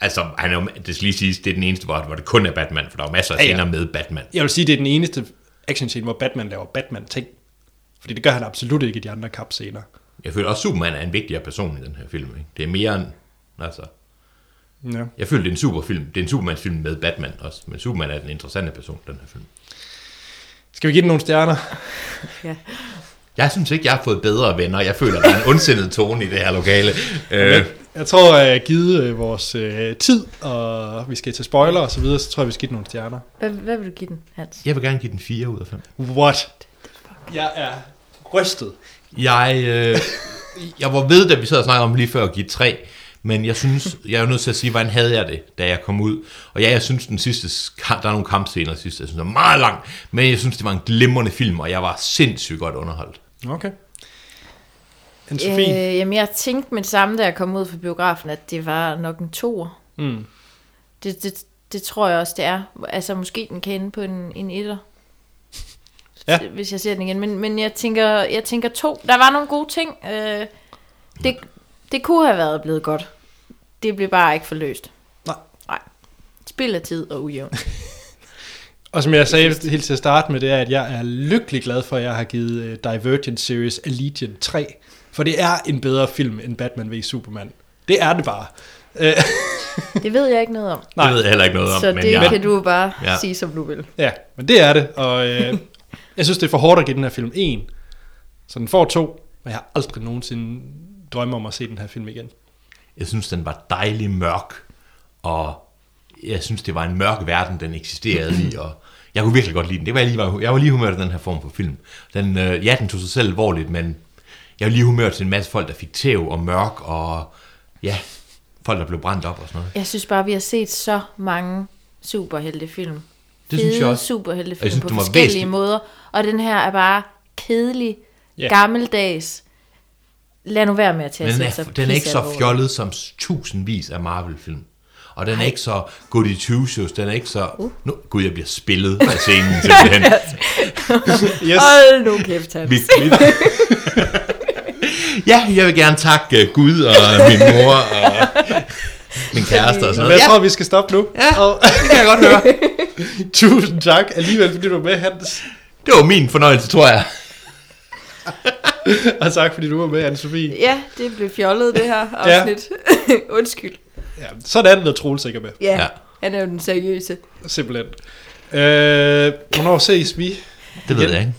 B: altså, han er, jo- det skal lige siges, det er den eneste, hvor, hvor det kun er Batman, for der er jo masser af
A: Ja, ja.
B: scener med Batman.
A: Jeg vil sige, det er den eneste action-scene, hvor Batman laver Batman-ting. Fordi det gør han absolut ikke i de andre kapscener.
B: Jeg føler også, Superman er en vigtigere person i den her film. Ikke? Det er mere en... Altså,
A: Ja.
B: jeg føler, det er en superfilm. Det er en Superman-film med Batman også, men Superman er den interessante person i den her film.
A: Skal vi give den nogle stjerner?
B: Jeg synes ikke, jeg har fået bedre venner. Jeg føler, der er en ondsindet tone i det her lokale. Øh,
A: Jeg tror, at givet øh, vores øh, tid, og vi skal til spoiler og så videre, så tror jeg, vi skal give den nogle stjerner.
C: Hvad, hvad vil du give den, Hans?
B: jeg vil gerne give den 4 ud af 5.
A: What? Jeg er rystet.
B: Jeg, øh, jeg var ved, da vi sad og snakkede om lige før at give 3, men jeg synes, jeg er jo nødt til at sige, hvordan havde jeg det, da jeg kom ud. Og ja, jeg synes, den sidste, ka- der er nogle kampscener sidst, jeg synes, er meget lang, men jeg synes, det var en glimrende film, og jeg var sindssygt godt underholdt.
A: Okay. En Sofie.
C: Øh, jamen, jeg tænkte med det samme, da jeg kom ud fra biografen, at det var nok en toer. Mm. Det, det, det tror jeg også, det er. Altså, måske den kan ende på en, en etter.
A: Ja.
C: Hvis jeg ser den igen. Men, men jeg, tænker, jeg tænker to. Der var nogle gode ting. Øh, det, det kunne have været blevet godt. Det blev bare ikke forløst.
A: Nej.
C: Nej. Spild af tid og ujævn.
A: Og som jeg sagde helt til at starte med, det er, at jeg er lykkelig glad for, at jeg har givet øh, Divergent Series Allegiant 3. For det er en bedre film end Batman v Superman. Det er det bare.
C: Det ved jeg ikke noget om.
A: Nej.
B: Det ved jeg heller ikke noget om,
C: Så
B: men
C: det
B: jeg,
C: kan du bare
B: Ja.
C: ja. sige, som du vil.
A: Ja, men det er det. Og øh, jeg synes, det er for hårdt at give den her film 1. Så den får 2, men jeg har aldrig nogensinde drømme om at se den her film igen.
B: jeg synes, den var dejlig mørk, og jeg synes, det var en mørk verden, den eksisterede i, og jeg kunne virkelig godt lide den. Det var jeg, lige var, jeg var lige i humør til den her form for film. Den, øh, ja, den tog sig selv alvorligt, men jeg var lige i humør til en masse folk, der fik tæv og mørk, og ja, folk, der blev brændt op og sådan noget.
C: Jeg synes bare, vi har set så mange superheltefilm.
B: Det synes jeg også. Og
C: superheltefilm
B: jeg synes,
C: på
B: den var
C: forskellige
B: væsentlig-
C: måder. Og den her er bare kedelig,
A: Ja.
C: yeah. gammeldags. Lad nu være med at tage
B: Men den
C: sig
B: er, den er ikke så
C: pissealvorligt.
B: fjollet som tusindvis af Marvel-film. Og den er ikke så good i two shoes, den er ikke så... Uh. Nu, gud, jeg bliver spillet af scenen simpelthen.
A: Yes.
C: Hold nu kæft, Hans.
B: Vi, vi... ja, jeg vil gerne takke øh, Gud og min mor og min kæreste og sådan
A: Men
B: noget.
A: jeg
B: Ja,
A: tror, vi skal stoppe nu.
B: Ja.
A: Og,
B: det kan jeg godt høre.
A: tusind tak alligevel, fordi du var med, Hans.
B: Det var min fornøjelse, tror jeg.
A: Og tak, fordi du var med, Anne-Sophie.
C: Ja, det blev fjollet, det her afsnit. Undskyld.
A: Ja, sådan er det, når Troels ikke er med.
C: Ja,
B: Ja.
C: han er jo den seriøse.
A: Simpelthen. Øh, hvornår ses vi?
B: Det ved
A: Igen.
B: jeg ikke.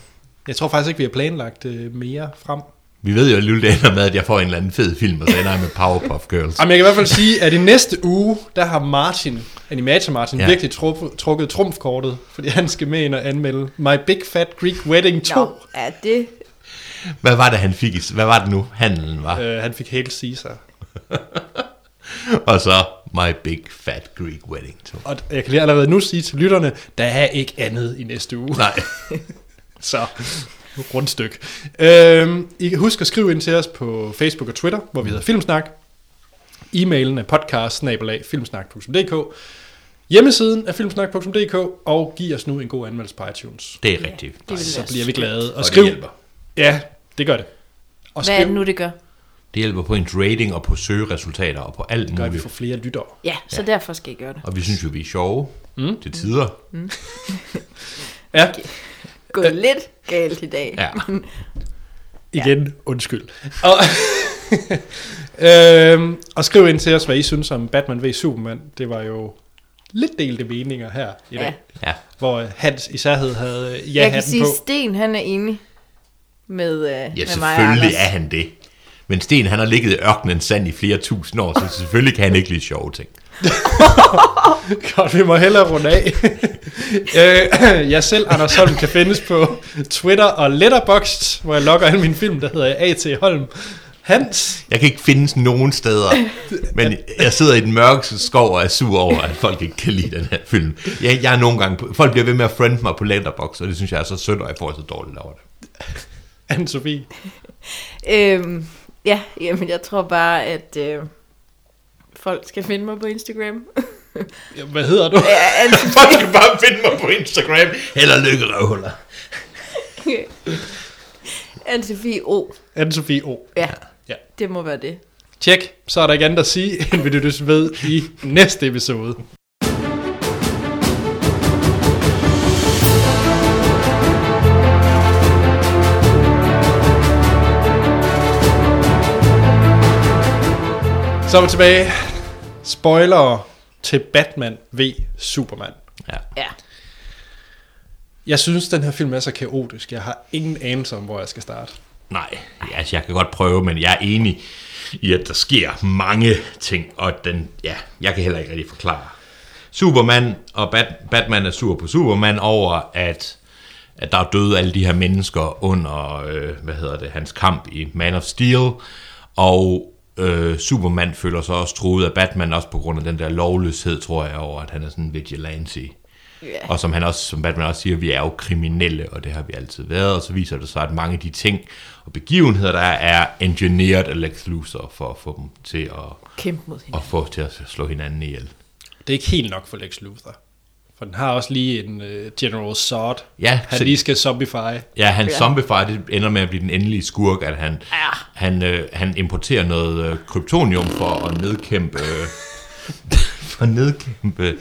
A: Jeg tror faktisk ikke, vi har planlagt øh, mere frem.
B: Vi ved jo alligevel, det ender med, at jeg får en eller anden fed film, og så ender jeg med Powerpuff
A: Jamen,
B: Girls.
A: jeg kan i hvert fald sige, at i næste uge, der har Martin, animator Martin, ja.
B: Ja.
A: virkelig truff, trukket trumfkortet, fordi han skal med ind og anmelde My Big Fat Greek Wedding 2.
C: Nå, ja, det...
B: Hvad var det, han fik? i- Hvad var det nu, handlen var?
A: Øh, han fik helt Caesar.
B: Og så My Big Fat Greek Wedding 2.
A: Og jeg kan lige allerede nu sige til lytterne, der er ikke andet i næste uge.
B: Nej,
A: Så rundstykke. Øhm, I kan huske at skrive ind til os på Facebook og Twitter, hvor vi hedder Filmsnak. E-mailen er podcast-filmsnak.dk Hjemmesiden er filmsnak.dk og giv os nu en god anmeldelse på iTunes.
B: det er rigtigt.
C: det ville
A: Så
C: være
A: bliver vi glade.
B: Og det
A: skriv,
B: hjælper.
A: Ja, det gør det. Og
C: Hvad er det nu, det gør?
B: Det hjælper på ens rating og på søgeresultater og på alt
A: gør, at vi får
B: muligt.
A: flere lyttere.
C: Ja, så ja. derfor skal I gøre det.
B: Og vi synes jo, vi er sjove mm. til tider.
A: Ja,
C: Gået lidt galt i dag.
B: Ja.
A: igen, ja. undskyld. Og, øhm, og skriv ind til os, hvad I synes om Batman v Superman. Det var jo lidt delte meninger her i dag.
C: Ja.
B: ja.
A: hvor øh, Hans i særhed havde øh,
C: jeg kan
A: ja-hatten
C: sige,
A: på.
C: at Sten han er enig med, øh,
B: Ja,
C: med mig og
B: selvfølgelig er
C: Anders.
B: han det. Men Sten, han har ligget i ørkenen sand i flere tusind år, så selvfølgelig kan han ikke lide sjove ting.
A: Godt, vi må hellere runde af. øh, jeg selv, Anders Holm, kan findes på Twitter og Letterboxd, hvor jeg logger alle mine film, der hedder A.T. Holm. Hans,
B: Jeg kan ikke findes nogen steder, men jeg sidder i den mørkeste skov og er sur over, at folk ikke kan lide den her film. Jeg, jeg er nogle gange, på- folk bliver ved med at friend mig på Letterboxd, og det synes jeg er så synd, og jeg får så dårligt over det.
A: anne Sofie.
C: Øhm, ja, jamen jeg tror bare, at øh, folk skal finde mig på Instagram.
A: Ja, Hvad hedder du?
C: Ja, altså,
B: Folk skal bare finde mig på Instagram, eller lykke røvhuller.
C: Anne-Sophie O.
A: anne Sofie O.
C: Ja,
A: Ja.
C: det må være det.
A: Tjek, så er der ikke andet at sige, end vi lyttes ved i næste episode. Så er vi tilbage. Spoiler til Batman v Superman.
B: Ja.
C: Ja.
A: Jeg synes, den her film er så kaotisk. Jeg har ingen anelse om, hvor jeg skal starte.
B: Nej, altså jeg kan godt prøve, men jeg er enig i, at der sker mange ting, og den, ja, jeg kan heller ikke rigtig forklare. Superman og Bat- Batman er sur på Superman over, at, at der er døde alle de her mennesker under, øh, hvad hedder det, hans kamp i Man of Steel, og øh, Superman føler sig også truet af Batman, også på grund af den der lovløshed, tror jeg, over at han er sådan en vigilante.
C: Ja.
B: Og som, han også, som Batman også siger, vi er jo kriminelle, og det har vi altid været, og så viser det sig, at mange af de ting og begivenheder, der er, er engineered af Lex Luthor for at få dem til at,
C: Kæmpe mod hende.
B: at, få til at slå hinanden ihjel.
A: Det er ikke helt nok for Lex Luthor. For den har også lige en uh, General Zod.
B: Ja,
A: han
B: så-
A: lige skal zombify.
B: Ja, han
C: Ja.
B: ja. zombifier, det ender med at blive den endelige skurk, at han,
C: Ja.
B: han, øh, han importerer noget øh, kryptonium for at nedkæmpe, øh, for at nedkæmpe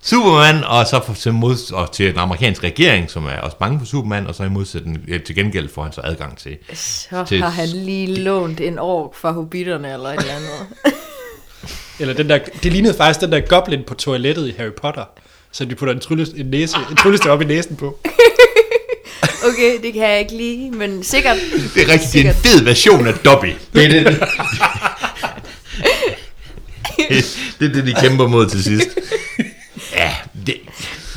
B: Superman, og så for, til, mods, og til den amerikanske regering, som er også bange for Superman, og så i modsætning øh, til gengæld får han så adgang til
C: Så
B: til-
C: har han lige lånt en ork fra Hobbiterne eller et eller andet.
A: Eller den der, det lignede faktisk den der goblin på toilettet i Harry Potter. Så de putter en, trylles, en, næse, en tryllestav op i næsen på.
C: Okay, det kan jeg ikke lide, men sikkert.
B: Det er rigtigt, det er en fed version af Dobby. Det er det. det er det, de kæmper mod til sidst. Ja, det,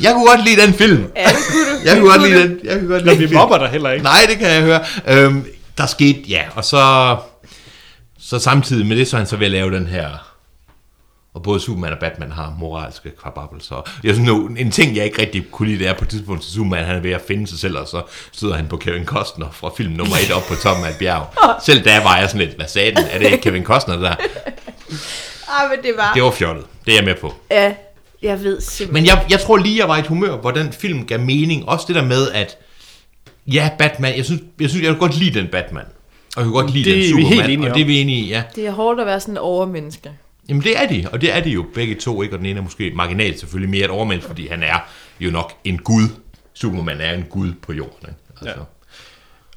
B: jeg kunne godt lide den film.
C: Ja, det kunne du.
B: Jeg kunne godt
C: kunne
B: lide den. Jeg kunne godt
A: Men
B: lide
A: vi
B: filmen.
A: mobber dig heller ikke.
B: Nej, det kan jeg høre. Øhm, der skete, ja, og så, så samtidig med det, så er han så ved at lave den her, og både Superman og Batman har moralske kvababelser. Jeg synes, nu, en ting, jeg ikke rigtig kunne lide, det er på et tidspunkt, så Superman han er ved at finde sig selv, og så sidder han på Kevin Costner fra film nummer 1 op på toppen af et bjerg. Selv der var jeg sådan lidt, hvad sagde den? Er det ikke Kevin Costner der?
C: Ah, men det var...
B: Det var fjollet. Det er jeg med på.
C: Ja, jeg ved simpelthen.
B: Men jeg, jeg tror lige, jeg var i et humør, hvor den film gav mening. Også det der med, at ja, Batman, jeg synes, jeg, synes, jeg kunne godt lide den Batman. Og jeg kunne godt lide
A: Det
B: den
A: er vi
B: Superman.
A: helt enige
B: og
A: om.
B: det er vi enige i, ja.
C: Det er hårdt at være sådan en overmenneske.
B: Jamen det er de, og det er de jo begge to, ikke? Og den ene er måske marginalt selvfølgelig mere et overmænd, fordi han er jo nok en gud. Superman er en gud på jorden, ikke? Altså.
A: Ja.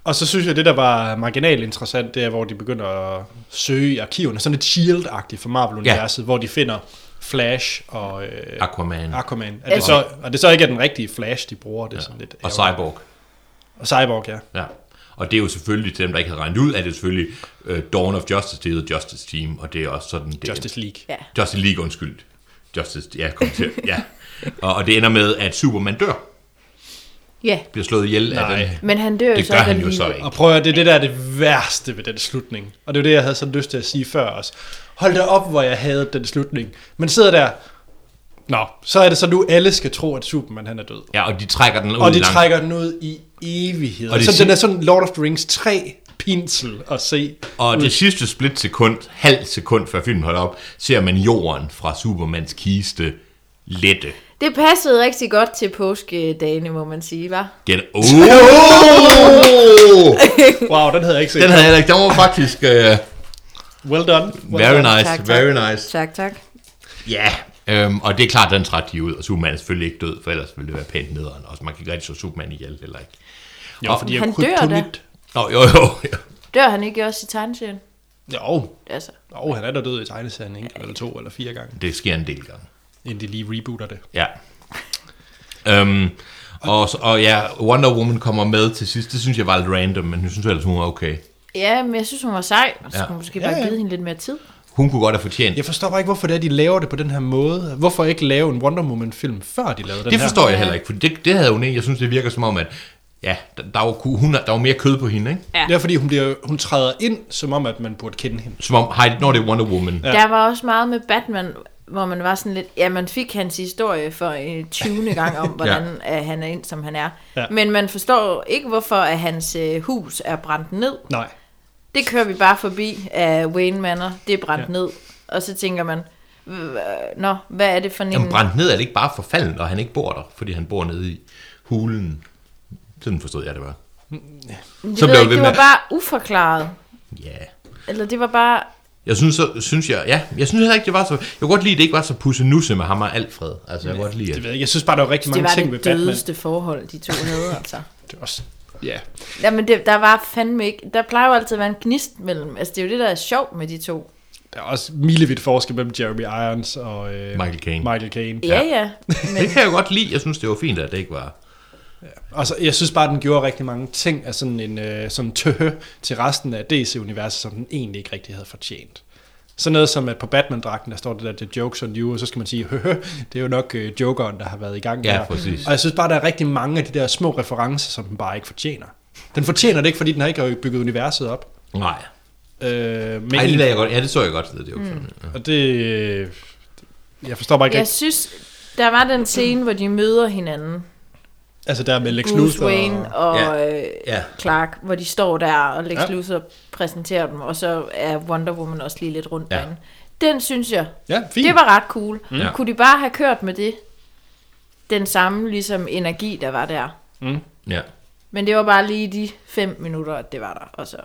A: Og så synes jeg, det der var marginalt interessant, det er, hvor de begynder at søge i arkiverne. Sådan et shield-agtigt for Marvel-universet, ja. hvor de finder Flash og øh,
B: Aquaman.
A: Aquaman. Er
C: Ja.
A: det så, og det så ikke er den rigtige Flash, de bruger. Det er sådan lidt
B: og
A: ærgerligt.
B: Cyborg.
A: og Cyborg, ja.
B: Ja. Og det er jo selvfølgelig, til dem, der ikke havde regnet ud, at det er selvfølgelig uh, Dawn of Justice, det hedder Justice Team, og det er også sådan... Det
A: Justice League.
C: Ja.
B: Justice League, undskyld. Justice, ja, kom til, ja. Og, og det ender med, at Superman dør,
C: Ja,
B: bliver slået ihjel
A: Nej.
B: af den.
C: men han dør jo
B: Det
C: så
B: gør
C: ikke
B: han jo
C: alligevel.
B: så ikke.
A: Og prøv at høre, det er det, der er det værste ved den slutning. Og det er jo det, jeg havde så lyst til at sige før også. Hold da op, hvor jeg havde den slutning. Men sidder der... Nå, så er det så nu, alle skal tro, at Superman han er død.
B: Ja, og de trækker den ud
A: Og de
B: langt.
A: trækker den ud i evighed.
B: Og
A: Og
B: det
A: så
B: sig-
A: den er sådan Lord of the Rings 3 pinsel at se.
B: Og det sidste splitsekund, halv sekund før filmen holder op, ser man jorden fra Supermans kiste lette.
C: Det passede rigtig godt til påskedagene, må man sige, var.
B: Gen oh!
A: Wow, den havde jeg ikke set.
B: Den havde jeg heller ikke. Den var faktisk uh,
A: Well done. Well
B: very
A: done.
C: Tak,
B: nice,
C: tak.
B: very nice.
C: Tak, tak.
B: Ja, øhm, og det er klart, den træt de ud, og Superman er selvfølgelig ikke død, for ellers ville det være pænt nederen. Også man kan ikke rigtig slå Superman ihjel, eller ikke.
A: Jo, fordi
C: Han
A: jeg kunne
C: dør
A: dør
C: da.
A: da.
B: Nå, jo, jo, jo.
C: Dør han ikke også i tegneserien?
A: Jo,
C: Altså,
A: jo, han er da død i tegneserien en gang eller to eller fire gange,
B: Det sker en del gange.
A: inden de lige rebooter det.
B: Ja. Øhm, og, så- og ja, Wonder Woman kommer med til sidst. Det synes jeg var lidt random, men jeg synes ellers, hun var okay.
C: ja, men jeg synes, hun var sej. Så skulle
B: Ja.
C: ja. måske bare
A: Ja,
C: ja,
A: ja.
C: give hende lidt mere tid.
B: Hun kunne godt have fortjent
A: Jeg forstår bare ikke, hvorfor det er, de laver det på den her måde. Hvorfor ikke lave en Wonder Woman-film, før de lavede den
B: Det
A: her?
B: forstår jeg heller ikke, for det, det havde hun ikke. Jeg synes, det virker som om, at ja, der, der, var, ku- hun, er- der var mere kød på hende, ikke?
A: Ja. Det er fordi, hun, bliver, hun træder ind, som om, at man burde kende hende.
B: Som om, hej, når det er Wonder Woman. Ja.
C: Ja. Der var også meget med Batman, hvor man var sådan lidt, ja, man fik hans historie for øh, 20. gang om, hvordan ja. han er ind, som han er.
A: Ja.
C: Ja. Men man forstår ikke, hvorfor at hans øh, hus er brændt ned.
A: Nej.
C: Det kører vi bare forbi af Wayne Manor. Det er brændt ja. ned. Og så tænker man, "Hva- nå, hvad er det for en...
B: Jamen, brændt ned er det ikke bare forfalden, og han ikke bor der, fordi han bor nede i hulen. Sådan forstod jeg det bare.
C: det,
B: så
C: ved
B: blev
C: jeg
B: vi
C: ikke, det
B: med-
C: var bare uforklaret.
B: Ja. Yeah.
C: Eller det var bare...
B: Jeg synes, så, synes jeg, ja, jeg synes heller ikke, det var så... Jeg kunne godt lide, at det ikke var så pussenusse med ham og Alfred. Altså, jeg kunne godt lide,
A: Det
B: at...
A: ved jeg ikke. Jeg synes bare, der var rigtig
C: Det
A: mange
C: var
A: ting ved
C: det
A: Batman.
C: dødeste forhold, de to havde, altså.
A: Det er også... Ja.
C: Jamen, det, der var fandme ikke... Der plejer jo altid at være en gnist mellem... Altså, det er jo det, der er sjovt med de to.
A: Der er også milevidt forskel mellem Jeremy Irons og øh,
B: Michael Caine.
A: Michael Caine.
C: Ja, ja.
B: Det kan jeg godt lide. Jeg synes, det var fint, at det ikke var...
A: Og så, jeg synes bare, den gjorde rigtig mange ting af sådan en øh, sådan tøhø til resten af DC-universet, som den egentlig ikke rigtig havde fortjent. Sådan noget som, at på Batman-dragten, der står det der, the jokes on you, og så skal man sige, høhø, det er jo nok øh, jokeren, der har været i gang
B: Ja,
A: der.
B: præcis.
A: Og jeg synes bare, der er rigtig mange af de der små referencer, som den bare ikke fortjener. Den fortjener det ikke, fordi den har ikke bygget universet op.
B: Nej.
A: Øh, men
B: Ej, det lagde jeg godt. Ja, det så jeg godt. Det, det var mm.
A: og det... øh, Jeg forstår bare ikke,
C: Jeg
A: yes.
C: synes, der var den scene, hvor de møder hinanden.
A: altså der med Lex
C: Bruce
A: Luthor.
C: Wayne og
B: Ja.
C: øh,
B: Ja.
C: Clark, hvor de står der, og Lex
A: Ja.
C: ja. Luthor præsenterer dem, og så er Wonder Woman også lige lidt rundt
B: Ja.
C: ja. derinde. Den synes jeg,
A: Ja, fint.
C: det var ret cool. Mm.
B: Ja.
C: Kunne de bare have kørt med det? Den samme ligesom energi, der var der.
B: Ja.
C: Men det var bare lige de fem minutter, at det var der. Og så.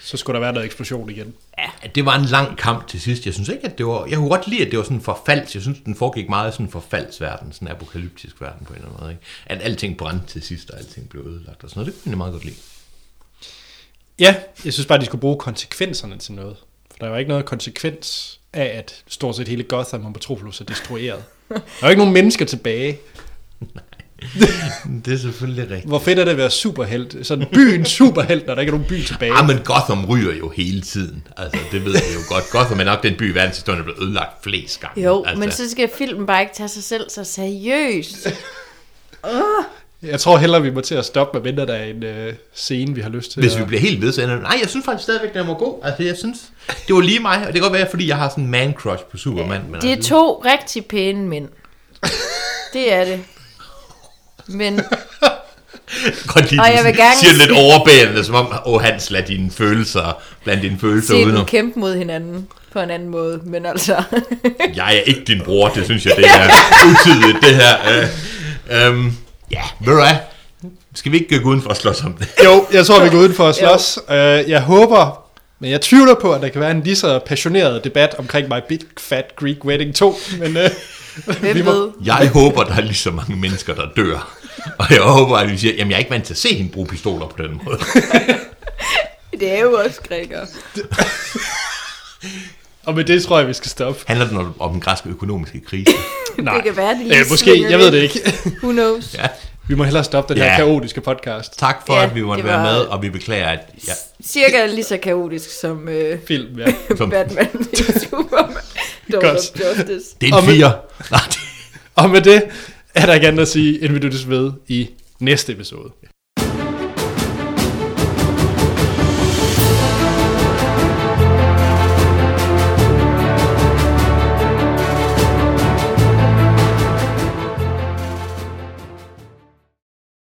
A: Så skulle der være noget eksplosion igen.
B: At det var en lang kamp til sidst. Jeg synes ikke, at det var... Jeg kunne godt lide, at det var sådan en forfalds... Jeg synes, den foregik meget i sådan en forfaldsverden, sådan en apokalyptisk verden på en eller anden måde. Ikke? At alting brændte til sidst, og alting blev ødelagt og sådan noget. Det kunne jeg meget godt lide.
A: Ja, jeg synes bare, de skulle bruge konsekvenserne til noget. For der var ikke noget konsekvens af, at stort set hele Gotham og Metropolis er destrueret. Der er jo ikke nogen mennesker tilbage.
B: Det er selvfølgelig rigtigt.
A: Hvor fedt er det at være superhelt? Sådan byens superhelt, når der ikke er nogen by tilbage.
B: Ja, Ah, men Gotham ryger jo hele tiden. Altså, det ved jeg jo godt. Gotham er nok den by i verdenshistorien, der er blevet ødelagt flest gange.
C: Jo,
B: altså,
C: altså. men så skal filmen bare ikke tage sig selv så seriøst.
A: Jeg tror hellere, vi må til at stoppe, med mindre der er en øh, scene, vi har lyst til.
B: Hvis vi
A: at-
B: bliver helt ved, så ender det- Nej, jeg synes faktisk stadigvæk, den var god. Altså, jeg synes, det var lige mig. Og det kan godt være, fordi jeg har sådan en man-crush på Superman. Men
C: Det er
B: altså,
C: to rigtig pæne mænd. Det er det. Men
B: Godt lide,
C: Og
B: du
C: jeg vil
B: sådan
C: gerne
B: siger det lidt overbærende, som om, åh Hans, lad dine følelser, bland dine følelser
C: se
B: udenom.
C: dem kæmpe mod hinanden på en anden måde. Men altså,
B: Jeg er ikke din bror, det synes jeg, det er utidigt, det her. Øh, øhm, ja, ved du hvad? Skal vi ikke gå uden for at slås om det?
A: Jo, jeg tror, vi går udenfor at slås. Øh, jeg håber, men jeg tvivler på, at der kan være en lige så passioneret debat omkring My Big Fat Greek Wedding 2. Men øh,
C: hvem
A: Vi må-
C: ved?
B: Jeg håber, der er lige så mange mennesker, der dør. Og jeg håber, at de siger, jamen jeg er ikke vant til at se hende bruge pistoler på den måde.
C: Det er jo også grækere.
A: Og med det tror jeg, vi skal stoppe.
B: Handler den om, om den græske økonomiske krise?
A: Nej.
C: Det kan være, de lige
A: øh, Måske,
C: svinger
A: jeg ved det
C: lidt.
A: ikke.
C: Who knows?
B: ja.
A: Vi må hellere stoppe den
B: Ja.
A: her kaotiske podcast.
B: Tak for,
C: Ja,
B: at vi måtte
C: det
B: være
C: var-
B: med, og vi beklager, at... Ja.
C: Cirka lige så kaotisk som øh,
A: Film, ja.
B: Som-
C: Batman i Superman. Dawn of Justice.
B: Det er
A: Og
B: en
A: med-
B: fire. Nej, det-
A: Og med det er der ikke andet at sige, end vi lyttes ved i næste episode.